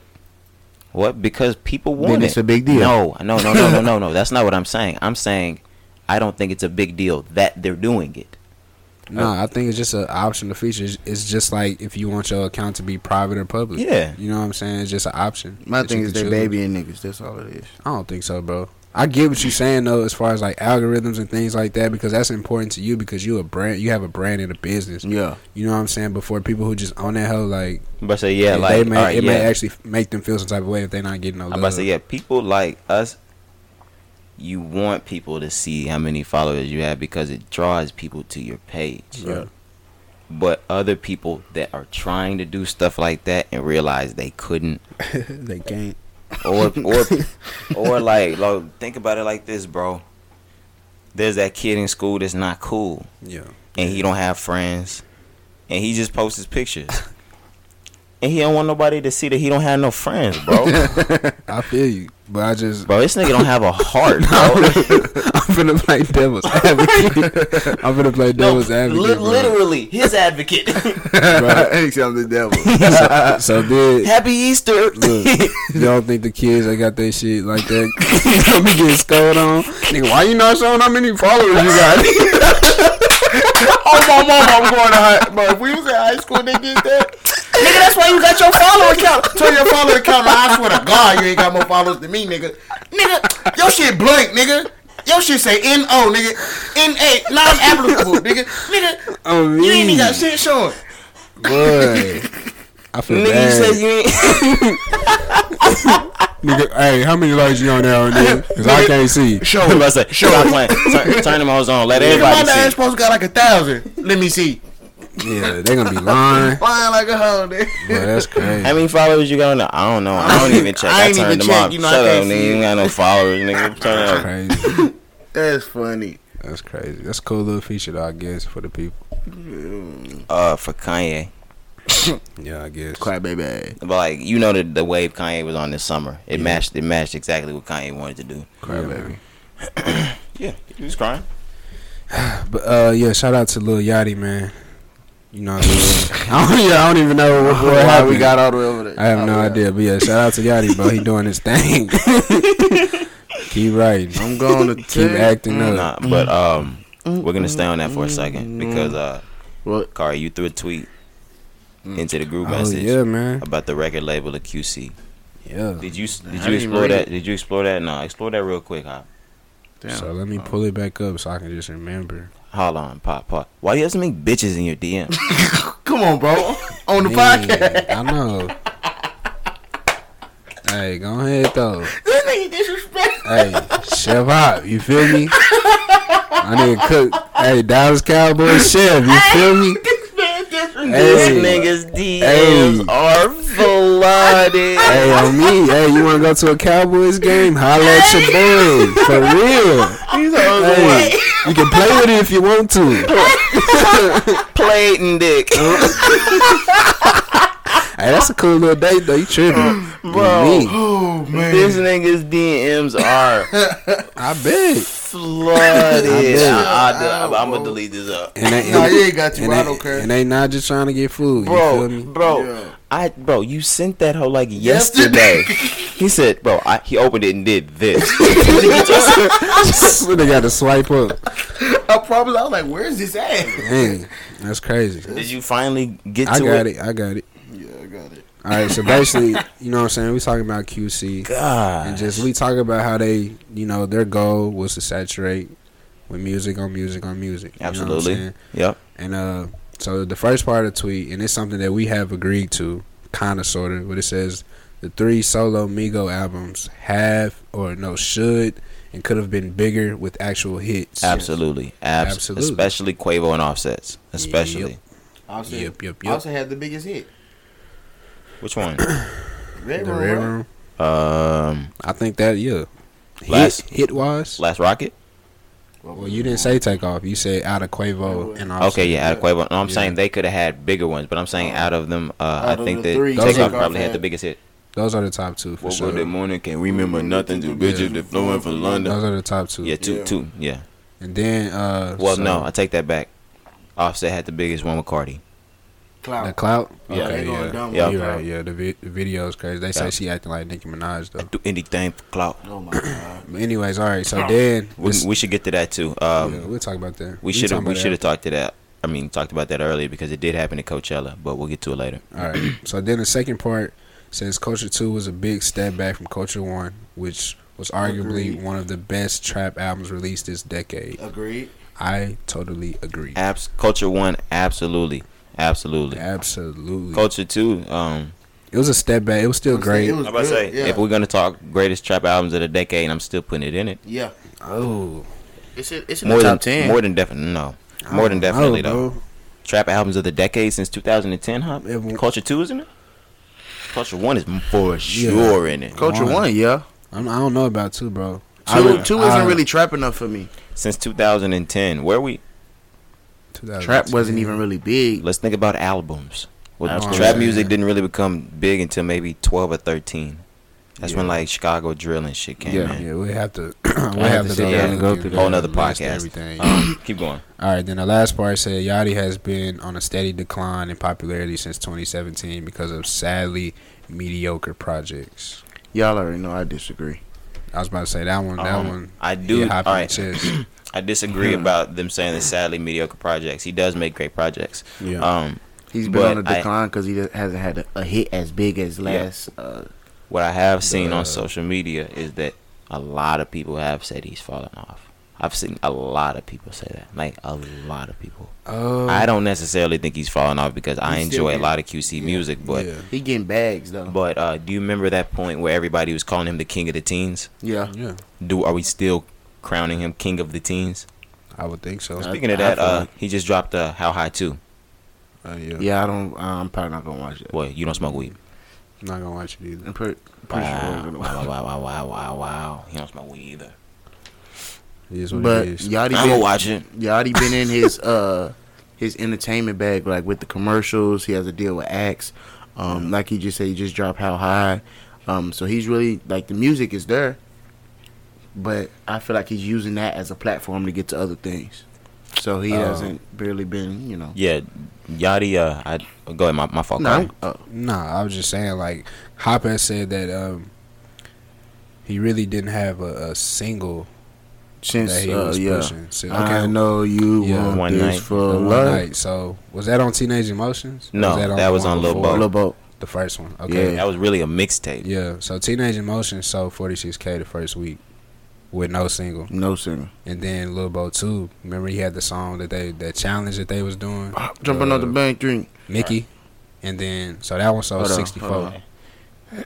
Speaker 2: what? Because people want
Speaker 1: Then
Speaker 2: it.
Speaker 1: it's a big deal.
Speaker 2: No, no, no, no, no, no, no. That's not what I'm saying. I'm saying I don't think it's a big deal that they're doing it.
Speaker 3: No, I think it's just an optional feature. It's- It's just like if you want your account to be private or public.
Speaker 2: Yeah.
Speaker 3: You know what I'm saying? It's just an option.
Speaker 1: My
Speaker 3: that
Speaker 1: thing
Speaker 3: you
Speaker 1: is
Speaker 3: can
Speaker 1: they're
Speaker 3: choose.
Speaker 1: babying niggas. That's all it is.
Speaker 3: I don't think so, bro. I get what you're saying though, as far as like algorithms and things like that, because that's important to you because you a brand, you have a brand and a business.
Speaker 1: Yeah.
Speaker 3: You know what I'm saying? Before people who just own that hoe, like,
Speaker 2: I'm about to say yeah,
Speaker 3: it-
Speaker 2: like
Speaker 3: they may,
Speaker 2: all right,
Speaker 3: it
Speaker 2: yeah.
Speaker 3: may actually f- make them feel some type of way if they're not getting no love.
Speaker 2: I'm about to say, yeah, people like us, you want people to see how many followers you have because it draws people to your page.
Speaker 3: Yeah.
Speaker 2: But other people that are trying to do stuff like that and realize they couldn't,
Speaker 3: they can't.
Speaker 2: or or or like, like, think about it like this, bro. There's that kid in school that's not cool,
Speaker 3: Yeah.
Speaker 2: and he don't have friends, and he just posts his pictures, and he don't want nobody to see that he don't have no friends, bro.
Speaker 3: I feel you, but I just
Speaker 2: bro, this nigga don't have a heart, bro.
Speaker 3: I'm gonna play devil's advocate. I'm gonna play devil's advocate. bro.
Speaker 2: literally his advocate.
Speaker 1: Right. I'm the devil.
Speaker 3: so, so then,
Speaker 2: Happy Easter.
Speaker 3: Look, y'all think the kids that got their shit like that gonna be getting scolded on? Nigga, why you not showing how many followers you got?
Speaker 1: oh my mom, I'm going to high. Bro, if we was in high school, they did that. Nigga, that's why you got your follower count. Turn your follower count. I swear to God, you ain't got more followers than me, nigga. Nigga, your shit blank, nigga. Your shit say N O, nigga. N A, non applicable, nigga. Nigga,
Speaker 3: I mean,
Speaker 1: you ain't even got shit showing.
Speaker 3: boy. I feel bad.
Speaker 2: ain't.
Speaker 3: nigga, hey, how many likes you on there, nigga? Because I can't see.
Speaker 1: Show
Speaker 2: I'm about to say, stop playing. Turn, turn them hoes on. Let
Speaker 1: Nigga, my
Speaker 2: everybody
Speaker 1: dad
Speaker 2: see.
Speaker 1: supposed to got like a thousand. Let me see.
Speaker 3: Yeah, they gonna be lying. Boy,
Speaker 1: Flying like a hoe, nigga.
Speaker 3: that's crazy.
Speaker 2: How many followers you got on there? I don't know. I don't even check.
Speaker 1: I
Speaker 2: I,
Speaker 1: ain't
Speaker 2: turned
Speaker 1: even
Speaker 2: them
Speaker 1: check.
Speaker 2: off.
Speaker 1: You know I
Speaker 2: Shut up,
Speaker 1: can't see
Speaker 2: nigga. You
Speaker 1: it.
Speaker 2: ain't got no followers, nigga. Turn it off.
Speaker 3: That's crazy.
Speaker 1: That's funny.
Speaker 3: That's crazy. That's a cool little feature, though, I guess, for the people.
Speaker 2: Uh, for Kanye.
Speaker 3: Yeah, I guess.
Speaker 1: Cry baby.
Speaker 2: But like, you know the the wave Kanye was on this summer. It matched. It matched exactly what Kanye wanted to do.
Speaker 1: Cry baby.
Speaker 2: Yeah, he was crying.
Speaker 3: But uh, yeah, shout out to Lil Yachty, man. You know, what I, mean? I don't, yeah, I don't even know what, what
Speaker 1: Why
Speaker 3: happened.
Speaker 1: we got all the way over there?
Speaker 3: I have no
Speaker 1: Oh, yeah.
Speaker 3: idea, but yeah, shout out to Yachty, bro. He doing his thing. Keep writing.
Speaker 1: I'm going to
Speaker 3: Keep acting up.
Speaker 2: Nah, but um,
Speaker 3: Mm-hmm.
Speaker 2: we're gonna stay on that for a second because uh,
Speaker 1: Well,
Speaker 2: Kari, you threw a tweet into the group
Speaker 3: Oh
Speaker 2: message.
Speaker 3: yeah, man.
Speaker 2: about the record label of QC.
Speaker 3: Yeah.
Speaker 2: Did you did
Speaker 1: I
Speaker 2: you
Speaker 1: didn't
Speaker 2: explore
Speaker 1: read
Speaker 2: that? Did you explore that? No, explore that real quick. Hop.
Speaker 1: damn.
Speaker 3: So let me pull it back up so I can just remember.
Speaker 2: Hold on, pop, pop. Why do you have so many bitches in your DM?
Speaker 1: Come on, bro. On the
Speaker 3: Man,
Speaker 1: podcast.
Speaker 3: I know. hey, go ahead though.
Speaker 1: This nigga disrespect.
Speaker 3: Hey, Chef Hop, you feel me? I need to cook. Hey, Dallas Cowboy Chef, you feel me?
Speaker 1: This man disrespect.
Speaker 2: This nigga's DMs are flooded.
Speaker 3: Hey, on me. Hey, you want to go to a Cowboys game? Holla at your boy. For real.
Speaker 2: These hoes
Speaker 3: Hey, you can play with it if you want to.
Speaker 2: plating dick.
Speaker 3: Hey, that's a cool little date though. You tripping,
Speaker 2: Bro.
Speaker 3: Me.
Speaker 1: Oh man,
Speaker 2: This nigga's DMs are
Speaker 3: I bet.
Speaker 2: flooded.
Speaker 3: bet.
Speaker 2: I, am gonna delete this up,
Speaker 3: And they,
Speaker 4: Nah, you ain't got you.
Speaker 3: and,
Speaker 4: I
Speaker 3: they,
Speaker 4: don't care.
Speaker 3: and they not just trying to get food. You
Speaker 2: bro.
Speaker 3: feel me?
Speaker 2: Bro,
Speaker 4: Yeah.
Speaker 2: I bro, you sent that hoe like yesterday. he said, bro, I, he opened it and did this.
Speaker 3: When they got to swipe up.
Speaker 4: I probably I was like, where's this at?
Speaker 3: Dang, that's crazy.
Speaker 2: Did you finally get to
Speaker 3: I got
Speaker 2: it?
Speaker 3: it. I got it.
Speaker 4: Yeah, I got it.
Speaker 3: All right. So basically, you know what I'm saying. We talking about QC.
Speaker 2: God.
Speaker 3: and just we talk about how they, you know, their goal was to saturate with music on music on music. You know what I'm
Speaker 2: Absolutely.
Speaker 3: saying?
Speaker 2: yep.
Speaker 3: and uh, so the first part of the tweet, and it's something that we have agreed to, kind of sort of, but it says the three solo Migo albums have or no should and could have been bigger with actual hits.
Speaker 2: Absolutely. Abs-
Speaker 3: Absolutely.
Speaker 2: Especially Quavo and Offsets. Especially.
Speaker 3: Yep.
Speaker 4: Also,
Speaker 3: Yep, yep,
Speaker 4: also
Speaker 3: yep.
Speaker 4: had the biggest hit.
Speaker 2: Which one?
Speaker 4: Red
Speaker 3: The
Speaker 4: Room,
Speaker 3: Red
Speaker 4: right?
Speaker 3: Room.
Speaker 2: um,
Speaker 3: I think that yeah.
Speaker 2: Last-
Speaker 3: hit, hit wise.
Speaker 2: Last Rocket.
Speaker 3: well, you didn't say take off. You said out of Quavo and Offset.
Speaker 2: okay, yeah, out of Quavo. No, I'm
Speaker 3: Yeah.
Speaker 2: saying they could have had bigger ones, but I'm saying out of them, uh,
Speaker 4: Out
Speaker 2: I
Speaker 4: of
Speaker 2: think
Speaker 4: the
Speaker 2: that
Speaker 4: three,
Speaker 2: Takeoff
Speaker 3: Takeoff
Speaker 2: probably had
Speaker 4: had-
Speaker 2: the biggest hit.
Speaker 3: Those are the top two for sure.
Speaker 2: morning can remember nothing to bitches that flowing from
Speaker 3: Those are the top two.
Speaker 2: Yeah, two,
Speaker 4: Yeah.
Speaker 2: two, yeah.
Speaker 3: And then uh
Speaker 2: Well,
Speaker 3: so
Speaker 2: no, I take that back. Offset had the biggest one with Cardi.
Speaker 4: Cloud.
Speaker 3: the clout.
Speaker 4: Yeah,
Speaker 3: okay,
Speaker 4: they going
Speaker 3: yeah.
Speaker 4: dumb
Speaker 2: Yeah.
Speaker 4: with
Speaker 3: You're
Speaker 4: Clout.
Speaker 3: right, yeah. The, vi- the video is crazy. They
Speaker 2: Yeah.
Speaker 3: say she acting like Nicki Minaj though.
Speaker 2: Do anything for clout.
Speaker 4: Oh my god.
Speaker 3: But anyways, all right.
Speaker 4: Oh.
Speaker 3: So then
Speaker 2: We,
Speaker 3: this-
Speaker 2: we should get to that too. Um,
Speaker 3: yeah, we'll talk about that.
Speaker 2: we should have
Speaker 3: talk
Speaker 2: we
Speaker 3: about
Speaker 2: should have talked to that. I mean, talked about that earlier because it did happen at Coachella, but we'll get to it later.
Speaker 3: that. All right. So then the second part says Culture Two was a big step back from Culture One, which was arguably
Speaker 4: Agreed.
Speaker 3: one of the best trap albums released this decade.
Speaker 4: Agreed.
Speaker 3: I totally agree.
Speaker 2: Abs- Culture one, absolutely, absolutely.
Speaker 3: Absolutely.
Speaker 2: Culture two. Um,
Speaker 3: it was a step back. It was still
Speaker 4: I'm saying
Speaker 3: great.
Speaker 4: it was
Speaker 2: I'm about to
Speaker 4: good,
Speaker 2: say
Speaker 4: yeah.
Speaker 2: if we're gonna talk greatest trap albums of the decade, and I'm still putting it in it.
Speaker 4: yeah.
Speaker 3: oh,
Speaker 4: It's in, it's in
Speaker 2: More
Speaker 4: the
Speaker 2: than
Speaker 4: top ten.
Speaker 2: more than definitely no, more than
Speaker 3: I don't
Speaker 2: definitely
Speaker 3: know,
Speaker 2: though.
Speaker 3: bro.
Speaker 2: Trap albums of the decade since 2010, huh?
Speaker 3: It w-
Speaker 2: Culture two isn't it? Culture one is for sure in it.
Speaker 1: Culture
Speaker 3: One.
Speaker 1: one, yeah.
Speaker 3: I'm, I don't know about two, bro. I
Speaker 1: Two,
Speaker 3: would-
Speaker 1: two
Speaker 3: I-
Speaker 1: isn't really trap enough for me.
Speaker 2: Since 2010, where we
Speaker 3: 2010.
Speaker 1: Trap wasn't even really big.
Speaker 2: let's think about albums. Well,
Speaker 1: Albums.
Speaker 2: trap
Speaker 3: Yeah.
Speaker 2: music didn't really become big until maybe 12 or 13. That's when like Chicago drill and shit came
Speaker 1: Yeah.
Speaker 2: in.
Speaker 3: Yeah, we have to. we
Speaker 1: I
Speaker 3: have
Speaker 1: have
Speaker 3: to
Speaker 1: to sit down and go
Speaker 3: look
Speaker 1: through
Speaker 3: at
Speaker 1: that
Speaker 2: Whole nother
Speaker 3: list,
Speaker 2: podcast.
Speaker 3: Everything.
Speaker 2: Um, keep going.
Speaker 3: All right, then the last part said Yachty has been on a steady decline in popularity since 2017 because of sadly mediocre projects.
Speaker 1: Y'all already know I disagree.
Speaker 3: I was about to say that one. That
Speaker 2: Um,
Speaker 3: one.
Speaker 2: I do-
Speaker 3: yeah, hop
Speaker 2: all
Speaker 3: in
Speaker 2: right.
Speaker 3: the chest.
Speaker 2: I disagree about them saying the sadly mediocre projects. He does make great projects.
Speaker 3: Yeah.
Speaker 2: Um,
Speaker 1: He's been
Speaker 2: But
Speaker 1: on a
Speaker 2: I-
Speaker 1: decline because he just hasn't had a, a hit as big as last. Uh,
Speaker 2: what I have seen
Speaker 3: Uh,
Speaker 2: on social media is that a lot of people have said he's fallen off. I've seen a lot of people say that. Like a lot of people.
Speaker 3: Oh,
Speaker 2: I don't necessarily think he's falling off because I
Speaker 4: He's still
Speaker 2: enjoy a
Speaker 4: here.
Speaker 2: lot of QC music, but
Speaker 3: yeah,
Speaker 1: he getting bags though.
Speaker 2: but uh, do you remember that point where everybody was calling him the king of the teens?
Speaker 1: yeah,
Speaker 3: yeah,
Speaker 2: Do are we still crowning him king of the teens?
Speaker 3: I would think so.
Speaker 1: Uh,
Speaker 2: Speaking of
Speaker 1: I
Speaker 2: that,
Speaker 1: feel
Speaker 2: uh,
Speaker 1: like-
Speaker 2: he just dropped uh, How High Two.
Speaker 3: Uh, yeah.
Speaker 1: yeah. I don't. I'm probably not gonna watch that.
Speaker 2: Boy, you don't smoke weed.
Speaker 3: I'm not gonna watch it either.
Speaker 1: I'm pretty, pretty sure I'm
Speaker 2: Wow,
Speaker 1: gonna
Speaker 2: wow,
Speaker 1: watch.
Speaker 2: wow, wow, wow, wow, wow. He don't smoke weed either.
Speaker 3: It is what
Speaker 1: But
Speaker 3: it is.
Speaker 1: Yachty
Speaker 2: I'm gonna
Speaker 1: been,
Speaker 2: watch it.
Speaker 1: Yachty been in his uh his entertainment bag like with the commercials. He has a deal with Axe. Um, like he just said, he just dropped How High. Um, so he's really like the music is there, but I feel like he's using that as a platform to get to other things. So he
Speaker 3: Oh.
Speaker 1: hasn't really been, you know.
Speaker 2: Yeah, Yachty. Uh, I oh, go ahead. My my fault.
Speaker 1: No,
Speaker 2: Cardi.
Speaker 1: I'm- uh,
Speaker 3: Nah, I was just saying like Hop has said that um he really didn't have a, a single
Speaker 1: since
Speaker 3: that he
Speaker 1: uh,
Speaker 3: was
Speaker 1: yeah.
Speaker 3: pushing. So,
Speaker 1: I know you
Speaker 3: Yeah.
Speaker 1: want
Speaker 2: One
Speaker 1: this
Speaker 2: night.
Speaker 1: for
Speaker 3: the one
Speaker 1: love.
Speaker 3: night. So was that on Teenage Emotions? Or
Speaker 2: No, that
Speaker 3: the
Speaker 2: was
Speaker 3: one
Speaker 2: on Lil
Speaker 3: before?
Speaker 2: Bo.
Speaker 1: Lil Bo.
Speaker 3: The first one. Okay. Yeah.
Speaker 2: That was really a mixtape.
Speaker 3: So Teenage Emotions sold 46k the first week with no single,
Speaker 1: No singer.
Speaker 3: and then Lil Bo too. Remember he had the song that they that challenge that they was doing,
Speaker 1: Ah, Jumping
Speaker 3: Uh,
Speaker 1: on the bank drink.
Speaker 3: Mickey, and then so that one sold
Speaker 1: Hold on,
Speaker 3: 64.
Speaker 1: hold on.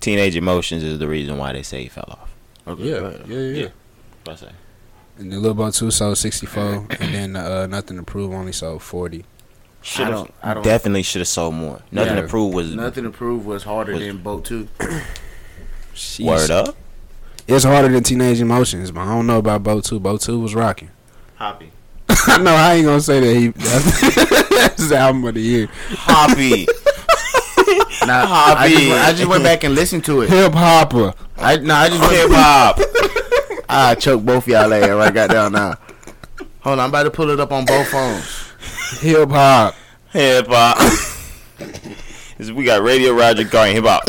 Speaker 2: Teenage Emotions is the reason why they say he fell off.
Speaker 3: Yeah, yeah, yeah,
Speaker 2: Yeah. What I say?
Speaker 3: And the Lil Bo two sold 64, and then uh, Nothing to Prove only sold 40.
Speaker 1: I don't. I don't.
Speaker 2: Definitely should have sold more. Nothing
Speaker 3: Yeah.
Speaker 2: to prove was
Speaker 1: Nothing to prove was harder
Speaker 2: Was-
Speaker 1: than Boat Two.
Speaker 3: Sheesh.
Speaker 2: word up.
Speaker 3: It's harder than Teenage Emotions, but I don't know about Bo two. Bo two was rocking.
Speaker 2: Hoppy.
Speaker 3: no, I ain't gonna say that he that's, that's the album of the year.
Speaker 2: Hoppy.
Speaker 1: Nah, I,
Speaker 2: Hobby.
Speaker 1: just, went- I just went back and listened to it.
Speaker 3: Hip hopper.
Speaker 1: I no, I just
Speaker 2: Hip
Speaker 1: went,
Speaker 2: hop.
Speaker 1: I choked both y'all ass right got down now. Hold on, I'm about to pull it up on both phones.
Speaker 3: Hip hop.
Speaker 2: Hip hop. we got Radio Roger calling hip hop.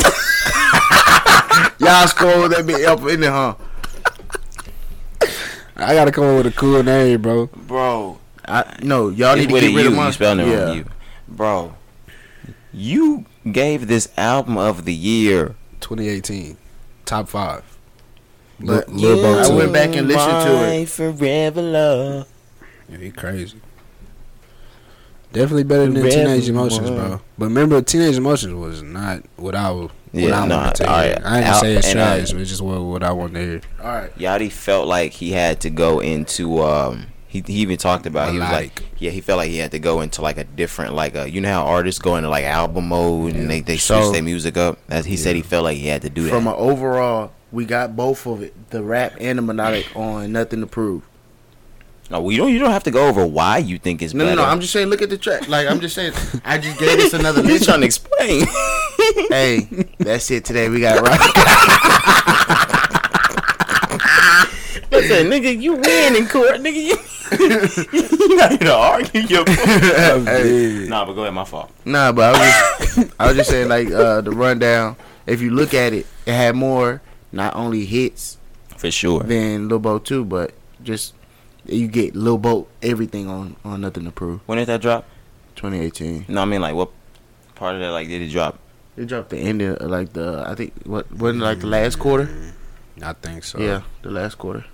Speaker 1: Y'all scroll that bit up in there, huh?
Speaker 3: I gotta come up with a cool name, bro.
Speaker 2: Bro.
Speaker 1: I, no, y'all need
Speaker 2: It's
Speaker 1: to
Speaker 2: with a
Speaker 1: get rid
Speaker 2: U.
Speaker 1: of
Speaker 2: You
Speaker 1: mine.
Speaker 2: spelling it
Speaker 1: yeah.
Speaker 2: wrong. You. Bro. You gave this album of the year.
Speaker 3: 2018, top five.
Speaker 1: But-
Speaker 3: Lil- Lil Bo
Speaker 1: I
Speaker 3: too.
Speaker 1: went back and listened to it.
Speaker 2: My Forever love.
Speaker 3: Yeah, he crazy. Definitely better than
Speaker 2: Red
Speaker 3: Teenage Emotions,
Speaker 2: one.
Speaker 3: bro. But remember, Teenage Emotions was not what I was. What
Speaker 2: Yeah,
Speaker 3: I
Speaker 2: no,
Speaker 3: wanted to
Speaker 2: all
Speaker 3: hear.
Speaker 2: right.
Speaker 3: I ain't gonna
Speaker 2: Al-
Speaker 3: say it's
Speaker 2: and I-
Speaker 3: trash, but it's just what, what I wanted to hear.
Speaker 1: All right.
Speaker 2: Yachty felt like he had to go into um he, he even talked about he was like
Speaker 3: Melodic.
Speaker 2: yeah he felt like he had to go into like a different like a you know how artists go into like album mode and they, they switch
Speaker 1: So-
Speaker 2: their music up as he said he felt like he had to do that
Speaker 1: From an overall, we got both of it, the rap and the melodic on nothing to prove.
Speaker 2: no well, Oh, you don't you don't have to go over why you think it's
Speaker 1: No, no,
Speaker 2: better.
Speaker 1: no. I'm just saying. Look at the track. Like I'm just saying. I just gave this another
Speaker 2: You're
Speaker 1: listen.
Speaker 2: trying to explain
Speaker 1: hey, that's it today. We got rock.
Speaker 2: listen nigga you win in court nigga you you not even argue your point.
Speaker 3: Hey.
Speaker 2: nah but go ahead my fault
Speaker 1: nah, but I was, just, I was just saying like uh, the rundown. If you look at it, it had more not only hits
Speaker 2: for sure
Speaker 1: than Lil Bo too, but just you get Lil Bo everything on on nothing to prove.
Speaker 2: when did that drop
Speaker 1: 2018.
Speaker 2: no I mean like what part of that like did it drop
Speaker 1: It dropped the end of like the I think what wasn't it, like the last quarter.
Speaker 3: I think so. Uh,
Speaker 1: Yeah, the last quarter.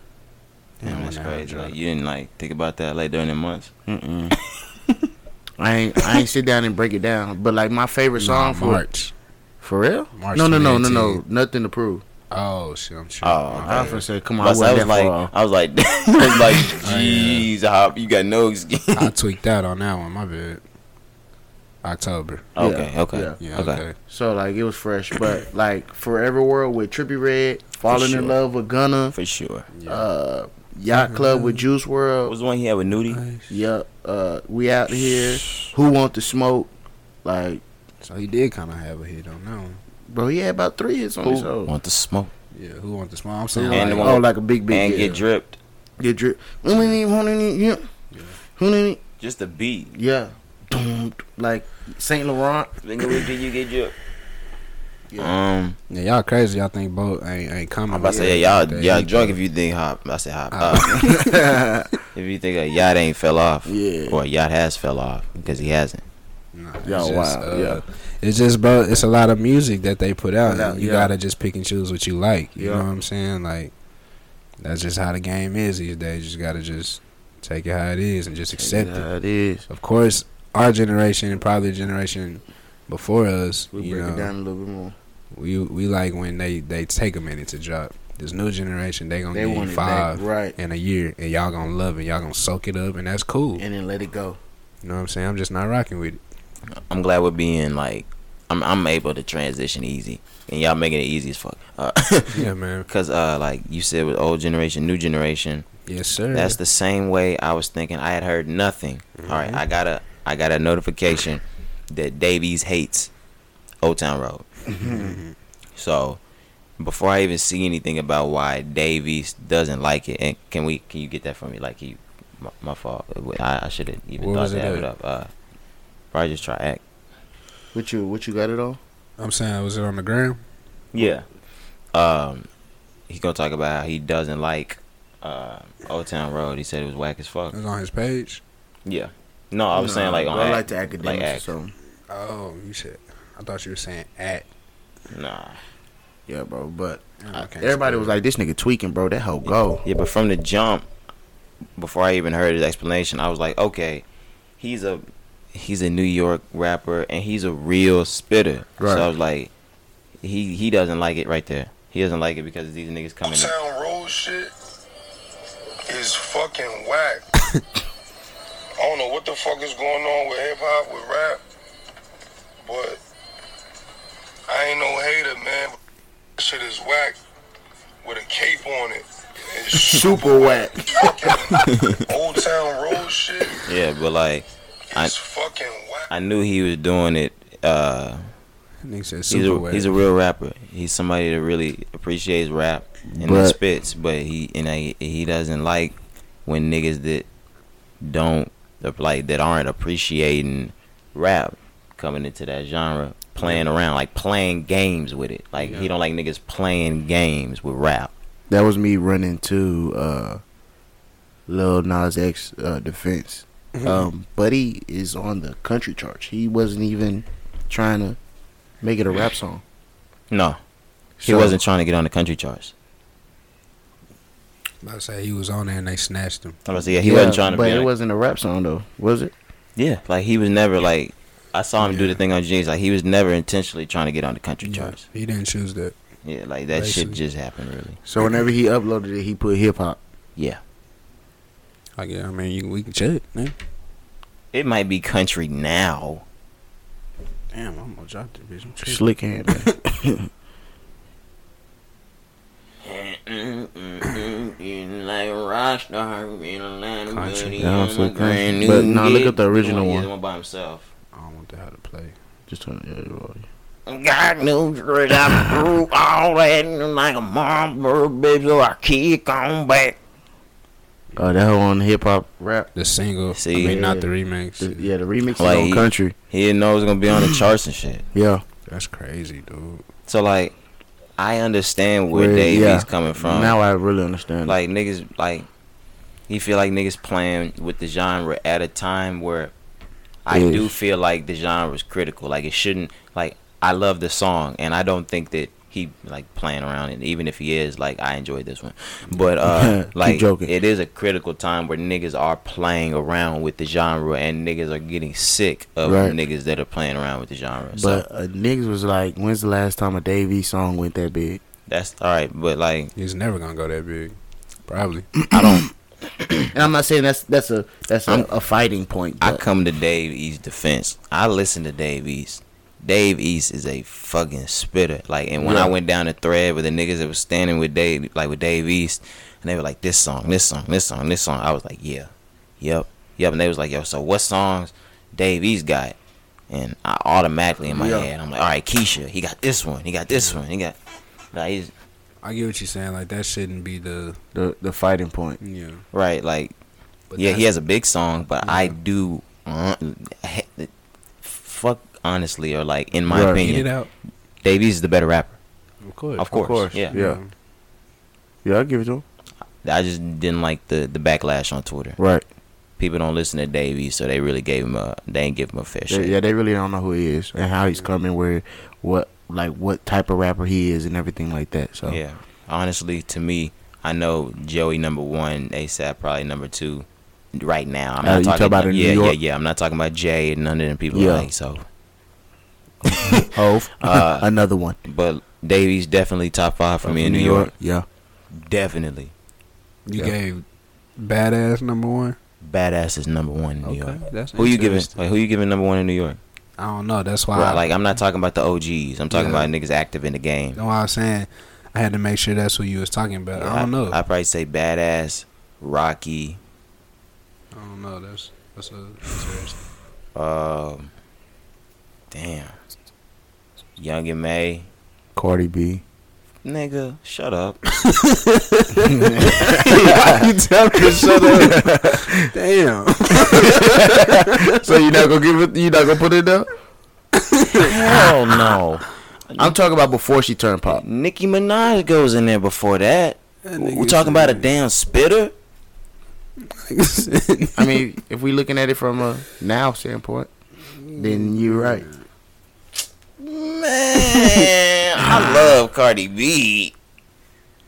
Speaker 2: Damn,
Speaker 3: I
Speaker 2: that's
Speaker 3: wonder how it
Speaker 2: crazy. Like,
Speaker 3: dropped.
Speaker 2: you didn't like think about that like during the months.
Speaker 1: Mm-mm. I ain't I ain't sit down and break it down, but like my favorite song
Speaker 3: Nah,
Speaker 1: for
Speaker 3: March.
Speaker 1: For real?
Speaker 3: March
Speaker 1: no, no, no, no, no.
Speaker 3: 2018.
Speaker 1: Nothing to prove.
Speaker 3: Oh shit, I'm sure.
Speaker 2: Oh,
Speaker 1: I
Speaker 2: Yeah.
Speaker 1: was gonna say, come on, I
Speaker 2: Plus, I
Speaker 1: wasn't that
Speaker 2: was like,
Speaker 1: far off.
Speaker 2: I was like, I was like,
Speaker 3: Oh, yeah.
Speaker 2: jeez, Hop, you got no excuse.
Speaker 3: I tweaked out on that one. My bad. October.
Speaker 2: okay, okay,
Speaker 1: yeah.
Speaker 3: Yeah.
Speaker 2: okay.
Speaker 3: Okay.
Speaker 1: So like it was fresh, but like Forever World with Trippy Red, Falling
Speaker 2: sure.
Speaker 1: in Love with Gunna,
Speaker 2: for sure.
Speaker 3: Yeah.
Speaker 1: uh, Yacht Club with Juice
Speaker 2: What
Speaker 1: World.
Speaker 2: was the one he had with Nudie?
Speaker 1: Yep. Uh, we out here. Who want the smoke? Like,
Speaker 3: So he did kind of have a hit on that one.
Speaker 1: bro, he had about three hits on his own.
Speaker 2: Want the smoke
Speaker 3: Yeah. Who wants this one? I'm saying.
Speaker 2: And the
Speaker 3: like,
Speaker 2: one-
Speaker 1: oh, like a big big
Speaker 2: and
Speaker 1: yeah.
Speaker 2: get dripped.
Speaker 1: Get drip. Who need- who need- yeah. Who need-
Speaker 2: Just the beat.
Speaker 1: Yeah. Dum, Like Saint Laurent.
Speaker 2: Nigga, what did you get dripped? Um,
Speaker 3: yeah, y'all crazy. Y'all think both ain't ain't coming.
Speaker 2: I'm about to say, yeah, y'all, y'all drunk if you think Hop. I said Hop.
Speaker 1: Ah.
Speaker 2: Uh, if you think a yacht ain't fell off,
Speaker 1: Yeah.
Speaker 2: or a yacht has fell off because he hasn't.
Speaker 3: Nah,
Speaker 1: Y'all
Speaker 3: it's just,
Speaker 1: wild,
Speaker 3: uh,
Speaker 1: yeah.
Speaker 3: It's just, bro. It's a lot of music that they put out.
Speaker 1: Put out,
Speaker 3: and you
Speaker 1: yeah.
Speaker 3: gotta just pick and choose what you like. You
Speaker 1: Yeah.
Speaker 3: know what I'm saying? Like, that's just how the game is these days. You just gotta just take it how it is and just accept it.
Speaker 1: Yeah, it is.
Speaker 3: Of course, our generation and probably the generation before us,
Speaker 1: We
Speaker 3: you
Speaker 1: break
Speaker 3: know,
Speaker 1: it down a little bit more.
Speaker 3: we we like when they they take a minute to drop. This new generation, they gonna
Speaker 1: They
Speaker 3: give you
Speaker 1: want it
Speaker 3: five
Speaker 1: back, right?
Speaker 3: in a year, and y'all gonna love it. Y'all gonna soak it up, and that's cool.
Speaker 1: And then let it go.
Speaker 3: You know what I'm saying? I'm just not rocking with it.
Speaker 2: I'm glad we're being like, I'm I'm able to transition easy, and y'all making it easy as fuck. Uh,
Speaker 3: Yeah, man.
Speaker 2: Cause uh, like you said, with old generation, new generation,
Speaker 3: Yes, sir.
Speaker 2: that's the same way I was thinking. I had heard nothing.
Speaker 3: Mm-hmm.
Speaker 2: All right, I got a I got a notification that Davies hates Old Town Road.
Speaker 3: Mm-hmm.
Speaker 2: so before I even see anything about why Davies doesn't like it, and can we can you get that for me? Like he, my, my fault. I, I should have even
Speaker 3: What
Speaker 2: thought
Speaker 3: was
Speaker 2: to
Speaker 3: it
Speaker 2: have it
Speaker 3: at?
Speaker 2: up. Uh, probably just try act.
Speaker 1: What you what you got it on?
Speaker 3: I'm saying, was it on the gram?
Speaker 2: Yeah. Um, he gonna talk about how he doesn't like uh, Old Town Road. He said it was whack as fuck.
Speaker 3: It was on his page.
Speaker 2: Yeah. No, I was
Speaker 1: Nah,
Speaker 2: saying like on
Speaker 1: I
Speaker 2: act,
Speaker 1: like the academics
Speaker 2: like
Speaker 1: or
Speaker 2: act.
Speaker 1: something.
Speaker 3: Oh, you said. I thought you were saying at.
Speaker 2: Nah.
Speaker 1: Yeah, bro. But
Speaker 2: Uh,
Speaker 3: I can't
Speaker 1: everybody
Speaker 3: see
Speaker 1: was
Speaker 3: it.
Speaker 1: like, "This nigga tweaking, bro. That hoe go."
Speaker 2: Yeah, but from the jump, before I even heard his explanation, I was like, okay, he's a he's a New York rapper and he's a real spitter.
Speaker 1: Right.
Speaker 2: So I was like, he he doesn't like it right there. He doesn't like it because these niggas coming. in.
Speaker 5: Sound road shit is fucking whack. I don't know what the fuck is going on with hip hop, with rap, but I ain't no hater, man. But shit is whack with a cape on it. It's
Speaker 1: Super whack.
Speaker 5: fucking old town road shit is
Speaker 2: Yeah, but like I-
Speaker 5: fucking whack.
Speaker 2: I knew he was doing it uh,
Speaker 3: Nigga said
Speaker 2: He's
Speaker 3: super
Speaker 2: a,
Speaker 3: wet.
Speaker 2: he's a real rapper. He's somebody that really appreciates rap and
Speaker 1: But-
Speaker 2: it spits, but he and I, he doesn't like when niggas that don't like that aren't appreciating rap coming into that genre, playing around like playing games with it. Like he don't like niggas playing games with rap.
Speaker 1: That was me running to uh, Lil Nas X uh, defense. Um, Buddy is on the country charts. He wasn't even trying to make it a rap song.
Speaker 2: No, he
Speaker 1: So-
Speaker 2: wasn't trying to get on the country charts.
Speaker 3: About to say he was on there and they snatched him.
Speaker 2: I was like, yeah, he wasn't trying to.
Speaker 1: But
Speaker 2: be
Speaker 1: it
Speaker 2: like-
Speaker 1: wasn't a rap song though, was it?
Speaker 2: Yeah, like he was never like. I saw him do
Speaker 3: Yeah.
Speaker 2: the thing on G's. Like he was never intentionally trying to get on the country
Speaker 3: Yeah,
Speaker 2: charts.
Speaker 3: he didn't choose that.
Speaker 2: Yeah, like that
Speaker 3: Basically.
Speaker 2: shit just happened. Really.
Speaker 1: So whenever he uploaded it, he put hip hop.
Speaker 2: Yeah.
Speaker 3: Like, yeah, I mean, you, we can check, man.
Speaker 2: It might be country now.
Speaker 3: Damn, I almost dropped it, bitch. I'm tripping.
Speaker 1: Slick hand. man.
Speaker 3: Country.
Speaker 1: Yeah, I'm so country. But nah, look at the original one.
Speaker 2: one by himself.
Speaker 3: I don't want that how to play.
Speaker 1: Just uh, turn it everybody.
Speaker 2: Got new dread, I'm through all that, and like a mom, baby, so I kick on back.
Speaker 1: Uh, that whole on hip hop rap.
Speaker 3: The single,
Speaker 2: See?
Speaker 3: I mean, not the
Speaker 1: Yeah.
Speaker 3: remix.
Speaker 1: The- yeah, the remix is
Speaker 2: Like,
Speaker 1: on
Speaker 2: he-
Speaker 1: country.
Speaker 2: He didn't know it was gonna be on the charts and shit.
Speaker 1: Yeah,
Speaker 3: That's crazy, dude.
Speaker 2: So like, I understand where
Speaker 1: Where-
Speaker 2: Davey's
Speaker 1: yeah.
Speaker 2: coming from.
Speaker 1: now I really understand. Like,
Speaker 2: like niggas like he feel like niggas playing with the genre at a time where I
Speaker 1: Yes.
Speaker 2: do feel like the genre is critical. Like it shouldn't like I love the song and I don't think that he like playing around and even if he is like I enjoyed this one. But uh
Speaker 1: Keep
Speaker 2: like
Speaker 1: joking.
Speaker 2: it is a critical time where niggas are playing around with the genre and niggas are getting sick of
Speaker 1: Right.
Speaker 2: niggas that are playing around with the genre. so
Speaker 1: but uh, niggas was like, "When's the last time a Davey song went that big?"
Speaker 2: that's all right, but like
Speaker 3: He's never gonna go that big. Probably.
Speaker 1: And I'm not saying that's that's a that's a, a fighting point.
Speaker 2: I
Speaker 1: but-
Speaker 2: come to Dave East defense. I listen to Dave East. Dave East is a fucking spitter. Like, and when I went down the thread with the niggas that was standing with Dave, like with Dave East, and they were like, "This song, this song, this song, this song." I was like, "Yeah, yep, yep." And they was like, "Yo, so what songs Dave East got?" And I automatically in my
Speaker 1: Yeah.
Speaker 2: head, I'm like, "All right, Keisha, he got this one. He got this one. He got." Like, he's
Speaker 3: I get what you're saying. Like that shouldn't be the
Speaker 1: the the fighting point.
Speaker 3: yeah.
Speaker 2: right, like
Speaker 3: But
Speaker 2: yeah, he
Speaker 3: that's-
Speaker 2: has a big song, but I
Speaker 3: Yeah.
Speaker 2: do. Uh, he- fuck, honestly, or like in my
Speaker 1: Right.
Speaker 3: Eat it
Speaker 2: opinion,
Speaker 3: out.
Speaker 2: Davies is the better rapper.
Speaker 3: Of course. Mm-hmm.
Speaker 2: Of course,
Speaker 1: course,
Speaker 2: yeah.
Speaker 1: yeah. Yeah, I give it to him.
Speaker 2: I just didn't like the the backlash on Twitter.
Speaker 1: Right.
Speaker 2: People don't listen to Davies, so they really gave him a they ain't give him a fair shake.
Speaker 1: yeah, they really don't know who he is and how he's coming, where, what, like what type of rapper he is, and everything like that. So
Speaker 2: Yeah. Honestly, to me, I know Joey number one, ASAP probably number two. Right now, I'm
Speaker 1: Uh,
Speaker 2: not
Speaker 1: you
Speaker 2: talking
Speaker 1: talking about in New
Speaker 2: yeah,
Speaker 1: York?
Speaker 2: yeah, yeah. I'm not talking about Jay and none of them people.
Speaker 1: Yeah.
Speaker 2: Like, so,
Speaker 1: Hove, Oh, another one
Speaker 2: but Davies definitely top five
Speaker 1: Uh,
Speaker 2: for Uh, me in New York.
Speaker 1: Yeah,
Speaker 2: Definitely.
Speaker 3: You
Speaker 1: Yeah.
Speaker 3: gave badass number one.
Speaker 2: Badass is number one in New
Speaker 3: Okay,
Speaker 2: York.
Speaker 3: that's
Speaker 2: Who you giving?
Speaker 3: interesting.
Speaker 2: Like, who you giving number one in New York?
Speaker 3: I don't know. That's why.
Speaker 2: Right,
Speaker 3: I,
Speaker 2: like I'm not talking about the OGs. I'm talking
Speaker 3: Yeah.
Speaker 2: about niggas active in the game.
Speaker 3: know what I was saying. I had to make sure that's who you was talking about. I don't know.
Speaker 2: I
Speaker 3: I,
Speaker 2: I'd probably say badass, Rocky.
Speaker 3: don't know. That's that's a, that's interesting.
Speaker 2: Um, damn, Young and May.
Speaker 1: Cardi B.
Speaker 2: Nigga, shut up.
Speaker 3: you tell me to shut up. Damn.
Speaker 1: so you not gonna give it? You not gonna put it up?
Speaker 2: Hell no.
Speaker 1: I'm talking about before she turned pop.
Speaker 2: Nicki Minaj goes in there before that.
Speaker 3: That
Speaker 2: We're
Speaker 3: nigga
Speaker 2: talking about a
Speaker 3: said-
Speaker 2: damn spitter.
Speaker 1: I mean, if we looking at it from a now standpoint, then you're right.
Speaker 2: Man, I love Cardi B.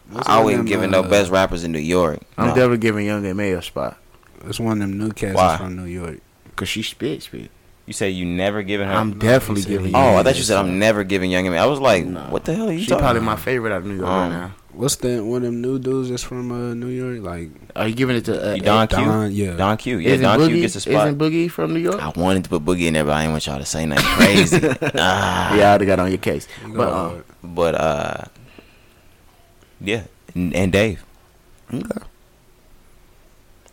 Speaker 3: What's
Speaker 2: I
Speaker 3: one of
Speaker 2: wouldn't
Speaker 3: them,
Speaker 2: give it
Speaker 3: uh,
Speaker 2: no best rappers in New York.
Speaker 1: I'm
Speaker 2: No.
Speaker 1: definitely giving Young and May a spot
Speaker 3: It's one of them new cats
Speaker 2: Why?
Speaker 3: that's from New York.
Speaker 1: because she spits, spit.
Speaker 2: You say you never giving her.
Speaker 1: I'm definitely
Speaker 3: said
Speaker 1: giving.
Speaker 3: he-
Speaker 1: Young
Speaker 2: oh,
Speaker 1: and
Speaker 2: I thought
Speaker 1: May
Speaker 2: you
Speaker 1: a
Speaker 2: said I'm never giving Young and May. I was like,
Speaker 1: Nah.
Speaker 2: what the hell are you
Speaker 1: She
Speaker 2: talking?
Speaker 1: probably my
Speaker 2: about?
Speaker 1: favorite out of New York
Speaker 2: Um,
Speaker 1: right now.
Speaker 3: What's that? One of them new dudes that's from uh, New York, like
Speaker 1: Are you giving it to uh,
Speaker 2: You Don Q.
Speaker 3: Don, yeah.
Speaker 2: Don Q. Yeah,
Speaker 1: Isn't
Speaker 2: Don
Speaker 1: Boogie?
Speaker 2: Q gets a spot.
Speaker 1: Isn't Boogie from New York?
Speaker 2: I wanted to put Boogie in there, but I didn't want y'all to say nothing crazy. ah,
Speaker 1: Yeah, I would have got on your case.
Speaker 3: You
Speaker 1: But
Speaker 3: know,
Speaker 1: um,
Speaker 2: But uh, yeah, and, and Dave. Yeah.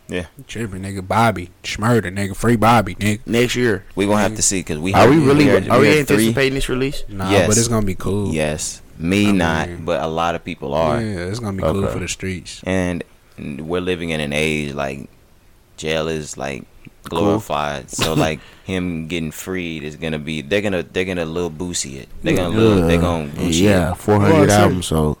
Speaker 3: You uh, Tripping, nigga. Bobby. Schmurder, nigga. Free Bobby, nigga.
Speaker 1: Next year.
Speaker 2: We gonna have to see because we
Speaker 1: Are we
Speaker 2: heard-
Speaker 1: really?
Speaker 2: heard-
Speaker 1: are we
Speaker 2: heard three.
Speaker 1: anticipating this release?
Speaker 3: Nah,
Speaker 2: Yes.
Speaker 3: but it's gonna be cool.
Speaker 2: Yes, me
Speaker 3: I
Speaker 2: not,
Speaker 3: mean-
Speaker 2: but a lot of people
Speaker 3: Yeah,
Speaker 2: are,
Speaker 3: it's gonna be cool
Speaker 1: Okay.
Speaker 3: for the streets.
Speaker 2: and we're living in an age like jail is like glorified. So like him getting freed is gonna be they're gonna they're gonna little boosie it. They're gonna little they're gonna Gucci
Speaker 1: yeah,
Speaker 2: yeah.
Speaker 1: four
Speaker 3: Well, I
Speaker 1: hundred
Speaker 3: said-
Speaker 1: albums sold.
Speaker 2: It.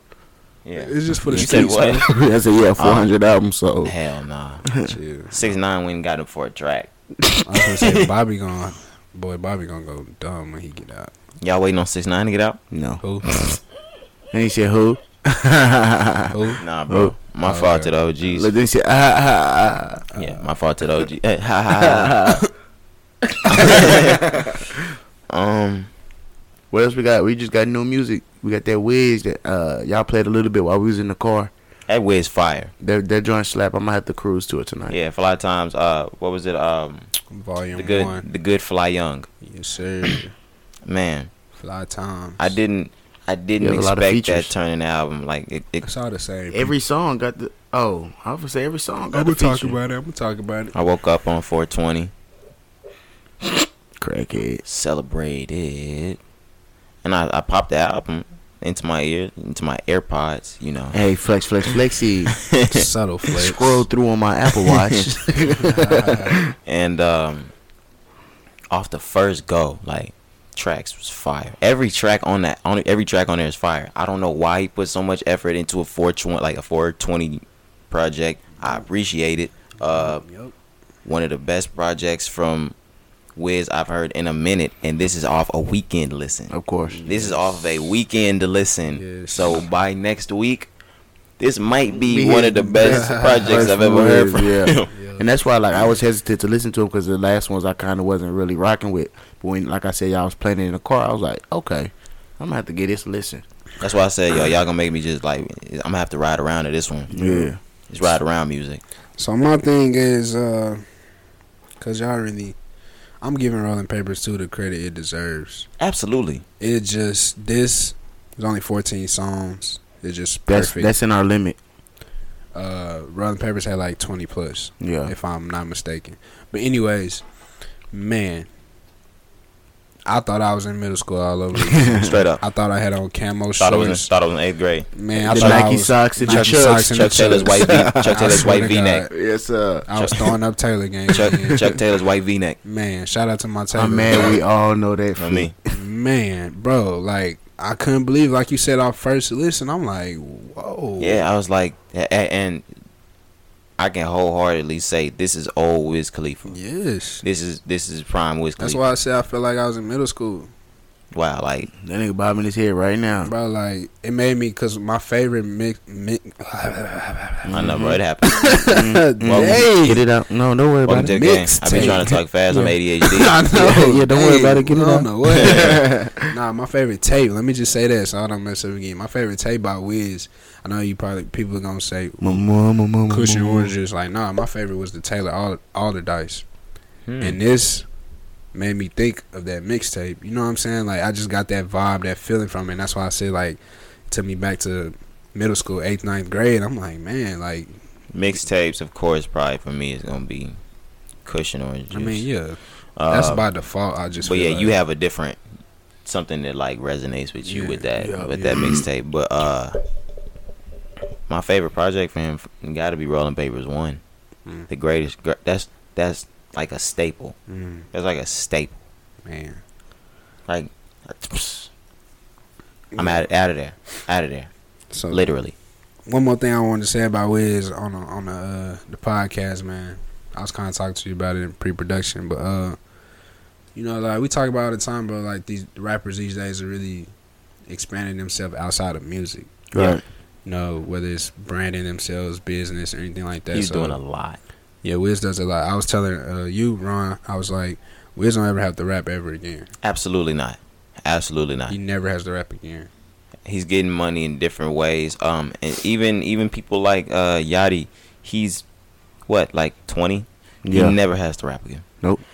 Speaker 2: yeah.
Speaker 3: It's just for the
Speaker 2: You said
Speaker 3: streets.
Speaker 2: what? Uh,
Speaker 1: I said yeah, four hundred albums sold.
Speaker 2: Hell nah.
Speaker 3: Chill.
Speaker 2: Six nine went and got him for a track.
Speaker 3: I was gonna say Bobby gonna boy Bobby gonna go dumb when he get out.
Speaker 2: Y'all waiting on six nine to get out?
Speaker 1: No,
Speaker 3: Who?
Speaker 1: and he said who?
Speaker 3: Who?
Speaker 2: Nah, bro. My
Speaker 3: Oh,
Speaker 2: fault to
Speaker 3: okay.
Speaker 2: the OGs.
Speaker 1: Look, then he said ah, ah, ah.
Speaker 2: yeah, my fault to the OG. Eh, ha, ha, ha. um,
Speaker 1: What else we got? We just got new music. We got that Wiz that uh y'all played a little bit while we was in the car.
Speaker 2: that way is fire.
Speaker 1: That that joint slap. I might have to cruise to it tonight.
Speaker 2: Yeah, for a lot of times, uh, what was it? Um,
Speaker 3: Volume
Speaker 2: the good,
Speaker 3: one.
Speaker 2: the good Fly Young.
Speaker 3: Yes, sir.
Speaker 2: Man,
Speaker 3: Fly times.
Speaker 2: I didn't, I didn't
Speaker 1: Yeah, a lot of
Speaker 2: expect that
Speaker 1: features.
Speaker 2: turning album. Like it,
Speaker 3: I
Speaker 2: it
Speaker 3: saw the same.
Speaker 1: Every song got the oh, I was gonna say every song got
Speaker 3: I'm
Speaker 1: the
Speaker 3: gonna talk
Speaker 1: feature.
Speaker 3: about it. I'm gonna talk about it.
Speaker 2: I woke up on 420,
Speaker 1: Crackhead.
Speaker 2: celebrated, and I, I popped the album into my ear, into my AirPods. You know,
Speaker 1: Hey, flex, flex, flexy.
Speaker 3: Subtle flex.
Speaker 1: Scroll through on my Apple Watch.
Speaker 2: and um, off the first go, like tracks was fire. Every track on that, on every track on there is fire. I don't know why he put so much effort into a 420, like a 420 project. I appreciate it. Uh,
Speaker 3: Yup.
Speaker 2: one of the best projects from Wiz I've heard in a minute, and this is off a weekend listen.
Speaker 1: of course.
Speaker 2: This is off of a weekend to listen.
Speaker 3: Yes.
Speaker 2: So by next week, this might be
Speaker 1: Be
Speaker 2: one
Speaker 1: his
Speaker 2: of the best
Speaker 1: best
Speaker 2: projects I've ever heard from
Speaker 1: yeah.
Speaker 2: him.
Speaker 1: And that's why, like, I was hesitant to listen to him because the last ones I kind of wasn't really rocking with. But when, like I said, y'all was playing it in the car, I was like, okay, I'm gonna have to get this a listen.
Speaker 2: That's why I said, yo, y'all gonna make me just like I'm gonna have to ride around to this one.
Speaker 1: Yeah.
Speaker 2: It's ride around music.
Speaker 3: So my thing is, uh, cause y'all really, I'm giving Rolling Papers two the credit it deserves.
Speaker 2: Absolutely.
Speaker 3: It just this there's only 14 songs. It's just
Speaker 1: That's
Speaker 3: perfect.
Speaker 1: that's in our limit.
Speaker 3: uh, Rolling Papers had like 20 plus,
Speaker 1: Yeah.
Speaker 3: if I'm not mistaken. But anyways, man, I thought I was in middle school all over. again.
Speaker 2: Straight up.
Speaker 3: I thought I had on camo
Speaker 2: Thought I was in
Speaker 3: shorts.
Speaker 2: thought I was in eighth grade.
Speaker 3: Man, I
Speaker 1: The
Speaker 3: thought I
Speaker 1: Nike
Speaker 3: was
Speaker 1: socks and the
Speaker 3: Nike
Speaker 1: Chucks.
Speaker 3: socks and the
Speaker 2: Chuck Taylor's
Speaker 3: Chucks.
Speaker 2: white V Chuck
Speaker 3: I
Speaker 2: Taylor's
Speaker 3: swear
Speaker 2: white
Speaker 3: to
Speaker 2: V neck.
Speaker 3: God,
Speaker 1: Yes,
Speaker 2: uh,
Speaker 1: sir.
Speaker 3: I was throwing up Taylor games.
Speaker 2: Chuck
Speaker 3: man.
Speaker 2: Chuck Taylor's white V neck.
Speaker 3: Man, shout out to my Taylor.
Speaker 1: I'm mad we all know that.
Speaker 2: For
Speaker 1: fool.
Speaker 2: me.
Speaker 3: man, bro, like I couldn't believe, like you said off first listen, I'm like, whoa,
Speaker 2: Yeah, I was like a- a- and I can wholeheartedly say this is old Wiz Khalifa.
Speaker 3: yes.
Speaker 2: This is this is prime Wiz
Speaker 3: That's
Speaker 2: Khalifa.
Speaker 3: why I said I felt like I was in middle school,
Speaker 2: Wow, like
Speaker 1: That nigga bobbing his head right now.
Speaker 3: bro. Like it made me, cause my favorite mix, mix
Speaker 2: I know
Speaker 3: Mm-hmm.
Speaker 2: bro, it happened.
Speaker 1: Mm. Get it out. No, don't worry
Speaker 2: Welcome
Speaker 1: about
Speaker 2: to the
Speaker 1: it.
Speaker 2: game. I've been
Speaker 3: Mixtape.
Speaker 2: trying to talk fast. I'm ADHD.
Speaker 3: I know.
Speaker 1: Yeah, don't worry about it, get it
Speaker 3: I don't
Speaker 1: out.
Speaker 3: know what. nah, my favorite tape. Let me just say that, so I don't mess up again. My favorite tape by Wiz. I know you probably people are gonna say
Speaker 1: My mom, my mom, my
Speaker 3: Cushion
Speaker 1: mom.
Speaker 3: Orange Juice. Like, nah, my favorite was the Taylor Al- Alderdice.
Speaker 2: Hmm.
Speaker 3: And this made me think of that mixtape. You know what I'm saying? Like, I just got that vibe, that feeling from it. And that's why I said, like, it took me back to middle school, eighth, ninth grade. I'm like, man, like,
Speaker 2: Mixtapes, of course, probably for me is gonna be cushion orange juice.
Speaker 3: I mean, yeah,
Speaker 2: Uh,
Speaker 3: that's by default. I just,
Speaker 2: but
Speaker 3: feel
Speaker 2: yeah,
Speaker 3: like-
Speaker 2: you have a different something that like resonates with you with that
Speaker 3: yeah,
Speaker 2: with
Speaker 3: yeah.
Speaker 2: that mixtape. But uh, my favorite project for him got to be Rolling Papers One,
Speaker 3: Mm.
Speaker 2: the greatest. gr- That's that's like a staple.
Speaker 3: Mm,
Speaker 2: That's like a staple.
Speaker 3: man.
Speaker 2: Like I'm out out of there, out of there,
Speaker 3: So
Speaker 2: literally.
Speaker 3: one more thing I wanted to say about Wiz on the, on the uh, the podcast, man. I was kind of talking to you about it in pre-production, but uh, you know, like we talk about all the time, bro. Like these rappers these days are really expanding themselves outside of music.
Speaker 1: Right.
Speaker 3: You know, whether it's branding themselves, business, or anything like that.
Speaker 2: He's
Speaker 3: So,
Speaker 2: doing a lot.
Speaker 3: yeah. Wiz does a lot. I was telling uh, you, Ron. I was like, Wiz don't ever have to rap ever again.
Speaker 2: Absolutely not. Absolutely not.
Speaker 3: He never has to rap again.
Speaker 2: he's getting money in different ways. Um, and even even people like uh Yachty, he's what like twenty.
Speaker 1: Yeah.
Speaker 2: He never has to rap again.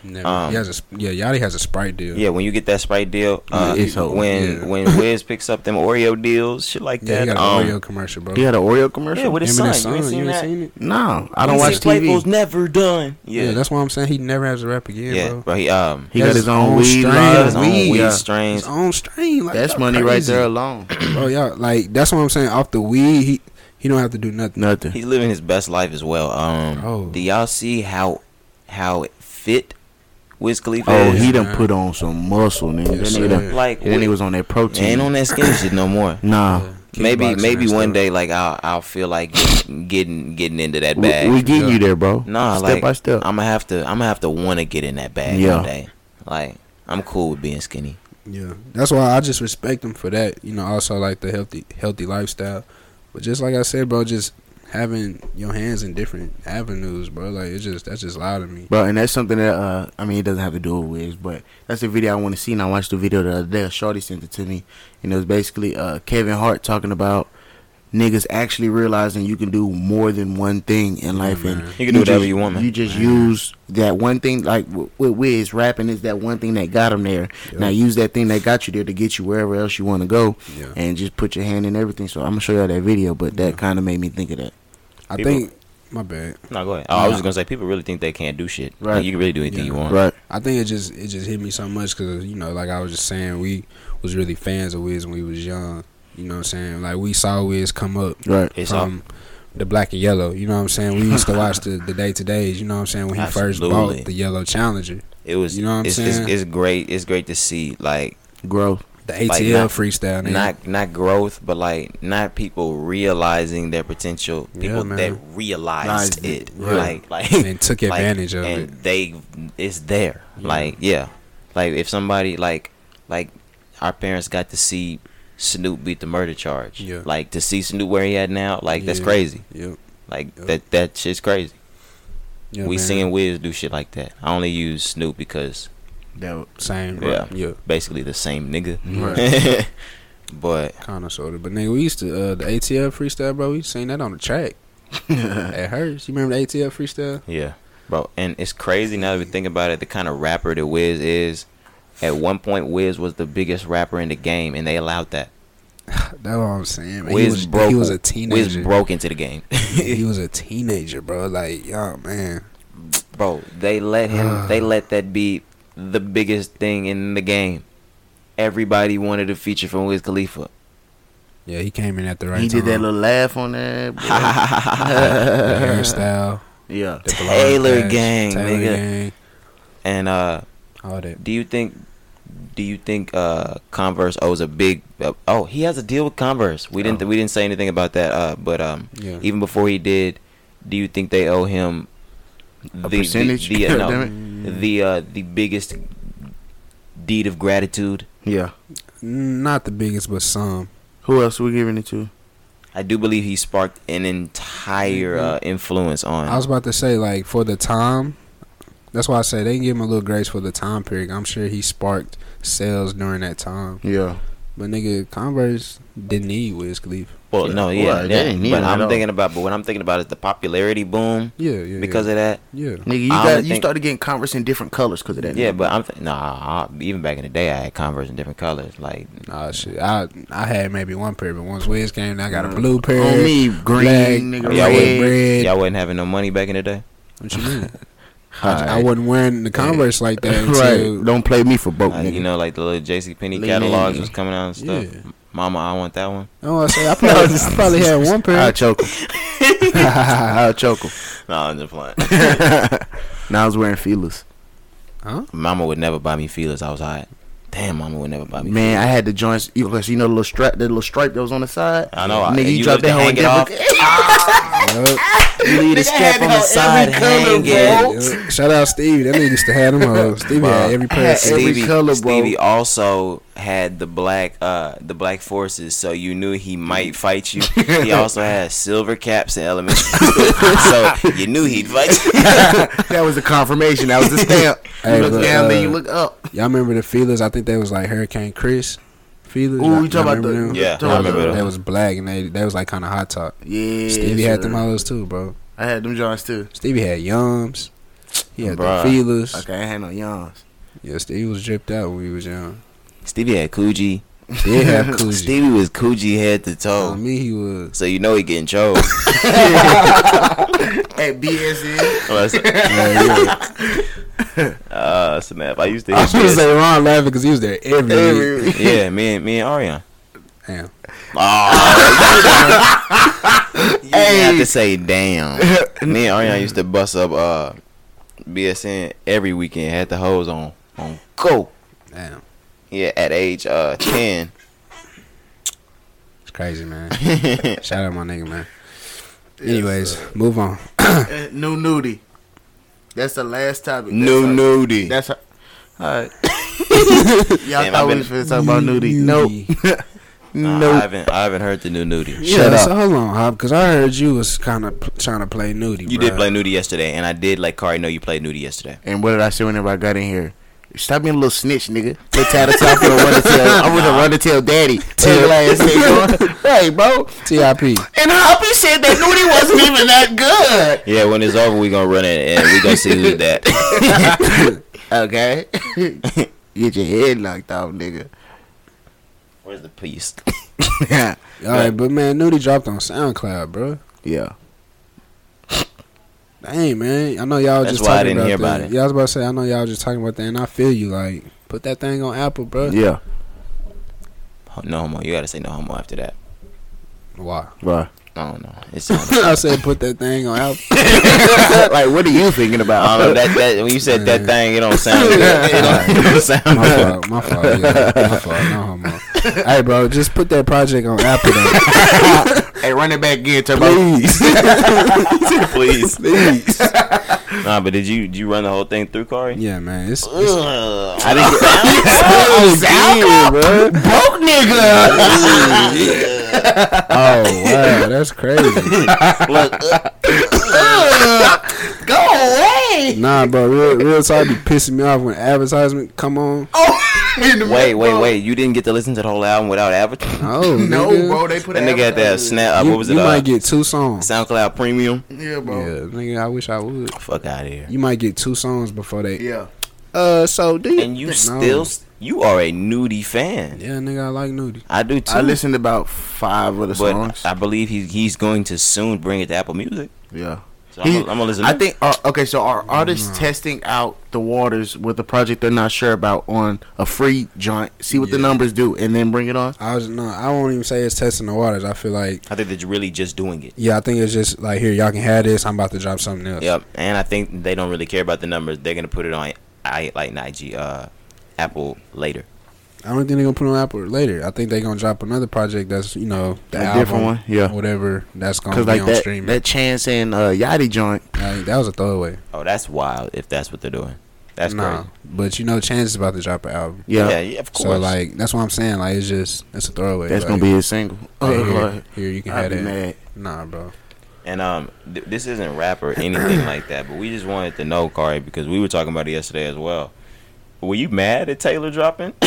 Speaker 3: Never.
Speaker 2: Um,
Speaker 3: he has a sp- yeah. Yachty has a Sprite deal.
Speaker 2: Yeah, when you get that Sprite deal, uh,
Speaker 1: Yeah, it's over.
Speaker 2: when
Speaker 3: Yeah.
Speaker 2: when Wiz picks up them Oreo deals, shit like
Speaker 3: yeah. He
Speaker 2: that.
Speaker 3: got
Speaker 2: um,
Speaker 3: an Oreo commercial, bro.
Speaker 1: He had an Oreo
Speaker 2: yeah,
Speaker 1: commercial.
Speaker 2: with his
Speaker 3: Him
Speaker 2: son. You
Speaker 3: and
Speaker 2: ain't seen
Speaker 3: you ain't
Speaker 2: that?
Speaker 3: seen it?
Speaker 1: no, I don't
Speaker 2: You
Speaker 1: watch
Speaker 2: see Playful's
Speaker 1: TV.
Speaker 2: never done.
Speaker 3: Yeah.
Speaker 2: Yeah,
Speaker 3: that's why I'm saying he never has to rap again,
Speaker 2: yeah,
Speaker 3: bro.
Speaker 2: bro. He um,
Speaker 1: He
Speaker 3: That's
Speaker 1: got his own
Speaker 3: own
Speaker 1: weed
Speaker 3: strain.
Speaker 2: he
Speaker 1: line.
Speaker 2: got his own
Speaker 3: weed,
Speaker 2: weed
Speaker 1: yeah.
Speaker 2: strains.
Speaker 3: His own strain. Like,
Speaker 1: That's
Speaker 3: y'all
Speaker 1: money right
Speaker 3: crazy.
Speaker 1: there alone.
Speaker 3: bro. Yeah, like that's what I'm saying. Off the weed, he he don't have to do nothing.
Speaker 1: Nothing.
Speaker 2: He's living his best life as well. Um,
Speaker 3: Bro.
Speaker 2: do y'all see how how fit Wiz Khalifa
Speaker 1: Oh,
Speaker 2: is?
Speaker 1: he done
Speaker 3: man.
Speaker 1: put on some muscle, nigga.
Speaker 3: Yes,
Speaker 1: That
Speaker 3: sir.
Speaker 1: nigga done-
Speaker 2: like
Speaker 1: Then he
Speaker 2: Wiz-
Speaker 1: was on that protein.
Speaker 2: ain't on that skinny shit no more.
Speaker 1: Nah.
Speaker 2: maybe
Speaker 3: Kickboxing
Speaker 2: maybe
Speaker 3: and
Speaker 2: one
Speaker 3: stuff.
Speaker 2: day like I'll I'll feel like getting getting, getting into that bag.
Speaker 1: We, we getting you there, bro.
Speaker 2: nah,
Speaker 1: step
Speaker 2: like
Speaker 1: by step.
Speaker 2: I'm gonna have to I'm gonna have to want to get in that bag
Speaker 1: Yeah.
Speaker 2: one day. Like I'm cool with being skinny.
Speaker 3: Yeah, that's why I just respect him for that. You know, also like the healthy healthy lifestyle, but just like I said, bro, just having your hands in different avenues, bro. Like it's just that's just loud to me.
Speaker 1: Bro, and that's something that uh, I mean, it doesn't have to do with Wiz, but that's the video I want to see. And I watched the video the other day. Shorty sent it to me, and it was basically uh, Kevin Hart talking about niggas actually realizing you can do more than one thing in life, and
Speaker 3: man.
Speaker 2: You can do whatever
Speaker 1: just-
Speaker 2: you want, man.
Speaker 1: You just use that one thing, like w- with Wiz rapping, is that one thing that got him there. Now use that thing that got you there to get you wherever else you want to go,
Speaker 3: Yeah.
Speaker 1: and just put your hand in everything. So I'm gonna show y'all that video, but that kind of made me think of that.
Speaker 3: I
Speaker 2: People-
Speaker 3: think my bad.
Speaker 2: No, go ahead. Oh, I was just gonna say people really think they can't do shit. Right?
Speaker 1: Right.
Speaker 2: you can really do anything
Speaker 3: Yeah.
Speaker 2: you want.
Speaker 1: Right?
Speaker 3: I think it just it just hit me so much because you know, like I was just saying, we was really fans of Wiz when we was young. You know what I'm saying? Like we saw Wiz come up
Speaker 1: Right.
Speaker 2: It's all
Speaker 3: from the black and yellow. You know what I'm saying? We used to watch the the day to days. You know what I'm saying? When he first
Speaker 2: Absolutely.
Speaker 3: bought the yellow Challenger,
Speaker 2: It was
Speaker 3: You know what I'm
Speaker 2: it's, it's-
Speaker 3: saying?
Speaker 2: It's, great. It's great to see like
Speaker 1: Growth.
Speaker 3: the ATL
Speaker 2: Like, not-
Speaker 3: freestyle, nigga.
Speaker 2: not not growth, but like not people realizing their potential.
Speaker 3: Yeah,
Speaker 2: People
Speaker 3: man.
Speaker 2: that realized
Speaker 1: Realized it,
Speaker 2: it,
Speaker 1: right.
Speaker 2: like like
Speaker 3: and took
Speaker 2: like,
Speaker 3: advantage of
Speaker 2: and
Speaker 3: it.
Speaker 2: they it's there. Like yeah, like if somebody like like our parents got to see Snoop beat the murder charge.
Speaker 3: Yeah.
Speaker 2: Like to see Snoop where he at now, like that's
Speaker 3: Yeah.
Speaker 2: crazy.
Speaker 3: Yep.
Speaker 2: Like
Speaker 3: Yeah.
Speaker 2: that that shit's crazy.
Speaker 3: Yeah,
Speaker 2: we
Speaker 3: man.
Speaker 2: seeing Wiz do shit like that. I only use Snoop because
Speaker 1: That
Speaker 3: same.
Speaker 2: Yeah.
Speaker 3: Yeah. Yeah.
Speaker 2: basically the same nigga. but
Speaker 3: Kind of sort of. But nigga, we used to uh, the ATL freestyle, bro. We seen that on the track at hers. You remember the ATL freestyle?
Speaker 2: Yeah, bro, and it's crazy now that we think about it. The kind of rapper that Wiz is. At one point, Wiz was the biggest rapper in the game, and they allowed that.
Speaker 3: That's what I'm saying. Man.
Speaker 2: Wiz
Speaker 3: he was
Speaker 2: broke.
Speaker 3: he was a
Speaker 2: Wiz
Speaker 3: teenager.
Speaker 2: broke into the game,
Speaker 3: he was a teenager, bro. Like, yo, man.
Speaker 2: bro. They let him. they let that be the biggest thing in the game. Everybody wanted a feature from Wiz Khalifa.
Speaker 3: Yeah, he came in at the right
Speaker 1: he
Speaker 3: time.
Speaker 1: did that little laugh on there.
Speaker 3: the hairstyle.
Speaker 1: yeah.
Speaker 3: The blow
Speaker 2: Taylor
Speaker 3: pass,
Speaker 2: Gang,
Speaker 3: Taylor
Speaker 2: nigga.
Speaker 3: Gang,
Speaker 2: And uh,
Speaker 3: all that.
Speaker 2: do you think? Do you think uh, Converse owes a big? Uh, oh, he has a deal with Converse. We didn't. We didn't say anything about that. Uh, but um,
Speaker 3: Oh. Yeah.
Speaker 2: even before he did, do you think they owe him the
Speaker 1: percentage?
Speaker 2: The, the, uh, no,
Speaker 1: Damn
Speaker 2: the uh, the biggest deed of gratitude.
Speaker 1: Yeah.
Speaker 3: Mm, Not the biggest, but some.
Speaker 1: Who else we giving it to?
Speaker 2: I do believe he sparked an entire uh, influence on.
Speaker 3: Mm-hmm. I was about to say, like, for the time, that's why I say they give him a little grace for the time period. I'm sure he sparked sales during that time.
Speaker 1: Yeah.
Speaker 3: But nigga, Converse didn't need Wiz Khalifa.
Speaker 2: well, no, yeah,
Speaker 1: Well, they
Speaker 2: yeah.
Speaker 1: didn't need
Speaker 2: But
Speaker 1: him
Speaker 2: I'm
Speaker 1: at all.
Speaker 2: thinking about. But what I'm thinking about is the popularity boom
Speaker 3: Yeah, yeah.
Speaker 2: because of that.
Speaker 3: yeah.
Speaker 1: Nigga, you
Speaker 2: I
Speaker 1: got
Speaker 2: only
Speaker 1: you
Speaker 2: think-
Speaker 1: started getting Converse in different colors because of that.
Speaker 2: Yeah,
Speaker 1: nigga.
Speaker 2: but I'm th- nah. I, even back in the day, I had Converse in different colors. Like
Speaker 3: Nah, shit. I I had maybe one pair, but once Wiz came, I got a blue pair.
Speaker 1: Mm. on me, green
Speaker 3: black,
Speaker 1: nigga,
Speaker 2: Yeah, I
Speaker 1: red.
Speaker 2: wouldn't-
Speaker 3: red.
Speaker 2: y'all wasn't having no money back in the day.
Speaker 3: What you mean?
Speaker 1: Hi.
Speaker 3: I wasn't wearing the Converse like that. Until,
Speaker 1: right. Don't play me for broke,
Speaker 2: Like,
Speaker 1: nigga.
Speaker 2: Uh, you know, like the little J.C. Penney
Speaker 1: Lean
Speaker 2: catalogs
Speaker 1: in.
Speaker 2: was coming out and stuff.
Speaker 3: Yeah.
Speaker 2: Mama, I want that one.
Speaker 3: Oh, I say I probably, I probably had one
Speaker 1: I'll
Speaker 3: pair.
Speaker 1: choke him. I'll choke him.
Speaker 2: No, I'm just playing.
Speaker 1: Now I was wearing feelers.
Speaker 2: Mama would never buy me feelers. I was hot. Damn, Mama would never buy me.
Speaker 1: Man, I had the joints. You, cause you know the little strap, that little stripe that was on the side.
Speaker 2: I know. I-
Speaker 1: Nigga, you,
Speaker 2: you
Speaker 1: dropped
Speaker 2: left it
Speaker 1: that whole
Speaker 2: hanging off.
Speaker 3: Yup,
Speaker 2: You leave the strap on the side hanging.
Speaker 3: yup. Shout out Stevie. That nigga used to have them hoes. Stevie had every
Speaker 1: I
Speaker 3: pair.
Speaker 1: had
Speaker 3: Of Stevie.
Speaker 1: every color, bro.
Speaker 2: Stevie also had the black, uh, the black forces, so you knew he might fight you. he also had silver caps in elementary school, so you knew he'd fight you.
Speaker 1: that was the confirmation. That was the stamp. You
Speaker 3: Hey,
Speaker 1: look
Speaker 3: but,
Speaker 1: down,
Speaker 3: uh,
Speaker 1: then you look up.
Speaker 3: Y'all remember the feelers? I think they was like Hurricane Chris feelers.
Speaker 1: Ooh,
Speaker 3: Y'all-
Speaker 1: you talking
Speaker 3: y'all
Speaker 1: about the-
Speaker 3: remember them?
Speaker 2: Yeah,
Speaker 1: I remember
Speaker 3: They
Speaker 2: them.
Speaker 3: was black and they they was like kind of hot top.
Speaker 1: Yeah,
Speaker 3: Stevie had them
Speaker 1: sir.
Speaker 3: hoes too, bro.
Speaker 1: I had them joints too.
Speaker 3: Stevie had yums. He had
Speaker 2: Bruh.
Speaker 3: the feelers.
Speaker 1: Okay, I ain't had no yawns.
Speaker 3: Yes, he was dripped out when he was young.
Speaker 2: Stevie had coochie.
Speaker 3: Did have koozie.
Speaker 2: Stevie was coochie head to toe.
Speaker 3: On me, he was.
Speaker 2: so you know he getting chose.
Speaker 1: At BSN.
Speaker 3: Yeah, yeah.
Speaker 2: Oh, uh, snap. I used to
Speaker 3: I
Speaker 2: hit
Speaker 3: was gonna
Speaker 2: this.
Speaker 3: say Ron laughing because he was there every
Speaker 1: Every
Speaker 3: week.
Speaker 1: week.
Speaker 2: Yeah, me and me and Ariana.
Speaker 3: Damn.
Speaker 2: Oh, you didn't have to say damn. Me and Ariana used to bust up uh, BSN every weekend. Had the hose on on go.
Speaker 3: Damn.
Speaker 2: Yeah, at age uh ten.
Speaker 3: It's crazy, man.
Speaker 2: yeah,
Speaker 3: Shout out my nigga, man. Anyways, move on.
Speaker 1: Uh, New nudie. That's the last topic.
Speaker 2: New
Speaker 1: That's our-
Speaker 2: nudie.
Speaker 1: That's our- all right. Y'all
Speaker 2: Damn, I've
Speaker 1: thought we
Speaker 2: been-
Speaker 1: was finna talk about nudie.
Speaker 3: Nudie.
Speaker 1: Nope.
Speaker 2: Nah, I
Speaker 1: nope.
Speaker 2: haven't I haven't heard the new nudie.
Speaker 1: Shut
Speaker 3: yeah,
Speaker 1: up.
Speaker 3: So hold on, Hop, because I heard you was kind of pl- trying to play nudie.
Speaker 2: You
Speaker 3: bruh.
Speaker 2: did play nudie yesterday, and I did let Kari know you played nudie yesterday.
Speaker 1: And what did I say whenever I got in here? Stop being a little snitch, nigga. Little tattle top for the run to tell. I'm gonna run to tell daddy. Tell your ass, nigga. Hey, bro.
Speaker 3: TIP.
Speaker 1: And Hoppy said that nudie wasn't even that good.
Speaker 2: Yeah, when it's over, we gonna run it and we gonna see who's that.
Speaker 1: Okay. Get your head knocked off, nigga.
Speaker 2: Where's the piece?
Speaker 3: All right, but man, nudie dropped on SoundCloud, bro.
Speaker 1: yeah.
Speaker 3: Dang, man. I know y'all
Speaker 2: That's
Speaker 3: just
Speaker 2: why I
Speaker 3: talking
Speaker 2: didn't
Speaker 3: about
Speaker 2: hear about it.
Speaker 3: that. Yeah, I was about to say, I know y'all was just talking about that, and I feel you. Like, put that thing on Apple, bro.
Speaker 1: Yeah.
Speaker 2: No homo. You gotta say no homo after that.
Speaker 3: Why?
Speaker 1: Bro.
Speaker 2: I don't know. It's
Speaker 3: I said, put that thing on Apple.
Speaker 1: like, what are you thinking about?
Speaker 2: I don't know that, that when you said that thing, it don't sound good. It don't, it don't sound
Speaker 3: My
Speaker 2: good.
Speaker 3: fault. My fault. Yeah, my fault. No homo. hey, bro, just put that project on Apple. Though.
Speaker 1: Hey, run it back again, Turbo.
Speaker 3: Please,
Speaker 2: Please.
Speaker 3: please.
Speaker 2: Nah, but did you did you run the whole thing through, Corey?
Speaker 3: Yeah, man. It's, it's
Speaker 2: Ugh, I didn't. Sound
Speaker 1: Oh,
Speaker 3: yeah, bro.
Speaker 1: Broke nigga.
Speaker 3: Oh wow, that's crazy.
Speaker 1: Go away.
Speaker 3: nah, bro, real real talk be pissing me off when advertisement come on. Oh
Speaker 2: wait, wait, wait! You didn't get to listen to the whole album without advertising.
Speaker 1: No,
Speaker 3: Oh, nigga.
Speaker 1: bro. They put
Speaker 2: That
Speaker 1: an
Speaker 2: nigga had that
Speaker 1: advertisement.
Speaker 2: snap.
Speaker 3: You,
Speaker 2: what was
Speaker 3: you
Speaker 2: it? Uh,
Speaker 3: might get two songs.
Speaker 2: SoundCloud Premium.
Speaker 1: Yeah,
Speaker 3: Yeah,
Speaker 1: bro.
Speaker 3: nigga, I wish I would.
Speaker 2: Fuck out of here.
Speaker 3: You might get two songs before they.
Speaker 1: Yeah.
Speaker 3: Uh, so do you?
Speaker 2: And you
Speaker 3: No.
Speaker 2: still s- you are a nudie fan.
Speaker 3: Yeah, nigga, I like nudie.
Speaker 2: I do too.
Speaker 1: I listened about five of the
Speaker 2: but
Speaker 1: songs.
Speaker 2: I believe he's he's going to soon bring it to Apple Music.
Speaker 1: yeah.
Speaker 2: So I'm,
Speaker 1: He-
Speaker 2: gonna- I'm gonna listen.
Speaker 1: I
Speaker 2: to-
Speaker 1: think uh, okay, so
Speaker 3: Mm-hmm.
Speaker 1: are artists testing out the waters with a project they're not sure about on a free joint, see what the
Speaker 3: Yeah.
Speaker 1: numbers do, and then bring it on?
Speaker 3: I was no, I won't even say it's testing the waters. I feel like
Speaker 2: I think they're really just doing it.
Speaker 3: yeah, I think it's just like here, y'all can have this. I'm about to drop something else.
Speaker 2: Yep, and I think they don't really care about the numbers. They're gonna put it on I like IG, uh, Apple later.
Speaker 3: I don't think they're gonna put it on Apple later. I think they're gonna drop another project that's you know the
Speaker 1: A
Speaker 3: album,
Speaker 1: different one? Yeah.
Speaker 3: whatever that's gonna be
Speaker 1: Because like
Speaker 3: on
Speaker 1: that
Speaker 3: streaming.
Speaker 1: that Chance and uh, Yachty joint,
Speaker 3: Like, that was a throwaway.
Speaker 2: Oh, that's wild. If that's what they're doing, that's
Speaker 3: Nah,
Speaker 2: crazy.
Speaker 3: but you know, Chance is about to drop an album.
Speaker 1: yeah,
Speaker 2: yeah, yeah, of course.
Speaker 3: So like that's what I'm saying. Like it's just it's a throwaway.
Speaker 1: that's
Speaker 3: Like,
Speaker 1: gonna be his single.
Speaker 3: hey,
Speaker 1: Uh,
Speaker 3: here,
Speaker 1: like,
Speaker 3: here, you can
Speaker 1: I'd
Speaker 3: have
Speaker 1: be
Speaker 3: that.
Speaker 1: mad.
Speaker 3: Nah, bro.
Speaker 2: and um, th- this isn't rap or anything like that. But we just wanted to know, Kari, because we were talking about it yesterday as well. Were you mad at Taylor dropping?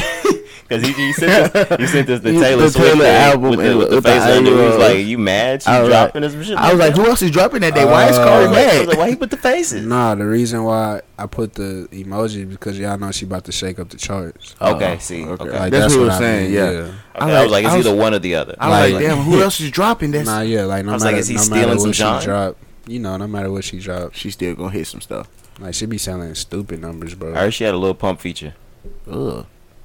Speaker 2: Because he, he sent us, you sent us the
Speaker 1: The
Speaker 2: Taylor, Swift
Speaker 1: Taylor
Speaker 2: thing
Speaker 1: album
Speaker 2: with the,
Speaker 1: and
Speaker 2: with the
Speaker 1: with the
Speaker 2: face under. it. He was
Speaker 1: eyebrows.
Speaker 2: like, "You mad? She
Speaker 1: I was
Speaker 2: dropping us some shit."
Speaker 1: I was like, who else is dropping that day? Why is
Speaker 3: Uh,
Speaker 1: Cardi
Speaker 2: I was like,
Speaker 1: mad?
Speaker 2: "Why he put the faces?"
Speaker 3: Nah, the reason why I put the emoji because y'all know she about to shake up the charts.
Speaker 2: Okay, see, okay.
Speaker 1: Oh, okay.
Speaker 3: Like,
Speaker 1: Uh, That's what
Speaker 3: what
Speaker 1: we're
Speaker 3: I
Speaker 1: saying,
Speaker 3: mean,
Speaker 1: yeah.
Speaker 2: Okay,
Speaker 1: I
Speaker 2: I was
Speaker 1: like-
Speaker 2: like, it's
Speaker 1: I was-
Speaker 2: either one or the other.
Speaker 1: I was like,
Speaker 3: Like-
Speaker 1: damn, who else is dropping this?
Speaker 3: Nah, yeah, like no
Speaker 2: I was like,
Speaker 3: matter
Speaker 2: is he
Speaker 3: no
Speaker 2: stealing
Speaker 3: matter
Speaker 2: some
Speaker 3: what
Speaker 2: John?
Speaker 3: she drop, you know, no matter what she drop,
Speaker 1: She still gonna hit some stuff.
Speaker 3: like she be selling stupid numbers, bro.
Speaker 2: I heard she had a little pump feature.
Speaker 1: Ugh.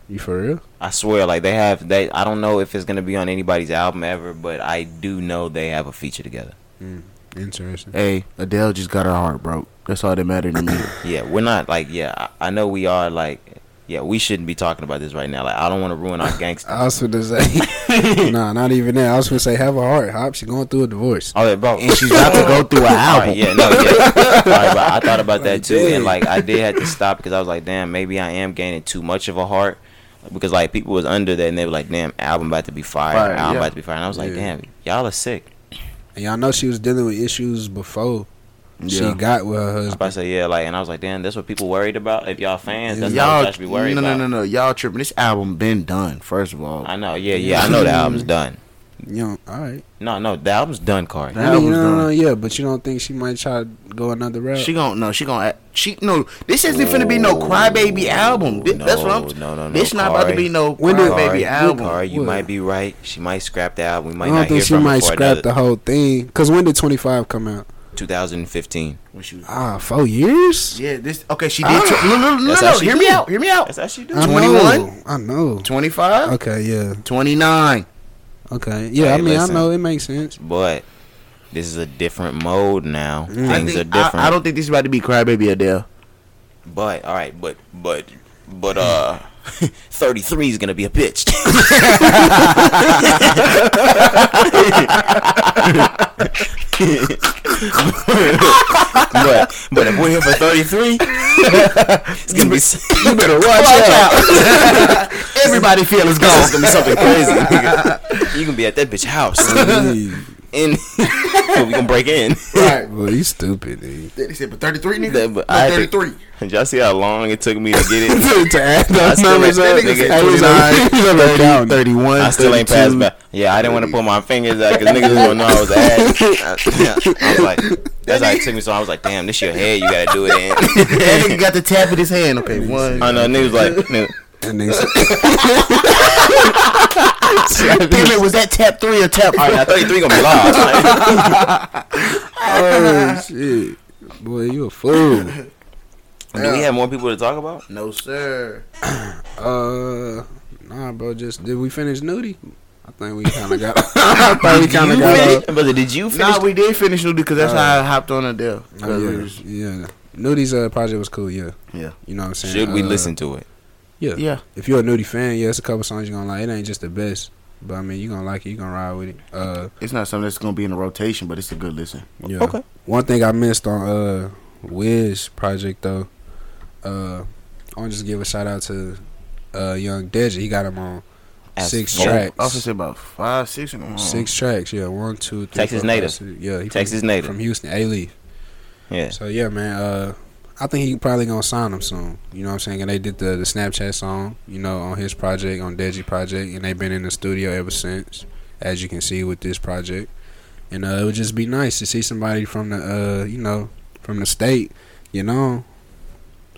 Speaker 3: You for real?
Speaker 2: I swear, like they have they. I don't know if it's gonna be on anybody's album ever, but I do know they have a feature together.
Speaker 3: Interesting.
Speaker 1: Hey, Adele just got her heart broke. That's all that mattered to me.
Speaker 2: Yeah, we're not like yeah. I, I know we are like yeah. We shouldn't be talking about this right now. Like I don't want to ruin our gangster.
Speaker 3: I was gonna say, nah, not even that. I was gonna say, have a heart, Hop. She going through a divorce.
Speaker 2: All right, Oh, bro.
Speaker 1: and she's about to go through an
Speaker 2: All
Speaker 1: album.
Speaker 2: right, yeah, no, yeah. All right, but I thought about that too,
Speaker 3: dang.
Speaker 2: and like I did have to stop because I was like, damn, maybe I am gaining too much of a heart because like people was under that and they were like, damn, album about to be fired,
Speaker 1: Fired,
Speaker 2: album
Speaker 1: yeah.
Speaker 2: about to be fired. And I was like,
Speaker 3: Yeah.
Speaker 2: damn, y'all are sick.
Speaker 3: And y'all know she was dealing with issues before
Speaker 1: Yeah.
Speaker 3: she got with her
Speaker 2: I was
Speaker 3: husband.
Speaker 2: about to say yeah, like, and I was like, damn, that's what people worried about. If y'all fans, that's not what
Speaker 1: y'all
Speaker 2: y'all should be worried
Speaker 1: no,
Speaker 2: about.
Speaker 1: no, no, no. Y'all tripping. This album been done. First of all,
Speaker 2: I know, yeah, yeah, I know the album's done.
Speaker 3: You know, all right.
Speaker 2: No, no, the album's done, Cardi.
Speaker 1: That
Speaker 3: I mean,
Speaker 1: album's
Speaker 3: no, no, no,
Speaker 1: done.
Speaker 3: yeah, but you don't think she might try to go another route?
Speaker 1: She gon' no, she gon' act- she no. This isn't finna be no crybaby album. Thi- that's what I'm.
Speaker 2: No, no, no,
Speaker 1: This not about to
Speaker 2: Cardi.
Speaker 1: be no
Speaker 3: When did-
Speaker 1: crybaby
Speaker 2: Cardi,
Speaker 1: album.
Speaker 2: Cardi, you
Speaker 3: What?
Speaker 2: might be right. She might scrap the album. We might
Speaker 3: I don't
Speaker 2: not hear
Speaker 3: think she
Speaker 2: from her
Speaker 3: might
Speaker 2: for
Speaker 3: scrap the
Speaker 2: another
Speaker 3: whole thing. Cause when did Twenty Five come out?
Speaker 2: 2015.
Speaker 1: When she was-
Speaker 3: Ah, four years.
Speaker 1: yeah, this okay. She did. tw- no, no, no,
Speaker 2: Ah! That's
Speaker 1: no,
Speaker 2: how she
Speaker 1: Hear me
Speaker 2: did.
Speaker 1: out. Hear me out.
Speaker 2: That's Uh, how she do.
Speaker 3: I
Speaker 2: it.
Speaker 3: know,
Speaker 1: 21?
Speaker 3: I know.
Speaker 1: 25,
Speaker 3: Okay, yeah.
Speaker 1: 29.
Speaker 3: Okay, yeah. I
Speaker 2: Hey,
Speaker 3: mean,
Speaker 2: listen.
Speaker 3: I know it makes sense.
Speaker 2: But this is a different mode now.
Speaker 3: Mm.
Speaker 1: I
Speaker 2: Things
Speaker 1: think-
Speaker 2: are different.
Speaker 1: I, I don't think this is about to be crybaby Adele.
Speaker 2: But all right, but but but uh, thirty three is gonna be a bitch. but but if we're here for thirty three, it's gonna be s-
Speaker 1: You better watch, out. Everybody feel is gone.
Speaker 2: it's gonna be something crazy. nigga. You gonna be at that bitch house, and we gonna break in.
Speaker 3: right. Well, you stupid. Dude.
Speaker 1: They said, but 33 nigga.
Speaker 2: That- but
Speaker 1: No,
Speaker 2: I-
Speaker 1: 33.
Speaker 2: Did y'all see how long it took me to get it?
Speaker 3: to add
Speaker 2: I
Speaker 3: those
Speaker 2: still
Speaker 3: numbers
Speaker 2: ain't-
Speaker 3: up,
Speaker 2: that nigga said
Speaker 3: I was
Speaker 1: 29,
Speaker 3: like, you never count.
Speaker 1: 31.
Speaker 2: I still ain't passed
Speaker 1: 32.
Speaker 2: back. Yeah, I didn't want to put my fingers out because niggas don't know I was ass. I, I was like, that's how it took me. So I was like, damn, this your head. You gotta do it in.
Speaker 1: That nigga got the tap in his hand. Okay, one.
Speaker 2: I know. Niggas like, nigga,
Speaker 3: And they said,
Speaker 1: Damn it, was that tap three or tap
Speaker 2: all right, now thirty three gonna be lost.
Speaker 3: oh shit, boy, you a fool.
Speaker 2: do we have more people to talk about?
Speaker 1: No, sir.
Speaker 3: Uh, nah, bro. Just did we finish nudie? I think we kind of got. I thought we kind of got. Uh,
Speaker 2: Brother, did you finish?
Speaker 1: Nah, we did finish Nudie because that's how I hopped on Adele.
Speaker 3: oh, yeah, yeah. Nudie's uh, project was cool. Yeah,
Speaker 1: Yeah.
Speaker 3: You know what I'm saying?
Speaker 2: Should we
Speaker 3: Uh,
Speaker 2: listen to it?
Speaker 3: Yeah.
Speaker 1: Yeah.
Speaker 3: If you're a nudie fan, yeah, it's a couple songs you're gonna like. It ain't just the best, but I mean, you gonna like it. You gonna ride with it. Uh,
Speaker 1: It's not something that's gonna be in the rotation, but it's a good listen.
Speaker 3: yeah. Okay. One thing I missed on uh Wiz project though, uh, I want to just give a shout out to uh Young Deji. He got him on
Speaker 2: As
Speaker 3: six
Speaker 2: fuck.
Speaker 3: tracks.
Speaker 1: I said about five, six, and
Speaker 3: Six tracks, yeah. One, two, three.
Speaker 2: Texas
Speaker 3: four,
Speaker 2: native.
Speaker 3: five, six. Yeah, he
Speaker 2: Texas
Speaker 3: from,
Speaker 2: native.
Speaker 3: from Houston, A Lee.
Speaker 2: Yeah.
Speaker 3: So yeah, man. Uh, I think he probably gonna sign him soon. You know what I'm saying? And they did the the Snapchat song, you know, on his project, on Deji project, and they've been in the studio ever since, as you can see with this project. And uh, it would just be nice to see somebody from the uh, you know, from the state, you know.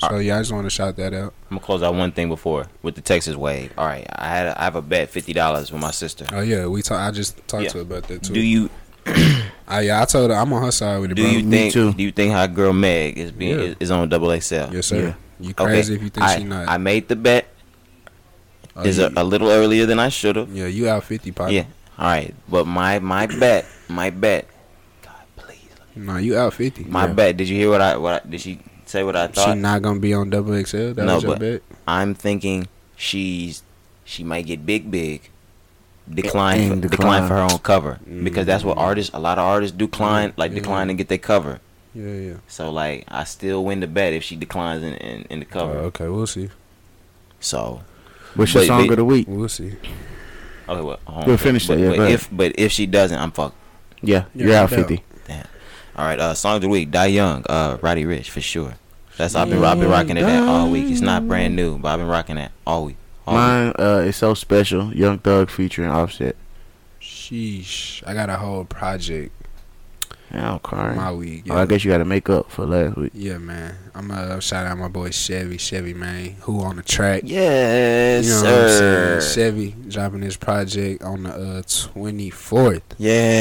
Speaker 2: Uh,
Speaker 3: So yeah, I just want to shout that out.
Speaker 2: I'm gonna close out one thing before with the Texas wave. All right, I had a, I have a bet fifty dollars with my sister.
Speaker 3: Oh yeah, we talk. I just talked
Speaker 2: Yeah.
Speaker 3: to her about that too.
Speaker 2: Do you
Speaker 3: I, yeah, I told her I'm on her side with it,
Speaker 2: do
Speaker 3: bro.
Speaker 2: you
Speaker 1: me
Speaker 2: think
Speaker 1: too.
Speaker 2: do you think how girl Meg is being
Speaker 3: Yeah.
Speaker 2: is on double XL?
Speaker 3: yes sir.
Speaker 1: Yeah.
Speaker 3: You crazy if you think
Speaker 2: I,
Speaker 3: she not.
Speaker 2: I made the bet.
Speaker 3: Oh,
Speaker 2: is
Speaker 3: you-
Speaker 2: a, a little earlier than I should have.
Speaker 3: Yeah, you out fifty, pop.
Speaker 2: Yeah. All right. But my my bet, my bet. God, please.
Speaker 3: No, you out fifty.
Speaker 2: My
Speaker 3: Yeah.
Speaker 2: bet. Did you hear what I what I, did she say what I
Speaker 3: She
Speaker 2: thought?
Speaker 3: not gonna be on double XL. That
Speaker 2: No,
Speaker 3: was your
Speaker 2: but-
Speaker 3: bet.
Speaker 2: I'm thinking she's she might get big big. Decline
Speaker 1: And
Speaker 2: for, decline.
Speaker 1: decline.
Speaker 2: for her own cover because that's what artists a lot of artists do decline like
Speaker 3: Mm. Yeah.
Speaker 2: decline and get their cover
Speaker 3: Yeah, yeah.
Speaker 2: so like I still win the bet if she declines in, in, in the cover
Speaker 3: Uh, okay, we'll see.
Speaker 2: so
Speaker 1: What's your
Speaker 2: Wait,
Speaker 1: song
Speaker 2: wait.
Speaker 1: of the week?
Speaker 3: We'll see.
Speaker 2: okay well hold on.
Speaker 1: We'll finish
Speaker 2: but,
Speaker 1: that, yeah,
Speaker 2: but
Speaker 1: go ahead.
Speaker 2: if but if she doesn't I'm fucked
Speaker 1: Yeah,
Speaker 3: Yeah,
Speaker 1: you're out
Speaker 3: no doubt.
Speaker 1: fifty.
Speaker 2: All right, uh, song of the week, Die Young, uh, Roddy Rich for sure. That's I've been I've been rocking it that all week. It's not brand new, but I've been rocking that all week. All week.
Speaker 1: Mine uh, is so special. Young Thug featuring Offset.
Speaker 3: Sheesh, I got a whole project
Speaker 1: Yeah, I'm crying.
Speaker 3: my week. Yeah,
Speaker 1: Oh, I guess you got to make up for last week.
Speaker 3: yeah man. I'm uh, shout out my boy Chevy, Chevy man, who on the track.
Speaker 2: Yes,
Speaker 3: You know what
Speaker 2: sir.
Speaker 3: I'm saying? Chevy dropping his project on the uh, 24th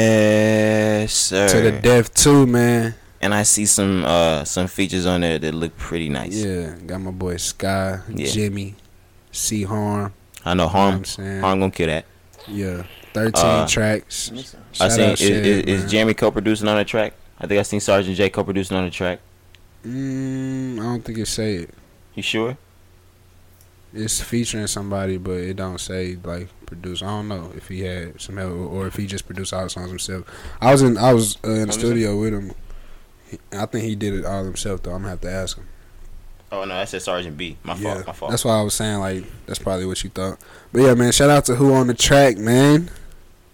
Speaker 2: Yes, sir.
Speaker 3: to the death too, man.
Speaker 2: and I see some uh some features on there that look pretty nice.
Speaker 3: Yeah, got my boy Sky,
Speaker 2: Yeah.
Speaker 3: Jimmy, C Harm.
Speaker 2: I know
Speaker 3: You know what
Speaker 2: harm
Speaker 3: I'm saying?
Speaker 2: harm gonna kill that.
Speaker 3: Yeah, 13
Speaker 2: Uh,
Speaker 3: tracks.
Speaker 2: I
Speaker 3: Shout
Speaker 2: seen
Speaker 3: out
Speaker 2: is, is,
Speaker 3: Chevy, man.
Speaker 2: is Jeremy co-producing on the track. I think I seen Sergeant J co-producing on the track.
Speaker 3: Mm, I don't think it say it.
Speaker 2: You sure?
Speaker 3: It's featuring somebody, but it don't say like produce. I don't know if he had some help or or if he just produced all the songs himself. I was in I was uh, in the
Speaker 2: Understand.
Speaker 3: studio with him. He- I think he did it all himself though. I'm gonna have to ask him.
Speaker 2: Oh no, that said Sergeant B. My
Speaker 3: yeah,
Speaker 2: fault. My fault.
Speaker 3: that's why I was saying like that's probably what you thought. But yeah, man, shout out to who on the track, man.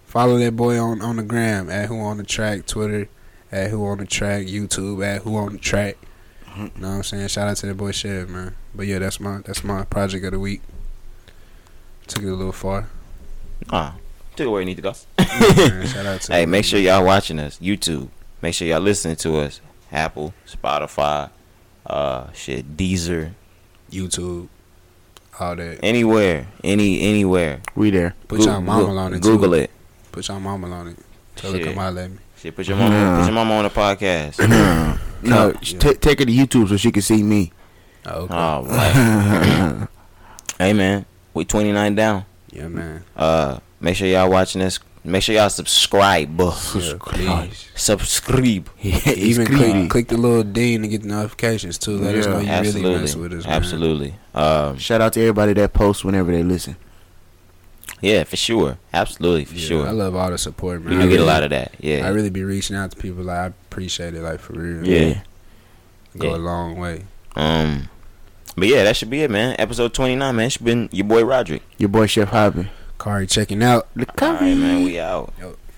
Speaker 3: Follow that boy on on the gram at who on the track, Twitter at who on the track, YouTube at who on the track.
Speaker 2: Mm-hmm.
Speaker 3: You know what I'm saying? Shout out to that boy Chev, man. But yeah, that's my that's my project of the week. Took it a little far.
Speaker 2: Ah, Took it where it need to go.
Speaker 3: Man, shout out to
Speaker 2: Hey, make sure y'all watching us. YouTube. Make sure y'all listening to us. Apple, Spotify, uh, shit, Deezer,
Speaker 3: YouTube, all that.
Speaker 2: anywhere, any anywhere.
Speaker 1: We there.
Speaker 3: Put
Speaker 2: Goo-
Speaker 3: your mama
Speaker 2: goo-
Speaker 3: on it.
Speaker 2: Google
Speaker 3: too.
Speaker 2: it.
Speaker 3: Put your mama on it. Tell her
Speaker 2: Shit.
Speaker 3: come out at me.
Speaker 2: Shit, put your mama, put your mama on the podcast.
Speaker 1: no, sh- ta- take her to YouTube so she can see me.
Speaker 3: Oh, okay.
Speaker 2: All right. hey man, we 29 down.
Speaker 3: yeah, man.
Speaker 2: Uh, make sure y'all watching this. Make sure y'all subscribe.
Speaker 3: Yeah, please.
Speaker 2: Subscribe.
Speaker 3: Even
Speaker 1: creepy.
Speaker 3: click, click the little ding to get the notifications too. Let us
Speaker 1: Yeah,
Speaker 3: know you
Speaker 2: Absolutely.
Speaker 3: really mess with us. man.
Speaker 2: Absolutely. Um,
Speaker 1: Shout out to everybody that posts whenever they listen.
Speaker 2: yeah, for sure. Absolutely, for
Speaker 3: Yeah,
Speaker 2: sure.
Speaker 3: I love all the support, man.
Speaker 2: we
Speaker 3: I
Speaker 2: do get a
Speaker 3: really-
Speaker 2: lot of that. Yeah.
Speaker 3: I really be reaching out to people. Like I appreciate it, like for real.
Speaker 2: Yeah.
Speaker 3: go
Speaker 2: Yeah.
Speaker 3: a long way.
Speaker 2: Um, but yeah, that should be it, man. Episode 29, man. It's been your boy Roderick.
Speaker 1: Your boy Chef Hoppin.
Speaker 3: Kari checking out.
Speaker 2: All right, man. We out.
Speaker 3: Yo.